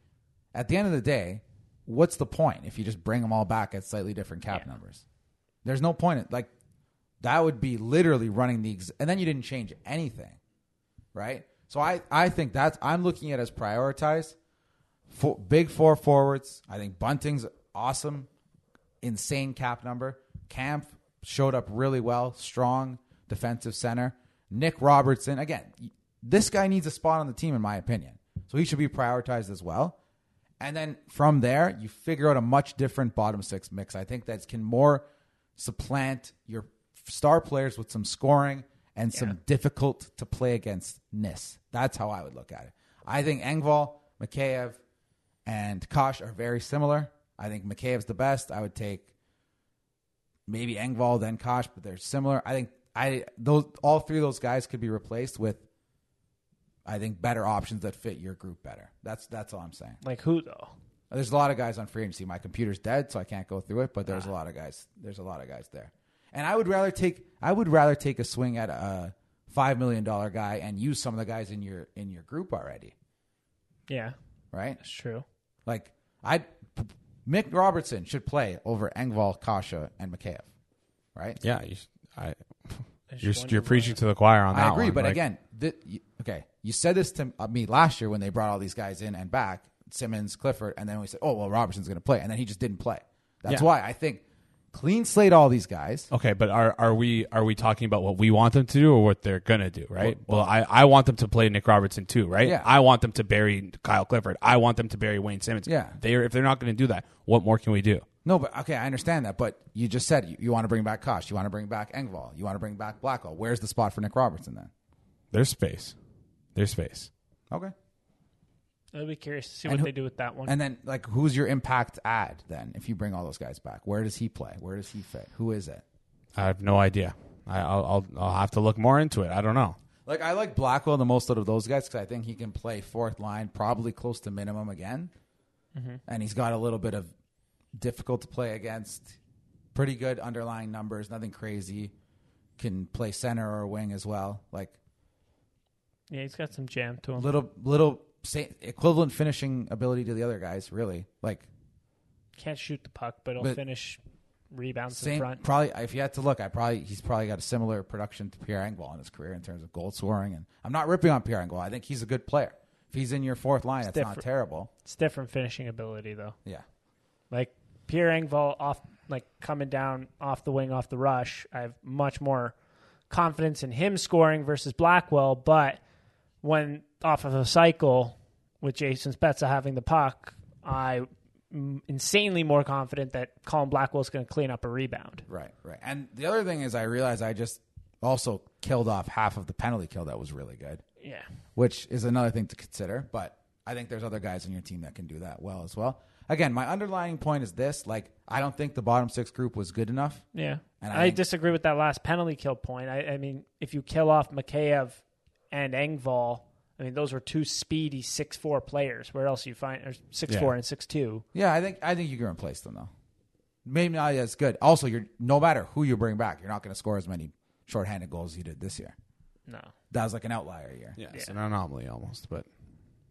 At the end of the day, what's the point if you just bring them all back at slightly different cap numbers? There's no point. In, like that would be literally running the ex- and then you didn't change anything, right? So I I think that's I'm looking at as prioritized. Four, big four forwards. I think Bunting's awesome, insane cap number. Camp showed up really well, strong defensive center. Nick Robertson, again, this guy needs a spot on the team, in my opinion. So he should be prioritized as well. And then from there, you figure out a much different bottom six mix. I think that can more supplant your star players with some scoring and some difficult to play against ness. That's how I would look at it. I think Engvall, Mikheyev, and Kosh are very similar. I think Mikheyev's the best. I would take maybe Engvall then Kosh, but they're similar. I think I those all three of those guys could be replaced with I think better options that fit your group better. That's that's all I'm saying. Like who though? There's a lot of guys on free agency. My computer's dead, so I can't go through it. But there's a lot of guys. There's a lot of guys there, and I would rather take I would rather take a swing at a five million dollar guy and use some of the guys in your in your group already, Yeah, right? that's true. Like I, Mick Robertson should play over Engvall, Kasha, and Mikheyev, right? Yeah, you, I, just you're wonder you're why. preaching to the choir on that. uh, I agree, one. but Like, again, th- you, okay, you said this to uh, me last year when they brought all these guys in and back Simmons, Clifford, and then we said, oh well, Robertson's going to play, and then he just didn't play. That's Yeah. why I think clean slate all these guys. Okay, but are are we are we talking about what we want them to do or what they're gonna do? Right. Well, I, I want them to play Nick Robertson too. Right. Yeah. I want them to bury Kyle Clifford. I want them to bury Wayne Simmons. Yeah. They're if they're not gonna do that, what more can we do? No, but okay, I understand that. But you just said you, you want to bring back Kosh, you want to bring back Engvall, you want to bring back Blackwell. Where's the spot for Nick Robertson then? There's space. There's space. Okay, I'd be curious to see And what who- they do with that one. and then like who's your impact ad then if you bring all those guys back? Where does he play? Where does he fit? Who is it? I have no idea. I, I'll, I'll I'll have to look more into it. I don't know. Like I like Blackwell the most out of those guys because I think he can play fourth line, probably close to minimum again, Mm-hmm. and he's got a little bit of difficult to play against. Pretty good underlying numbers, nothing crazy. Can play center or wing as well. Like yeah, he's got some jam to him. little little sa equivalent finishing ability to the other guys. Really, like Can't shoot the puck, but he'll But- finish rebounds in same. front. Probably if you had to look, I probably he's probably got a similar production to Pierre Engvall in his career in terms of goal scoring. And I'm not ripping on Pierre Engvall. I think he's a good player. If he's in your fourth line, it's not different. terrible. It's different finishing ability though. Yeah. Like Pierre Engvall off like coming down off the wing off the rush. I have much more confidence in him scoring versus Blackwell, but when off of a cycle with Jason Spezza having the puck, I am insanely more confident that Colin Blackwell's going to clean up a rebound. Right, right. And the other thing is, I realized I just also killed off half of the penalty kill that was really good, Yeah. which is another thing to consider. But I think there's other guys on your team that can do that well as well. Again, my underlying point is this: like, I don't think the bottom six group was good enough. Yeah. And I I, think- disagree with that last penalty kill point. I, I mean, if you kill off Mikheyev and Engvall, I mean, those were two speedy six four players. Where else you find or six four and six two? Yeah, I think I think you can replace them though. Maybe not as good. Also, you're no matter who you bring back, you're not going to score as many shorthanded goals as you did this year. No. That was like an outlier year. Yeah, it's an anomaly almost, but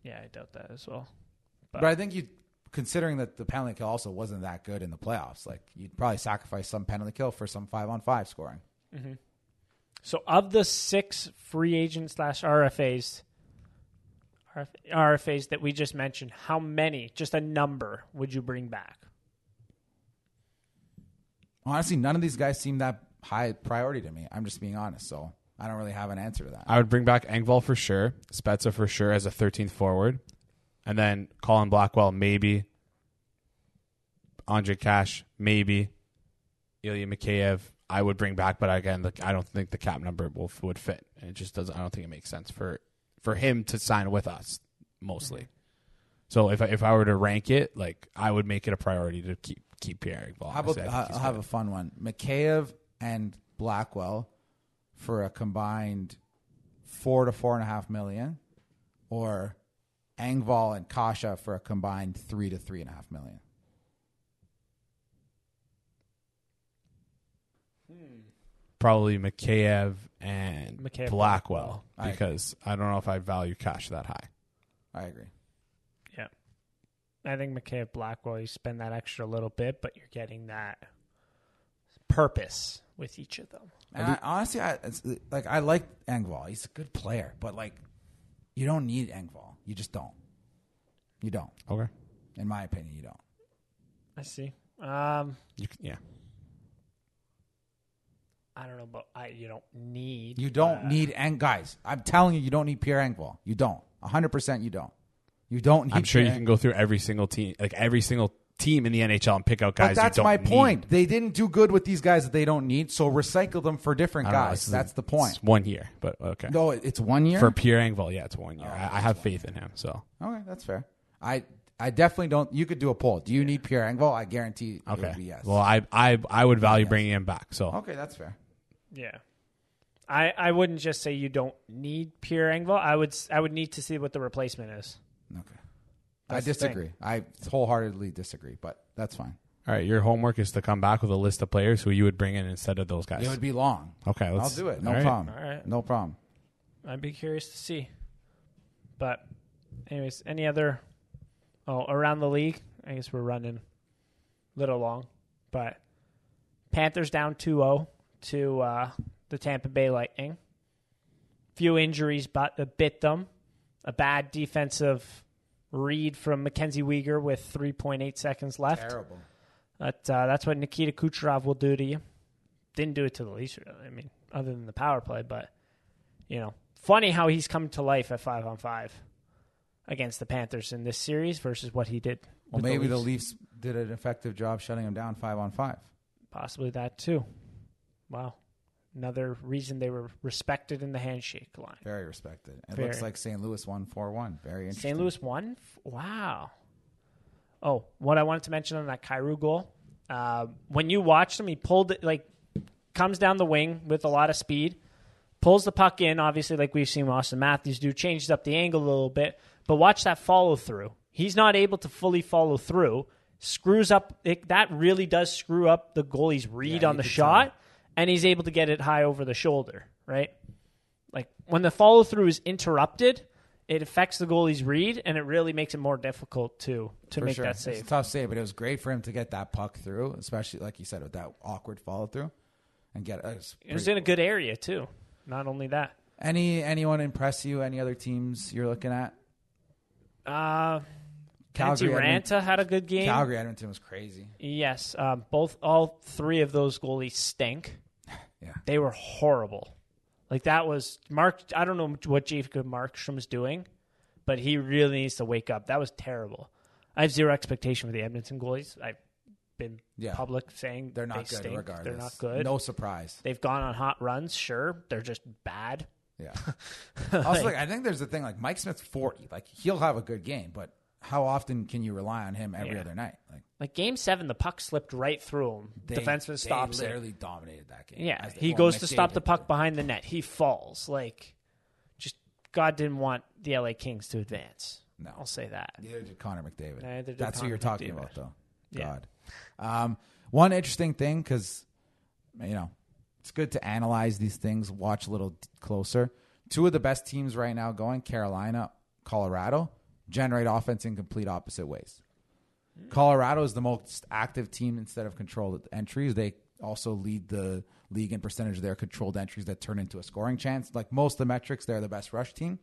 Yeah, I doubt that as well. But I think you, considering that the penalty kill also wasn't that good in the playoffs, like you'd probably sacrifice some penalty kill for some five on five scoring. So of the six free agents slash RFAs, RF- RFAs that we just mentioned, how many, just a number, would you bring back? Honestly, none of these guys seem that high priority to me. I'm just being honest, so I don't really have an answer to that. I would bring back Engvall for sure, Spezza for sure as a 13th forward, and then Colin Blackwell maybe, Andre Cash maybe, Ilya Mikheyev. I would bring back, but again, like, I don't think the cap number will, would fit, and it just doesn't. I don't think it makes sense for for him to sign with us mostly. So if I, if I were to rank it, like I would make it a priority to keep keep Pierre Engvall. How about Honestly, I think I'll he's I'll good. have a fun one: Mikheyev and Blackwell for a combined four to four and a half million, or Engvall and Kasha for a combined three to three and a half million. probably Mikheyev and Mikheyev, Blackwell I agree. because I, don't know if I value cash that high. I agree. I think McKay at Blackwell, you spend that extra little bit, but you're getting that purpose with each of them. And I, honestly, I it's, like I like Engvall. He's a good player, but like you don't need Engvall. You just don't. You don't. Okay. In my opinion, you don't. I see. Um, You c- yeah. I don't know, but I you don't need You don't uh, need Eng guys. I'm telling you, you don't need Pierre Engvall. You don't. 100 percent you don't. You don't need I'm sure you Pierre- can go through every single team, like every single team in the NHL, and pick out guys. But you that's don't my need. point. They didn't do good with these guys that they don't need, so recycle them for different I don't know, guys. Oh, this is- that's the point. It's one year, but okay. No, it- it's one year. For Pierre Engvall, yeah, it's one Oh, year. I, I have faith in him. So okay, that's fair. I I definitely don't. You could do a poll. Do you need Pierre Engvall? I guarantee it okay. would be yes. Oh. Well, I I I would value bringing him back. So okay, that's fair. Yeah. I, I wouldn't just say you don't need Pierre Engvall. I would s- I would need to see what the replacement is. Okay. That's I the thing. disagree. I wholeheartedly disagree, but that's fine. all right, your homework is to come back with a list of players who you would bring in instead of those guys. It would be long. okay, I'll let's, do it. No all right. problem. All right. No problem. I'd be curious to see. But, anyways, any other? Oh, around the league, I guess we're running a little long, but Panthers down 2-0 to uh, the Tampa Bay Lightning. Few injuries, but uh, bit them. A bad defensive read from Mackenzie Weegar with 3.8 seconds left. Terrible. But uh, that's what Nikita Kucherov will do to you. Didn't do it to the Leafs, really. I mean, other than the power play, but you know, funny how he's come to life at five on five against the Panthers in this series versus what he did. Well, with maybe the Leafs. Leafs did an effective job shutting him down five on five. possibly that too. Wow, another reason they were respected in the handshake line. Very respected. It Very. looks like St. Louis won four one. Very interesting. St. Louis won. F- Wow. Oh, what I wanted to mention on that Cairo goal, uh, when you watched him, he pulled it like comes down the wing with a lot of speed, pulls the puck in. Obviously, like we've seen Austin Matthews do, changes up the angle a little bit. But watch that follow through. He's not able to fully follow through. Screws up. It, that really does screw up the goalie's read Yeah, on the you could shot, and he's able to get it high over the shoulder. Right like when the follow through is interrupted, it affects the goalie's read and it really makes it more difficult to to For make sure. that It's save. a tough save, but it was great for him to get that puck through, especially like you said with that awkward follow through, and get it. That was It was pretty in a good area too. Not only that, cool. Any anyone impress you? Any other teams you're looking at? uh, Kenzie Calgary, Edmonton. Ranta had a good game. Calgary Edmonton was crazy. Yes, um, both all three of those goalies stink. Yeah. they were horrible. Like that was Mark. I don't know what Jacob Markstrom's doing, but he really needs to wake up. That was terrible. I have zero expectation for the Edmonton goalies. I've been Yeah. public saying They're not they good stink. regardless. They're not good. No surprise. They've gone on hot runs, sure. They're just bad. Yeah. also, like, I think there's the thing like Mike Smith's 40. Like he'll have a good game, but how often can you rely on him every Yeah. other night? Like Like game seven, the puck slipped right through him. they, Defenseman stops They it. literally dominated that game. Yeah, As they- he well, goes to stop McDavid the puck behind the net. He falls. Like, just God didn't want the LA Kings to advance. No. I'll say that. did. Neither did Connor McDavid. Neither did That's who Connor you're talking McDavid. about, though. Yeah. God. Um, one interesting thing, because you know, it's good to analyze these things, watch a little d- closer. Two of the best teams right now going, Carolina, Colorado, generate offense in complete opposite ways. Colorado is the most active team instead of controlled entries. They also lead the league in percentage of their controlled entries that turn into a scoring chance. Like most of the metrics, they're the best rush team.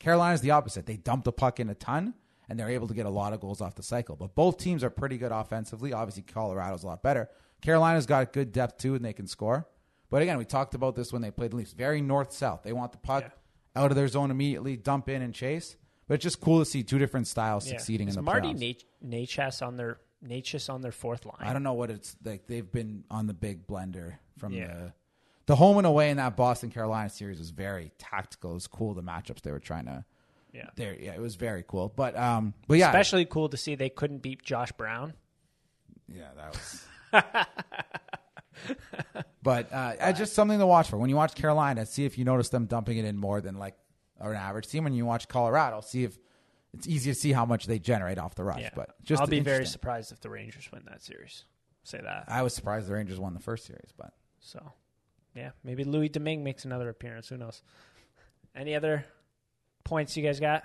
Carolina's the opposite. They dump the puck in a ton and they're able to get a lot of goals off the cycle. But both teams are pretty good offensively. Obviously, Colorado's a lot better. Carolina's got good depth too, and they can score. But again, we talked about this when they played the Leafs. Very north south. They want the puck out of their zone immediately, dump in and chase. But it's just cool to see two different styles Yeah. succeeding Is in the Marty playoffs. Na- Nachas on their Nachas on their fourth line. I don't know what it's like. They've been on the big blender from Yeah. the the home and away in that Boston Carolina series was very tactical. It was cool the matchups they were trying to. Yeah. there. Yeah, it was very cool. But um, but yeah, Especially cool to see they couldn't beat Josh Brown. yeah, that was. but uh, uh, just something to watch for when you watch Carolina. See if you notice them dumping it in more than like an average team. When you watch Colorado, see if it's easy to see how much they generate off the rush. Yeah. But just I'll be very interesting. surprised if the Rangers win that series. Say that. I was surprised the Rangers won the first series, but So, yeah, maybe Louis Domingue makes another appearance. Who knows? Any other points you guys got?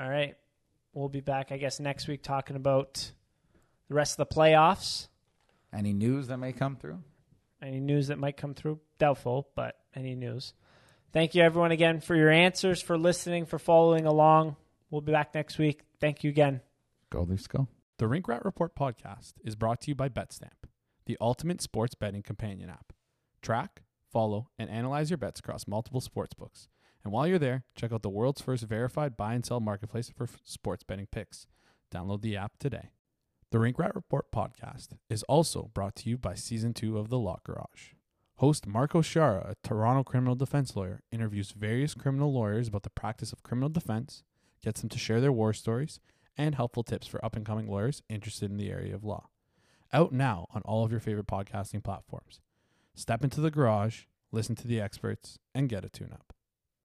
All right. we'll be back, I guess, next week talking about the rest of the playoffs. Any news that may come through? Any news that might come through? Doubtful, but any news. Thank you, everyone, again, for your answers, for listening, for following along. We'll be back next week. Thank you again. Go Leafs, go. The Rink Rat Report podcast is brought to you by BetStamp, the ultimate sports betting companion app. Track, follow, and analyze your bets across multiple sports books. And while you're there, check out the world's first verified buy and sell marketplace for f- sports betting picks. Download the app today. The Rink Rat Report podcast is also brought to you by Season 2 of The Lock Garage. Host Marco Shara, a Toronto criminal defense lawyer, interviews various criminal lawyers about the practice of criminal defense, gets them to share their war stories, and helpful tips for up and coming lawyers interested in the area of law. Out now on all of your favorite podcasting platforms. Step into the garage, listen to the experts, and get a tune up.